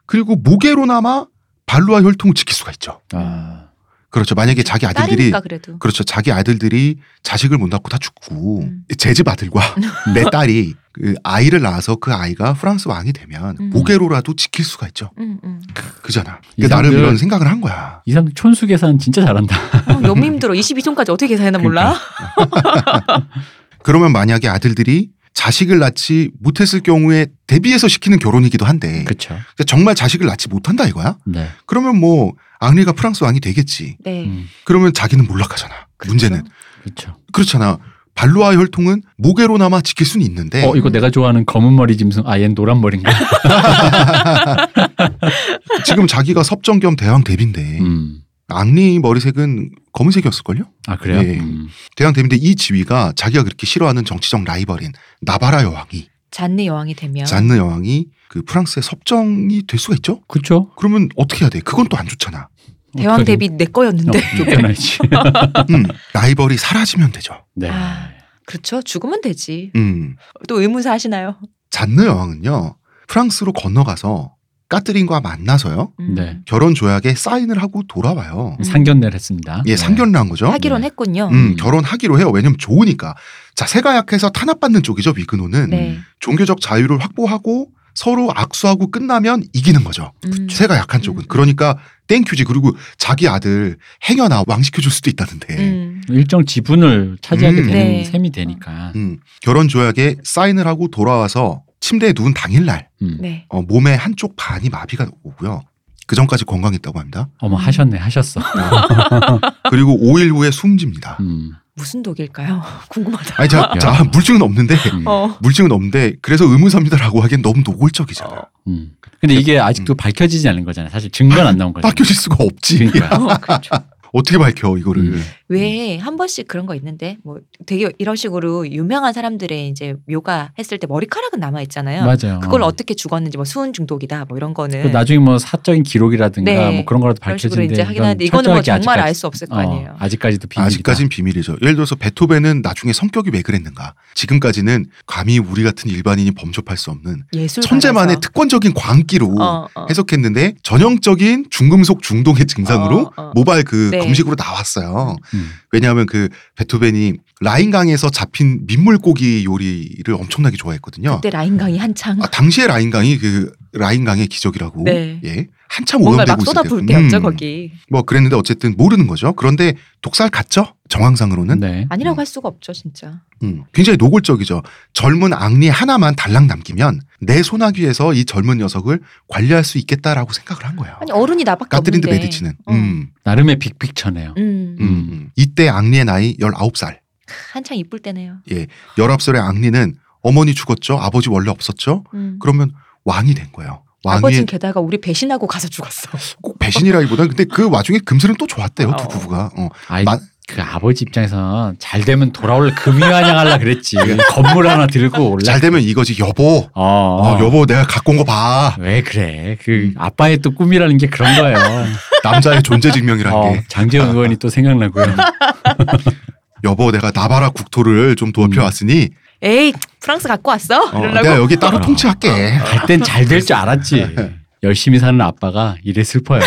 A: 그리고 모계로나마 발루아 혈통을 지킬 수가 있죠.
B: 아.
A: 그렇죠. 만약에 자기 아들들이
C: 딸이니까 그래도
A: 그렇죠. 자기 아들들이 자식을 못 낳고 다 죽고
C: 음.
A: 제 집 아들과
C: [LAUGHS]
A: 내 딸이 그 아이를 낳아서 그 아이가 프랑스 왕이 되면
C: 음.
A: 모계로라도 지킬 수가 있죠.
C: 음, 음.
A: 그잖아.
B: 이
A: 그러니까 나름
B: 사람들-
A: 이런 생각을 한 거야.
B: 이 사람 촌수 계산 진짜 잘한다.
C: 어, 너무 힘들어 22총까지 어떻게 계산했나 몰라
B: 그러니까.
A: 그러면 만약에 아들들이 자식을 낳지 못했을 경우에 대비해서 시키는 결혼이기도 한데
B: 그렇죠.
A: 그러니까 정말 자식을 낳지 못한다 이거야?
B: 네.
A: 그러면 뭐 앙리가 프랑스 왕이 되겠지.
C: 네
B: 음.
A: 그러면 자기는 몰락하잖아. 문제는
B: 그렇죠.
A: 그렇잖아. 발루아 혈통은 모계로나마 지킬 수는 있는데
B: 어, 이거 내가 좋아하는 검은 머리 짐승, 아, 얜 노란 머리인가?
A: 지금 자기가 섭정 겸 대왕 대비인데
B: 음.
A: 앙리 머리색은 검은색이었을걸요?
B: 아, 그래요?
A: 예.
B: 음.
A: 대왕 대비인데 이 지위가 자기가 그렇게 싫어하는 정치적 라이벌인 나바라 여왕이
C: 잔네 여왕이 되면
A: 잔느 여왕이 그 프랑스의 섭정이 될 수가 있죠?
B: 그렇죠.
A: 그러면 어떻게 해야 돼? 그건 또 안 좋잖아.
B: [LAUGHS]
C: 대왕
B: 어떡하긴.
C: 대비 내 거였는데
B: 어,
C: [LAUGHS]
B: 쫓겨나야지.
A: 음, 라이벌이 사라지면 되죠.
B: 네.
C: 아. 그렇죠 죽으면 되지
A: 음,
C: 또 의문사 하시나요
A: 잔느 여왕은요 프랑스로 건너가서 까트린과 만나서요
C: 음.
B: 네.
A: 결혼 조약에 사인을 하고 돌아와요.
C: 음.
B: 상견례를 했습니다.
A: 예, 상견례 한 거죠.
C: 하기론
B: 네.
C: 했군요
A: 음, 결혼하기로 해요. 왜냐면 좋으니까. 자, 세가 약해서 탄압받는 쪽이죠. 위그노는
C: 네
A: 종교적 자유를 확보하고 서로 악수하고 끝나면 이기는 거죠.
C: 음.
A: 세가 약한 쪽은
C: 음.
A: 그러니까 땡큐지 그리고 자기 아들 행여나 왕시켜줄 수도 있다던데.
C: 음.
B: 일정 지분을 차지하게
A: 음.
B: 되는
C: 네.
B: 셈이 되니까.
A: 음, 결혼 조약에 사인을 하고 돌아와서 침대에 누운 당일날
B: 음.
C: 네.
A: 어, 몸의 한쪽 반이 마비가 오고요. 그 전까지 건강했다고 합니다.
B: 어머 하셨네 하셨어.
A: 그리고 5일 후에 숨집니다.
B: 음.
C: 무슨 독일까요? [LAUGHS] 궁금하다.
A: 아니 자,
C: [LAUGHS]
B: 야.
A: 자 물증은 없는데
B: 음.
C: 어.
A: 물증은 없는데 그래서 의문사입니다라고 하기엔 너무 노골적이잖아.
B: 음. 근데 이게 아직도 밝혀지지 않은 거잖아요. 사실 증거는 안 나온
A: [LAUGHS]
B: 거죠.
A: 밝혀질 수가 없지. 아,
B: 그러니까.
C: 어, 그렇죠.
A: [LAUGHS] 어떻게 밝혀 이거를?
B: 음.
C: 왜 한 번씩 그런 거 있는데 뭐 되게 이런 식으로 유명한 사람들의 이제 요가 했을 때 머리카락은 남아 있잖아요.
B: 맞아요.
C: 그걸
B: 어.
C: 어떻게 죽었는지 뭐 수은 중독이다 뭐 이런
B: 그
C: 거는
B: 나중에 뭐 사적인 기록이라든가
C: 네.
B: 뭐 그런 거라도
C: 그런 식으로
B: 밝혀지는데
C: 이제 하긴 하는데 이거는 뭐 정말 알 수 없을 거 아니에요.
B: 어, 아직까지도 비밀이다.
A: 아직까진 비밀이죠. 예를 들어서 베토벤은 나중에 성격이 왜 그랬는가? 지금까지는 감히 우리 같은 일반인이 범접할 수 없는
C: 예술
A: 천재만의
C: 가라서.
A: 특권적인 광기로
C: 어, 어.
A: 해석했는데 전형적인 중금속 중독의 증상으로
C: 어, 어.
A: 모발 그
C: 네.
A: 검식으로 나왔어요.
B: 음.
A: 왜냐하면 그 베토벤이 라인강에서 잡힌 민물고기 요리를 엄청나게 좋아했거든요.
C: 그때 라인 강이 한창
A: 아, 당시에 라인강이 그 라인강의 기적이라고
C: 네.
A: 예 한참
C: 뭔가
A: 오염되고
C: 막
A: 있을
C: 쏟아부을
A: 때.
C: 때였죠
A: 음,
C: 거기.
A: 뭐 그랬는데 어쨌든 모르는 거죠. 그런데 독살 같죠? 정황상으로는
B: 네.
C: 아니라고
A: 음.
C: 할 수가 없죠 진짜.
A: 음, 굉장히 노골적이죠. 젊은 앙리 하나만 달랑 남기면 내 소나귀에서 이 젊은 녀석을 관리할 수 있겠다라고 생각을 한 거예요.
C: 아니 어른이 나밖에
A: 까트린드
C: 없는데.
A: 메디치는
C: 어.
A: 음.
B: 나름의 빅픽처네요.
C: 음.
A: 음. 음. 이때 앙리의 나이 19살.
C: 한창 이쁠 때네요.
A: 19살의 앙리는 어머니 죽었죠? 아버지 원래 없었죠?
C: 음.
A: 그러면 왕이 된 거예요.
C: 아버지는
A: 왕이
C: 게다가 우리 배신하고 가서 죽었어.
A: 꼭 배신이라기보다는 근데 그 와중에 금슬은 또 좋았대요. 두
C: 어.
A: 부부가. 어.
B: 아이,
A: 마-
B: 그 아버지 입장에서 잘 되면 돌아올 금이 환영하려
A: [LAUGHS]
B: 그랬지.
A: 예.
B: 건물 하나 들고 올라.
A: 잘 되면 이거지. 여보.
B: 어,
A: 어, 여보 내가 갖고 온 거 봐.
B: 왜 그래? 그
A: 음.
B: 아빠의 또 꿈이라는 게 그런 거예요.
A: 남자의 존재 증명이란
B: 어,
A: 게. 아.
B: 장재원 의원이 또 생각나고요.
A: 여보 내가 나바라 국토를 좀 도와펴 왔으니
C: 에이 프랑스 갖고 왔어?
A: 어,
C: 이러려고
A: 내가 여기 따로 통치할게.
B: 갈 땐 잘 될
A: [LAUGHS]
B: 줄 알았지.
A: 네.
B: 열심히 사는 아빠가 이래 슬퍼요.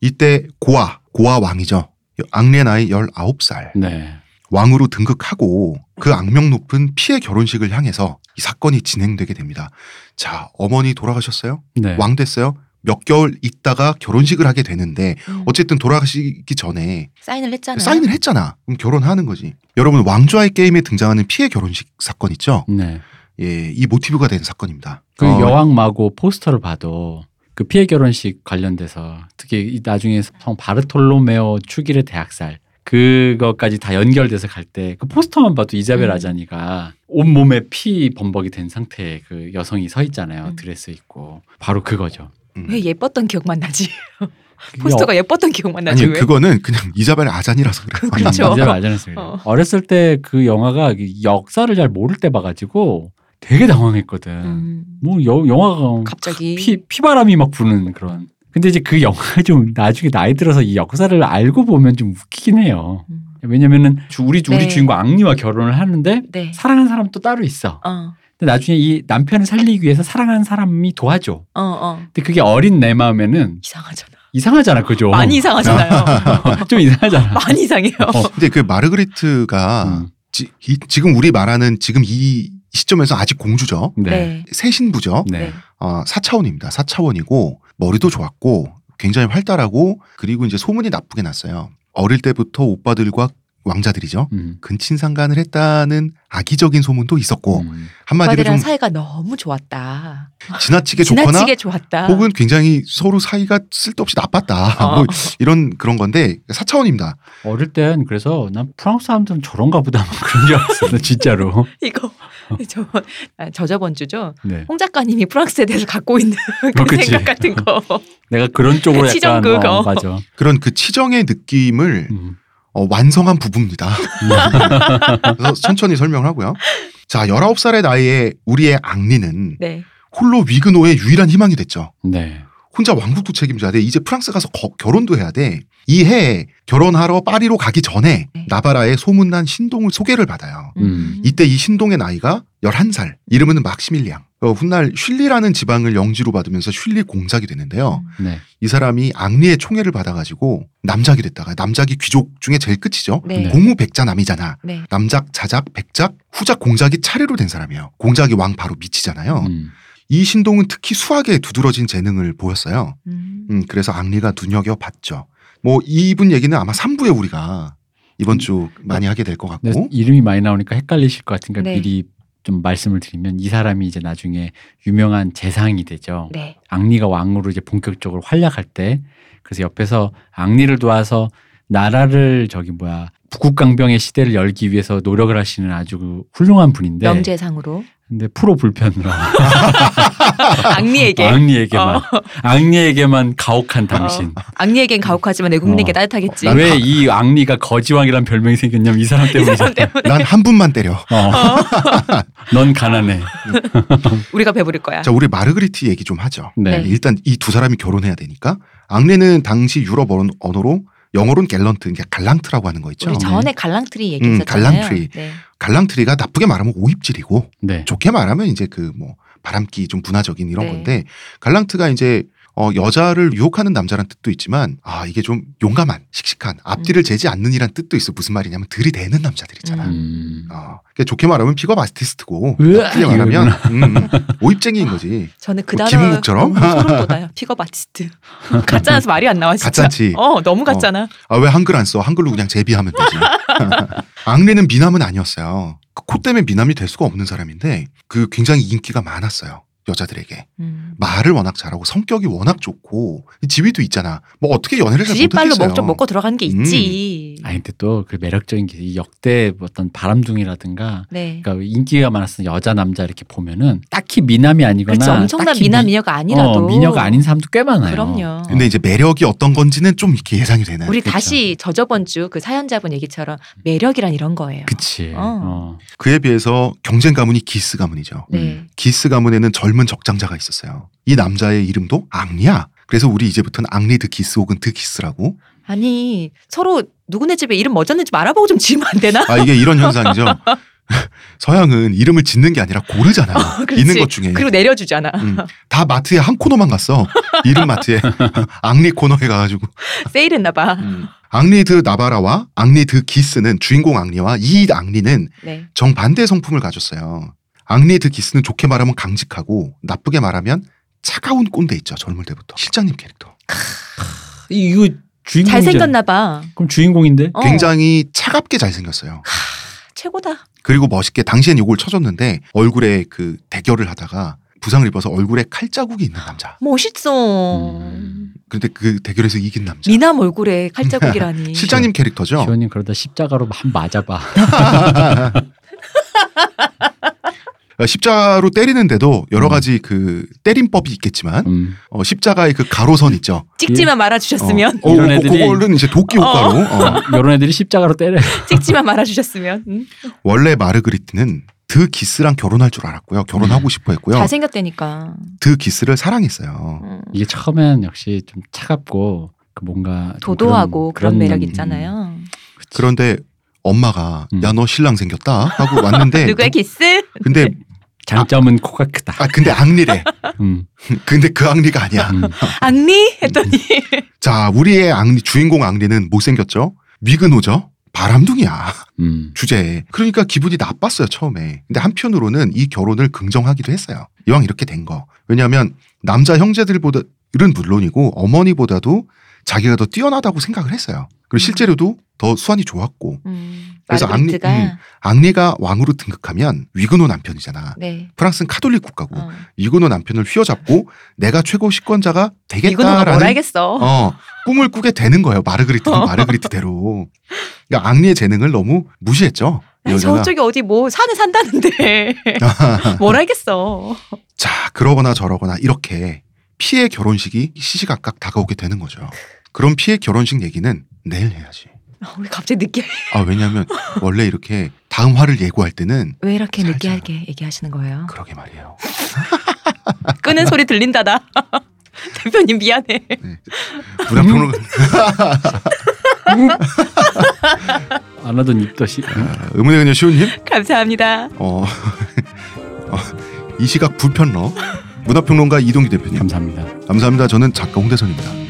A: 이때 고아, 고아 왕이죠. 악내 나이 19살.
B: 네.
A: 왕으로 등극하고 그 악명 높은 피해 결혼식을 향해서 이 사건이 진행되게 됩니다. 자, 어머니 돌아가셨어요?
B: 네.
A: 왕 됐어요? 몇 개월 있다가 결혼식을 하게 되는데
C: 음,
A: 어쨌든 돌아가시기 전에
C: 사인을 했잖아요.
A: 사인을 했잖아. 그럼 결혼하는 거지. 여러분 왕좌의 게임에 등장하는 피해 결혼식 사건 있죠?
B: 네.
A: 예, 이 모티브가 된 사건입니다.
B: 그
A: 어,
B: 여왕 마고 포스터를 봐도 그 피해 결혼식 관련돼서 특히 이 나중에 성 바르톨로메오 축일의 대학살 그거까지 다 연결돼서 갈 때 그 포스터만 봐도 이자벨
C: 음.
B: 아자니가 온 몸에 피 범벅이 된 상태의 그 여성이 서 있잖아요
C: 음.
B: 드레스 입고 바로 그거죠.
A: 음.
C: 왜 예뻤던 기억만 나지?
B: 그게
C: 포스터가 예뻤던 기억만 나지
A: 아니
C: 왜?
A: 그거는 그냥 이자벨 아잔이라서 그래요.
C: 그렇죠.
B: 이자벨 아자니였어요.
C: [LAUGHS] 어.
B: 음, 어렸을 때 그 영화가 이 역사를 잘 모를 때 봐가지고 되게 당황했거든.
C: 음,
B: 뭐 여- 영화가
A: 아,
C: 갑자기
B: 피, 피바람이 막 부는 그런. 근데 이제 그 영화 좀 나중에 나이 들어서 이 역사를 알고 보면 좀 웃기긴 해요.
C: 음,
B: 왜냐면은 주- 우리 주- 우리
C: 네.
B: 주인공 악리와 결혼을 하는데
C: 네.
B: 사랑하는 사람 또 따로 있어.
C: 어,
B: 근데 나중에 이 남편을 살리기 위해서 사랑하는 사람이 도와줘.
C: 어, 어.
B: 근데 그게 어린 내 마음에는
C: 이상하잖아.
B: 이상하잖아,
A: 어.
B: 그죠?
C: 많이 이상하잖아요.
B: [LAUGHS] 좀 이상하잖아.
C: [LAUGHS] 많이 이상해요.
B: 어.
C: [LAUGHS]
A: 근데 그 마르그리트가
B: 음,
A: 지, 금 우리 말하는 지금 이 시점에서 아직 공주죠.
B: 네.
A: 새 신부죠.
B: 네.
C: 네.
A: 아, 4차원입니다. 4차원이고 머리도 좋았고 굉장히 활달하고 그리고 이제 소문이 나쁘게 났어요. 어릴 때부터 오빠들과 왕자들이죠.
B: 음,
A: 근친상간을 했다는 악의적인 소문도 있었고
B: 음.
A: 한마디로
C: 오빠들이랑
A: 좀
C: 사이가 너무 좋았다.
A: 지나치게 좋거나
C: 지나치게 좋았다.
A: 혹은 굉장히 서로 사이가 쓸데없이 나빴다.
C: 어.
A: 뭐 이런 그런 건데 4차원입니다.
B: 어릴 땐 그래서 난 프랑스 사람들은 저런가 보다 막 [LAUGHS] 그런 줄 알았어, 진짜로.
C: 이거
A: [LAUGHS]
C: 저 아, 저저번 주죠.
B: 네.
C: 홍 작가님이 프랑스에 대해서 갖고 있는 [LAUGHS] 그
B: 그치.
C: 생각 같은 거.
B: 내가 그런 쪽으로
C: 그
B: 약간
C: 치정극,
B: 어,
C: 어.
B: 맞아.
A: 그런 그 치정의 느낌을
C: [LAUGHS]
B: 음.
A: 어, 완성한 부부입니다. 그래서 [LAUGHS] 천천히 설명을 하고요. 자, 19살의 나이에 우리의 앙리는
C: 네.
A: 홀로 위그노의 유일한 희망이 됐죠.
B: 네.
A: 혼자 왕국도 책임져야 돼. 이제 프랑스 가서 거- 결혼도 해야 돼. 이 해에 결혼하러 파리로 가기 전에
C: 네.
A: 나바라의 소문난 신동을 소개를 받아요.
B: 음.
A: 이때 이 신동의 나이가 11살. 이름은 막시밀리앙. 어, 훗날 슐리라는 지방을 영지로 받으면서 슐리 공작이 되는데요.
B: 네.
A: 이 사람이 앙리의 총애를 받아가지고 남작이 됐다가 남작이 귀족 중에 제일 끝이죠.
C: 네.
A: 공우 백자남이잖아.
C: 네.
A: 남작, 자작, 백작, 후작, 공작이 차례로 된 사람이에요. 공작이 왕 바로 밑이잖아요.
B: 음.
A: 이 신동은 특히 수학에 두드러진 재능을 보였어요.
C: 음.
A: 음, 그래서 앙리가 눈여겨봤죠. 뭐 이분 얘기는 아마 3부에 우리가
B: 음.
A: 이번 주 많이 하게 될 것
B: 근데
A: 같고
B: 이름이 많이 나오니까 헷갈리실 것 같으니까
C: 네.
B: 미리 좀 말씀을 드리면 이 사람이 이제 나중에 유명한 재상이 되죠.
C: 네.
B: 앙리가 왕으로 이제 본격적으로 활약할 때 그래서 옆에서 앙리를 도와서 나라를 저기 뭐야 북극강병의 시대를 열기 위해서 노력을 하시는 아주 그 훌륭한 분인데
C: 명제상으로
B: 근데 프로 불편으로
C: 악리에게
B: 어.
C: 어. [LAUGHS]
B: 앙리에게만 앙리에게만 가혹한 당신
C: 악리에겐 가혹하지만 내 국민에게
B: 어.
C: 따뜻하겠지.
A: 난-
B: 왜 이 앙리가 거지왕이란 별명이 생겼냐면 이 사람
C: 이
B: 때문에
C: [LAUGHS] 사람 때문에
A: 난 한 분만 때려.
B: 어. [LAUGHS] 넌 가난해.
C: 우리가 배부를 거야.
A: 자, 우리 마르그리트 얘기 좀 하죠.
B: 네.
C: 그러니까. 네.
A: 일단 이 두 사람이 결혼해야 되니까 앙리는 당시 유럽 언- 언어로 영어로는 갤런트, 그러니까 갈랑트라고 하는 거 있죠.
C: 우리 전에 갈랑트리 얘기했었잖아요.
A: 갈랑트리.
C: 네.
A: 갈랑트리가 나쁘게 말하면 오입질이고
B: 네.
A: 좋게 말하면 이제 그 뭐 바람기 좀 문화적인 이런
C: 네.
A: 건데 갈랑트가 이제 어 여자를 유혹하는 남자란 뜻도 있지만 아 이게 좀 용감한 씩씩한 앞뒤를 재지 않는 이란 뜻도 있어 무슨 말이냐면 들이대는 남자들 있잖아.
C: 음.
B: 음.
A: 어, 그러니까 좋게 말하면 픽업 아티스트고
B: 으아,
A: 나쁘게 말하면 음, 음, 오입쟁이인 거지.
C: 저는 그
A: 뭐
C: 단어
A: 김은국처럼?
C: 너무 소름 돋아요. 픽업 아티스트. 가짜라서 말이 안 나와 진짜.
A: 가짜지.
C: 어 너무 가짜나.
A: 아 왜 한글 안 써? 한글로 그냥 제비하면
C: [LAUGHS]
A: 되지. 앙리는 미남은 아니었어요. 그 코 때문에 미남이 될 수가 없는 사람인데 그 굉장히 인기가 많았어요 여자들에게.
C: 음.
A: 말을 워낙 잘하고 성격이 워낙 좋고 지위도 있잖아. 뭐 어떻게 연애를 잘
C: 지지빨로
A: 못했겠어요.
C: 먹좀 먹고 들어가는 게 있지.
B: 아니 근데 또 그 매력적인 게 이 역대 뭐 어떤 바람둥이라든가
C: 네.
B: 그러니까 인기가 많았던 여자 남자 이렇게 보면은 딱히 미남이 아니거나
C: 그렇죠. 엄청난
B: 딱히
C: 미남
B: 미-
C: 미녀가 아니라도
B: 어, 미녀가 아닌 사람도 꽤 많아요.
C: 그럼요.
A: 근데 이제 매력이 어떤 건지는 좀 이렇게 예상이 되는.
C: 우리
B: 그렇죠.
C: 다시 저저번 주 그 사연자분 얘기처럼 매력이란 이런 거예요.
B: 그치.
C: 어.
B: 어.
A: 그에 비해서 경쟁 가문이 기스 가문이죠. 음.
C: 네.
A: 기스 가문에는 젊은 적장자가 있었어요. 이 남자의 이름도 앙리야. 그래서 우리 이제부터는 앙리 드 기스 혹은 드 기스라고. [LAUGHS]
C: 아니 서로 누구네 집에 이름 뭐 졌는지 알아보고 좀 지으면 안 되나? [LAUGHS]
A: 아 이게 이런 현상이죠. 서양은 이름을 짓는 게 아니라 고르잖아요.
C: 그렇지.
A: 있는 것 중에.
C: 그리고 내려주잖아.
A: [LAUGHS] 음, 다 마트에 한 코너만 갔어. 이름
C: [LAUGHS]
A: 마트에. 앙리 코너에 가가지고.
C: 세일했나 봐.
A: 앙리드 나바라와 앙리드 기스는 주인공 앙리와 이 앙리는
C: 네.
A: 정반대 성품을 가졌어요. 앙리드 기스는 좋게 말하면 강직하고 나쁘게 말하면 차가운 꼰대 있죠. 젊을 때부터. 실장님 캐릭터.
B: 이거 주인공
C: 잘생겼나 봐.
B: 그럼 주인공인데?
C: 어,
A: 굉장히 차갑게 잘생겼어요.
C: 최고다.
A: 그리고 멋있게 당시엔 이걸 쳐줬는데 얼굴에 그 대결을 하다가 부상을 입어서 얼굴에 칼자국이 있는 남자.
C: 멋있어.
B: 음.
A: 그런데 그 대결에서 이긴 남자.
C: 미남 얼굴에
A: [LAUGHS]
C: 칼자국이라니.
A: 실장님 캐릭터죠.
B: 지원님 그러다 십자가로 한 맞아봐.
A: 어, 십자로 때리는데도 여러 가지 그 때림법이 있겠지만
B: 음.
A: 어, 십자가의 그 가로선 있죠.
C: 찍지만 말아주셨으면.
A: 어, 어,
B: 이런
A: 그-
B: 애들이-
A: 그거는 이제 도끼 효과로. 어.
B: 이런 애들이 십자가로 때려.
C: [LAUGHS] 찍지만 말아주셨으면. 음.
A: 원래 마르그리트는 드 기스랑 결혼할 줄 알았고요. 결혼하고 싶어 했고요.
C: 잘생겼다니까.
A: 드 기스를 사랑했어요.
C: 음.
B: 이게 처음엔 역시 좀 차갑고 그 뭔가 좀
C: 도도하고 그런, 매력
B: 음,
C: 있잖아요.
A: 그런데 엄마가
B: 음.
A: 야 너 신랑 생겼다 하고 왔는데
C: [LAUGHS] 누구의 기스?
A: 근데
B: 장점은 코가 크다.
A: 아 근데 악리래.
B: 음,
A: 근데 그 악리가 아니야.
B: 음.
C: 악리? 했더니
A: 자 우리의 악리 주인공 악리는 못생겼죠. 미그노죠. 바람둥이야. [LAUGHS]
C: [LAUGHS]
B: 음.
A: 주제에. 그러니까 기분이 나빴어요, 처음에. 근데 한편으로는 이 결혼을 긍정하기도 했어요. 이왕 이렇게 된 거. 왜냐하면 남자 형제들보다는 물론이고 어머니보다도 자기가 더 뛰어나다고 생각을 했어요. 그리고 실제로도 더 수완이 좋았고
C: 음,
A: 그래서
C: 마르베트가
A: 악리- 앙리가 왕으로 등극하면 위그노 남편이잖아.
C: 네.
A: 프랑스는 카톨릭 국가고
C: 어.
A: 위그노 남편을 휘어잡고 내가 최고 식권자가
C: 이거는 뭘
A: 되겠다라는
C: 알겠어.
A: 어, 꿈을 꾸게 되는 거예요. 마르그리트는
C: [LAUGHS] 어.
A: 마르그리트대로. 그러니까 앙리의 재능을 너무 무시했죠. 이
C: 아니,
A: 여자가.
C: 저쪽이 어디 뭐 산에
A: [LAUGHS]
C: 산다는데 뭘 알겠어.
A: 자, 그러거나 저러거나 이렇게 피해 결혼식이 시시각각 다가오게 되는 거죠. 그럼 피해 결혼식 얘기는 내일 해야지.
C: 어, 왜 갑자기 늦게
A: 아, 왜냐면 원래 이렇게 다음 화를 예고할 때는
C: 왜 이렇게
A: 살짝.
C: 느끼하게 얘기하시는 거예요?
A: 그러게 말이에요.
C: 끄는 소리 들린다 [LAUGHS] 나. 대표님 미안해.
A: 네.
C: 음.
A: 문화평론가
B: 안 하던 입덧이. 어,
A: 의문의 그녀 시온님,
C: 감사합니다.
A: 어, [LAUGHS] 어, 이 시각 불편러 문화평론가 이동기 대표님
B: 감사합니다.
A: 감사합니다. 저는 작가 홍대선입니다.